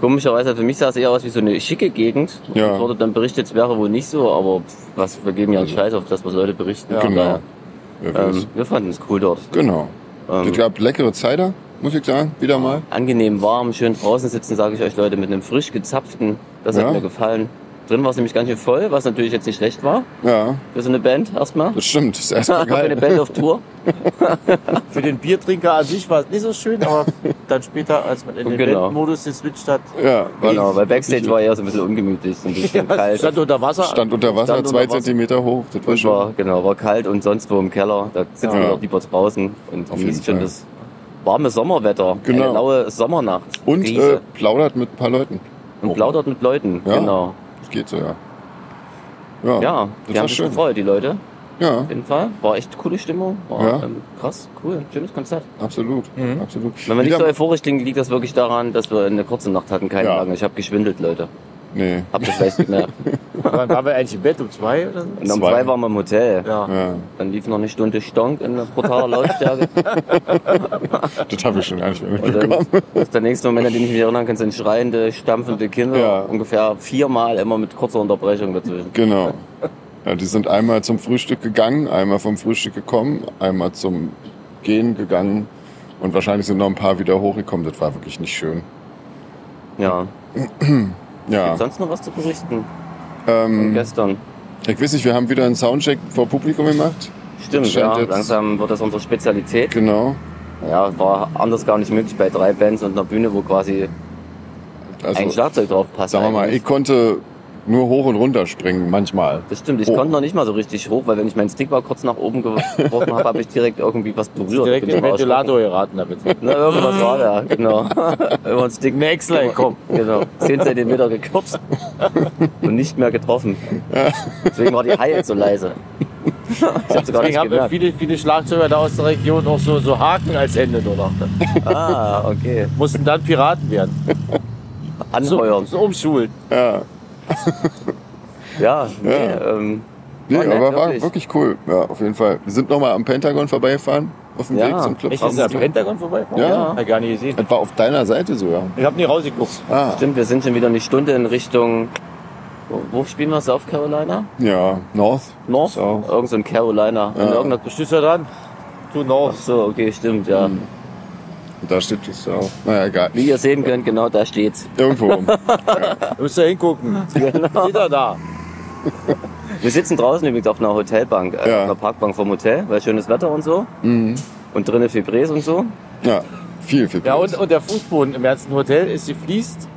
Speaker 1: Komischerweise, für mich sah es eher aus wie so eine schicke Gegend.
Speaker 3: Mhm. Ja.
Speaker 1: Es wurde dann berichtet, es wäre wohl nicht so, aber pff, was, wir geben ja einen Scheiß auf das, was Leute berichten.
Speaker 3: Genau.
Speaker 1: Aber,
Speaker 3: Wer weiß.
Speaker 1: ähm, wir fanden es cool dort.
Speaker 3: genau.
Speaker 1: ähm,
Speaker 3: es gab leckere Cider, muss ich sagen, wieder mal.
Speaker 1: Angenehm warm, schön draußen sitzen, sage ich euch Leute, mit einem frisch gezapften. Das
Speaker 3: Ja.
Speaker 1: hat mir gefallen. Drin war es nämlich ganz schön voll, was natürlich jetzt nicht schlecht war.
Speaker 3: Ja,
Speaker 1: Für so eine Band erstmal.
Speaker 3: das stimmt. Das ist erstmal
Speaker 1: Für eine
Speaker 3: geil.
Speaker 1: Band auf Tour.
Speaker 4: Für den Biertrinker an sich war es nicht so schön, aber dann später, als man in den
Speaker 1: Genau.
Speaker 4: Bandmodus geswitcht hat,
Speaker 3: Ja, weil
Speaker 1: Genau, weil Backstage war ja so ein bisschen ungemütlich, so ein bisschen kalt.
Speaker 4: stand unter Wasser.
Speaker 3: stand unter Wasser,
Speaker 4: Stand unter
Speaker 3: zwei
Speaker 4: Wasser.
Speaker 3: Zentimeter hoch. Das war
Speaker 1: Und war,
Speaker 3: schon.
Speaker 1: genau, war kalt und sonst wo im Keller. Da sitzen
Speaker 3: Mhm. Ja.
Speaker 1: wir doch lieber draußen und
Speaker 3: Auf
Speaker 1: genießen
Speaker 3: jeden
Speaker 1: schon
Speaker 3: Fall.
Speaker 1: das warme Sommerwetter.
Speaker 3: Genau.
Speaker 1: Eine laue Sommernacht.
Speaker 3: Und
Speaker 1: Brise.
Speaker 3: äh, plaudert mit ein paar Leuten.
Speaker 1: und plaudert mit Leuten.
Speaker 3: Ja.
Speaker 1: Genau.
Speaker 3: Das geht so, ja.
Speaker 1: Ja,
Speaker 3: Ja, das
Speaker 1: die haben
Speaker 3: war
Speaker 1: sich
Speaker 3: schön.
Speaker 1: gefreut, die Leute.
Speaker 3: Ja,
Speaker 1: Auf jeden Fall. War echt coole Stimmung. War
Speaker 3: Ja.
Speaker 1: ähm, krass, cool. Schönes Konzert.
Speaker 3: absolut. absolut.
Speaker 1: Wenn wir nicht
Speaker 3: Wieder-
Speaker 1: so euphorisch klingen, liegt das wirklich daran, dass wir eine kurze Nacht hatten, keine
Speaker 3: Ja.
Speaker 1: lange. Ich habe geschwindelt, Leute.
Speaker 3: Nee.
Speaker 1: Habt ihr vielleicht gemerkt.
Speaker 4: Wann waren wir eigentlich im Bett? Um zwei oder so?
Speaker 1: Und um
Speaker 3: Zwei.
Speaker 1: zwei waren wir im Hotel.
Speaker 4: Ja.
Speaker 3: Ja,
Speaker 1: Dann lief noch eine Stunde Stonk in brutaler Lautstärke.
Speaker 3: das habe ich schon gar nicht mehr
Speaker 1: Und
Speaker 3: mitbekommen.
Speaker 1: dann ist der nächste Moment, an den ich mich erinnern kann, sind schreiende, stampfende Kinder.
Speaker 3: Ja.
Speaker 1: Ungefähr viermal, immer mit kurzer Unterbrechung dazwischen.
Speaker 3: Genau. Ja, die sind einmal zum Frühstück gegangen, einmal vom Frühstück gekommen, einmal zum Gehen gegangen und wahrscheinlich sind noch ein paar wieder hochgekommen. Das war wirklich nicht schön.
Speaker 1: Ja.
Speaker 3: Ja, Ähm,
Speaker 1: Sonst noch was zu berichten? Von gestern.
Speaker 3: ich weiß nicht, wir haben wieder einen Soundcheck vor Publikum gemacht.
Speaker 1: Stimmt,
Speaker 3: scheint
Speaker 1: ja.
Speaker 3: jetzt-
Speaker 1: Langsam wird das unsere Spezialität.
Speaker 3: Genau.
Speaker 1: Ja, war anders gar nicht möglich bei drei Bands und einer Bühne, wo quasi ein
Speaker 3: Also,
Speaker 1: Schlagzeug drauf passt.
Speaker 3: sagen wir mal,
Speaker 1: eigentlich.
Speaker 3: ich konnte nur hoch und runter springen manchmal.
Speaker 1: Das stimmt, ich
Speaker 3: Oh.
Speaker 1: konnte noch nicht mal so richtig hoch, weil wenn ich meinen Stick mal kurz nach oben geworfen habe, habe ich direkt irgendwie was berührt.
Speaker 4: Direkt
Speaker 1: Bin
Speaker 4: in
Speaker 1: aber
Speaker 4: Ventilator geraten damit.
Speaker 1: erschrocken. Na, irgendwas war da, genau. Immer ein Stick
Speaker 4: Eine extra gekommen.
Speaker 1: Genau, 10 Zentimeter gekürzt und nicht mehr getroffen. Deswegen war die High so leise. Ich habe sogar
Speaker 4: Deswegen
Speaker 1: nicht
Speaker 4: haben wir
Speaker 1: gemerkt.
Speaker 4: viele, viele Schlagzeuger da aus der Region auch so, so Haken als Ende danach.
Speaker 1: Ah, okay.
Speaker 4: Mussten dann Piraten werden.
Speaker 1: Anheuern.
Speaker 4: So umschulen.
Speaker 3: Ja,
Speaker 1: Ja, nee, ähm,
Speaker 3: nee,
Speaker 1: Oh, nett,
Speaker 3: aber war
Speaker 1: wirklich.
Speaker 3: wirklich cool. Ja, auf jeden Fall. Wir sind nochmal am Pentagon vorbeigefahren, auf dem
Speaker 1: Ja,
Speaker 3: Weg zum Club.
Speaker 4: Echt, ist der Pentagon vorbei?
Speaker 3: Ja.
Speaker 4: Hab ich gar nicht gesehen.
Speaker 3: Das war auf deiner Seite sogar.
Speaker 8: Ich habe nie rausgeguckt.
Speaker 3: Ah,
Speaker 1: stimmt, wir sind schon wieder eine Stunde in Richtung. Wo, wo spielen wir? South Carolina?
Speaker 3: ja, North.
Speaker 1: North?
Speaker 3: So.
Speaker 1: Irgend so in Carolina. In irgendeiner
Speaker 4: Stehst du da dran? Du noch.
Speaker 1: Ach so, okay, stimmt, ja.
Speaker 3: Mhm. Und da steht es auch. Naja, egal.
Speaker 1: Wie ihr sehen könnt, genau da steht's.
Speaker 3: Irgendwo.
Speaker 4: Du musst da hingucken. Genau. Steht er da.
Speaker 1: Wir sitzen draußen übrigens auf einer Hotelbank, äh, auf
Speaker 3: Ja. Mhm.
Speaker 1: einer Parkbank vom Hotel, weil schönes Wetter und so. Und drinnen viel Bräs und so.
Speaker 3: ja, viel, viel
Speaker 4: Ja,
Speaker 3: Platz.
Speaker 4: und, und der Fußboden im ganzen Hotel ist gefliest.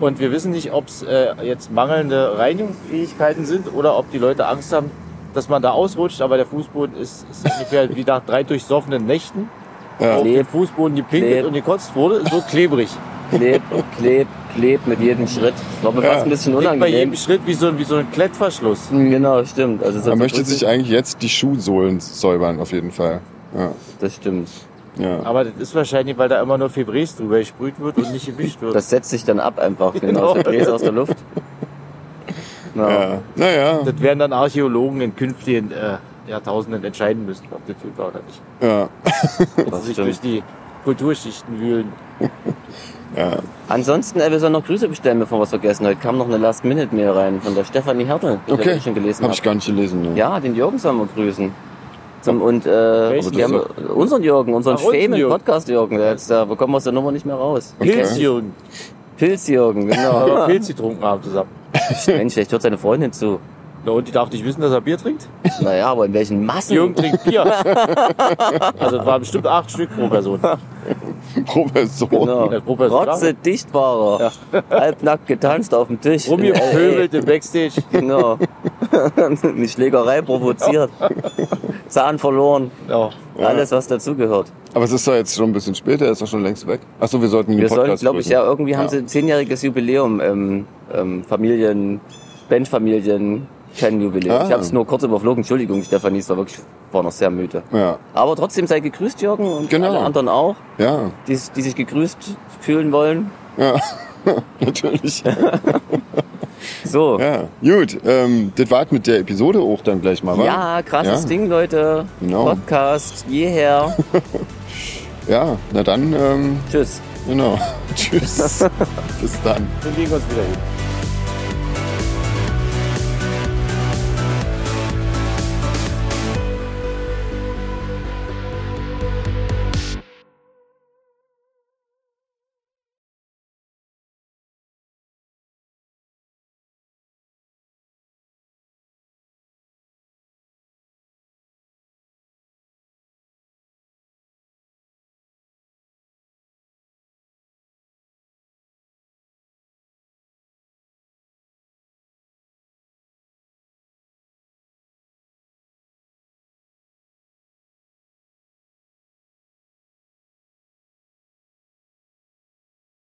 Speaker 4: Und wir wissen nicht, ob es äh, jetzt mangelnde Reinigungsfähigkeiten sind oder ob die Leute Angst haben, dass man da ausrutscht. Aber der Fußboden ist, ist ungefähr wie nach drei durchsoffenen Nächten.
Speaker 3: Ja.
Speaker 4: Auf dem
Speaker 1: Kleb.
Speaker 4: Fußboden gepinkelt
Speaker 1: Kleb.
Speaker 4: und gekotzt wurde, so klebrig.
Speaker 1: Kleb, kleb, kleb mit jedem Schritt. Ich glaube, mir
Speaker 3: Ja.
Speaker 1: fast ein bisschen
Speaker 4: Liegt bei
Speaker 1: unangenehm.
Speaker 4: jedem Schritt wie so, ein- wie so ein Klettverschluss.
Speaker 1: Genau, stimmt. Also so
Speaker 3: Man
Speaker 1: zum
Speaker 3: möchte
Speaker 1: Frühstück-
Speaker 3: sich eigentlich jetzt die Schuhsohlen säubern, auf jeden Fall. Ja,
Speaker 1: Das stimmt.
Speaker 3: ja.
Speaker 4: Aber das ist wahrscheinlich, weil da immer nur Febris drüber gesprüht wird und nicht gewischt wird. Das,
Speaker 1: Das setzt sich dann ab einfach, genau.
Speaker 4: Genau.
Speaker 1: Der Bräs aus der Luft. Na,
Speaker 3: ja. Naja,
Speaker 4: werden dann Archäologen in künftigen äh, Jahrtausenden entscheiden müssen, ob das gut war oder nicht.
Speaker 3: ja.
Speaker 1: das
Speaker 4: Sich
Speaker 1: stimmt.
Speaker 4: durch die Kulturschichten wühlen.
Speaker 1: Ansonsten, äh, wir sollen noch Grüße bestellen, bevor wir es vergessen. Heute kam noch eine Last-Minute-Mail rein von der Stefanie Hertel, die
Speaker 3: Okay.
Speaker 1: ich schon gelesen
Speaker 3: Hab
Speaker 1: habe.
Speaker 3: ich gar nicht gelesen. ne.
Speaker 1: Ja, den Jürgen sollen wir grüßen. Zum, und äh,
Speaker 4: Welchen
Speaker 1: die haben, unseren Jürgen, unseren
Speaker 4: Ach, unseren
Speaker 1: famen
Speaker 4: Jürgen.
Speaker 1: Podcast-Jürgen, der jetzt, da bekommen wir aus der Nummer nicht mehr raus.
Speaker 3: Okay.
Speaker 4: Pilzjürgen.
Speaker 1: Pilz-Jürgen,
Speaker 4: Weil
Speaker 1: genau.
Speaker 4: wir Pilz getrunken haben zusammen.
Speaker 1: Mensch, vielleicht hört seine Freundin zu.
Speaker 4: Na und die darf nicht wissen, dass er Bier trinkt?
Speaker 1: Naja, aber in welchen Massen?
Speaker 4: Jürgen trinkt Bier. Also es waren bestimmt acht Stück pro Person.
Speaker 3: Professor.
Speaker 1: Genau.
Speaker 4: Der Gruppe ist
Speaker 1: Rotze dicht war er. Halbnackt getanzt auf dem Tisch. Äh,
Speaker 4: Rumgepöbelt im Backstage.
Speaker 1: Genau. Eine Schlägerei provoziert. Zahn verloren.
Speaker 4: Ja.
Speaker 1: Alles, was dazugehört.
Speaker 3: Aber es ist doch jetzt schon ein bisschen später, er ist doch schon längst weg. Achso, wir sollten den
Speaker 1: Wir sollten,
Speaker 3: Podcast
Speaker 1: glaube ich,
Speaker 3: grüßen.
Speaker 1: ja, irgendwie haben sie ein zehnjähriges Jubiläum, ähm, ähm, Familien, Bandfamilien, Fan-Jubiläum.
Speaker 3: Ah.
Speaker 1: Ich habe es nur kurz überflogen. Entschuldigung, Stefanie, es war wirklich, war noch sehr müde.
Speaker 3: Ja,
Speaker 1: Aber trotzdem sei gegrüßt, Jürgen, und
Speaker 3: Genau.
Speaker 1: alle anderen auch,
Speaker 3: ja,
Speaker 1: die, die sich gegrüßt fühlen wollen.
Speaker 3: ja. Natürlich.
Speaker 1: So. Ja,
Speaker 3: Ja, gut. Ähm, das war's mit der Episode auch dann gleich mal, wa?
Speaker 1: krasses
Speaker 3: Ja.
Speaker 1: Ding, Leute.
Speaker 3: Genau.
Speaker 1: Podcast, jeher.
Speaker 3: Ja, na dann, ähm,
Speaker 1: Tschüss.
Speaker 3: genau. Tschüss. Bis dann.
Speaker 4: Wir legen uns wieder hin.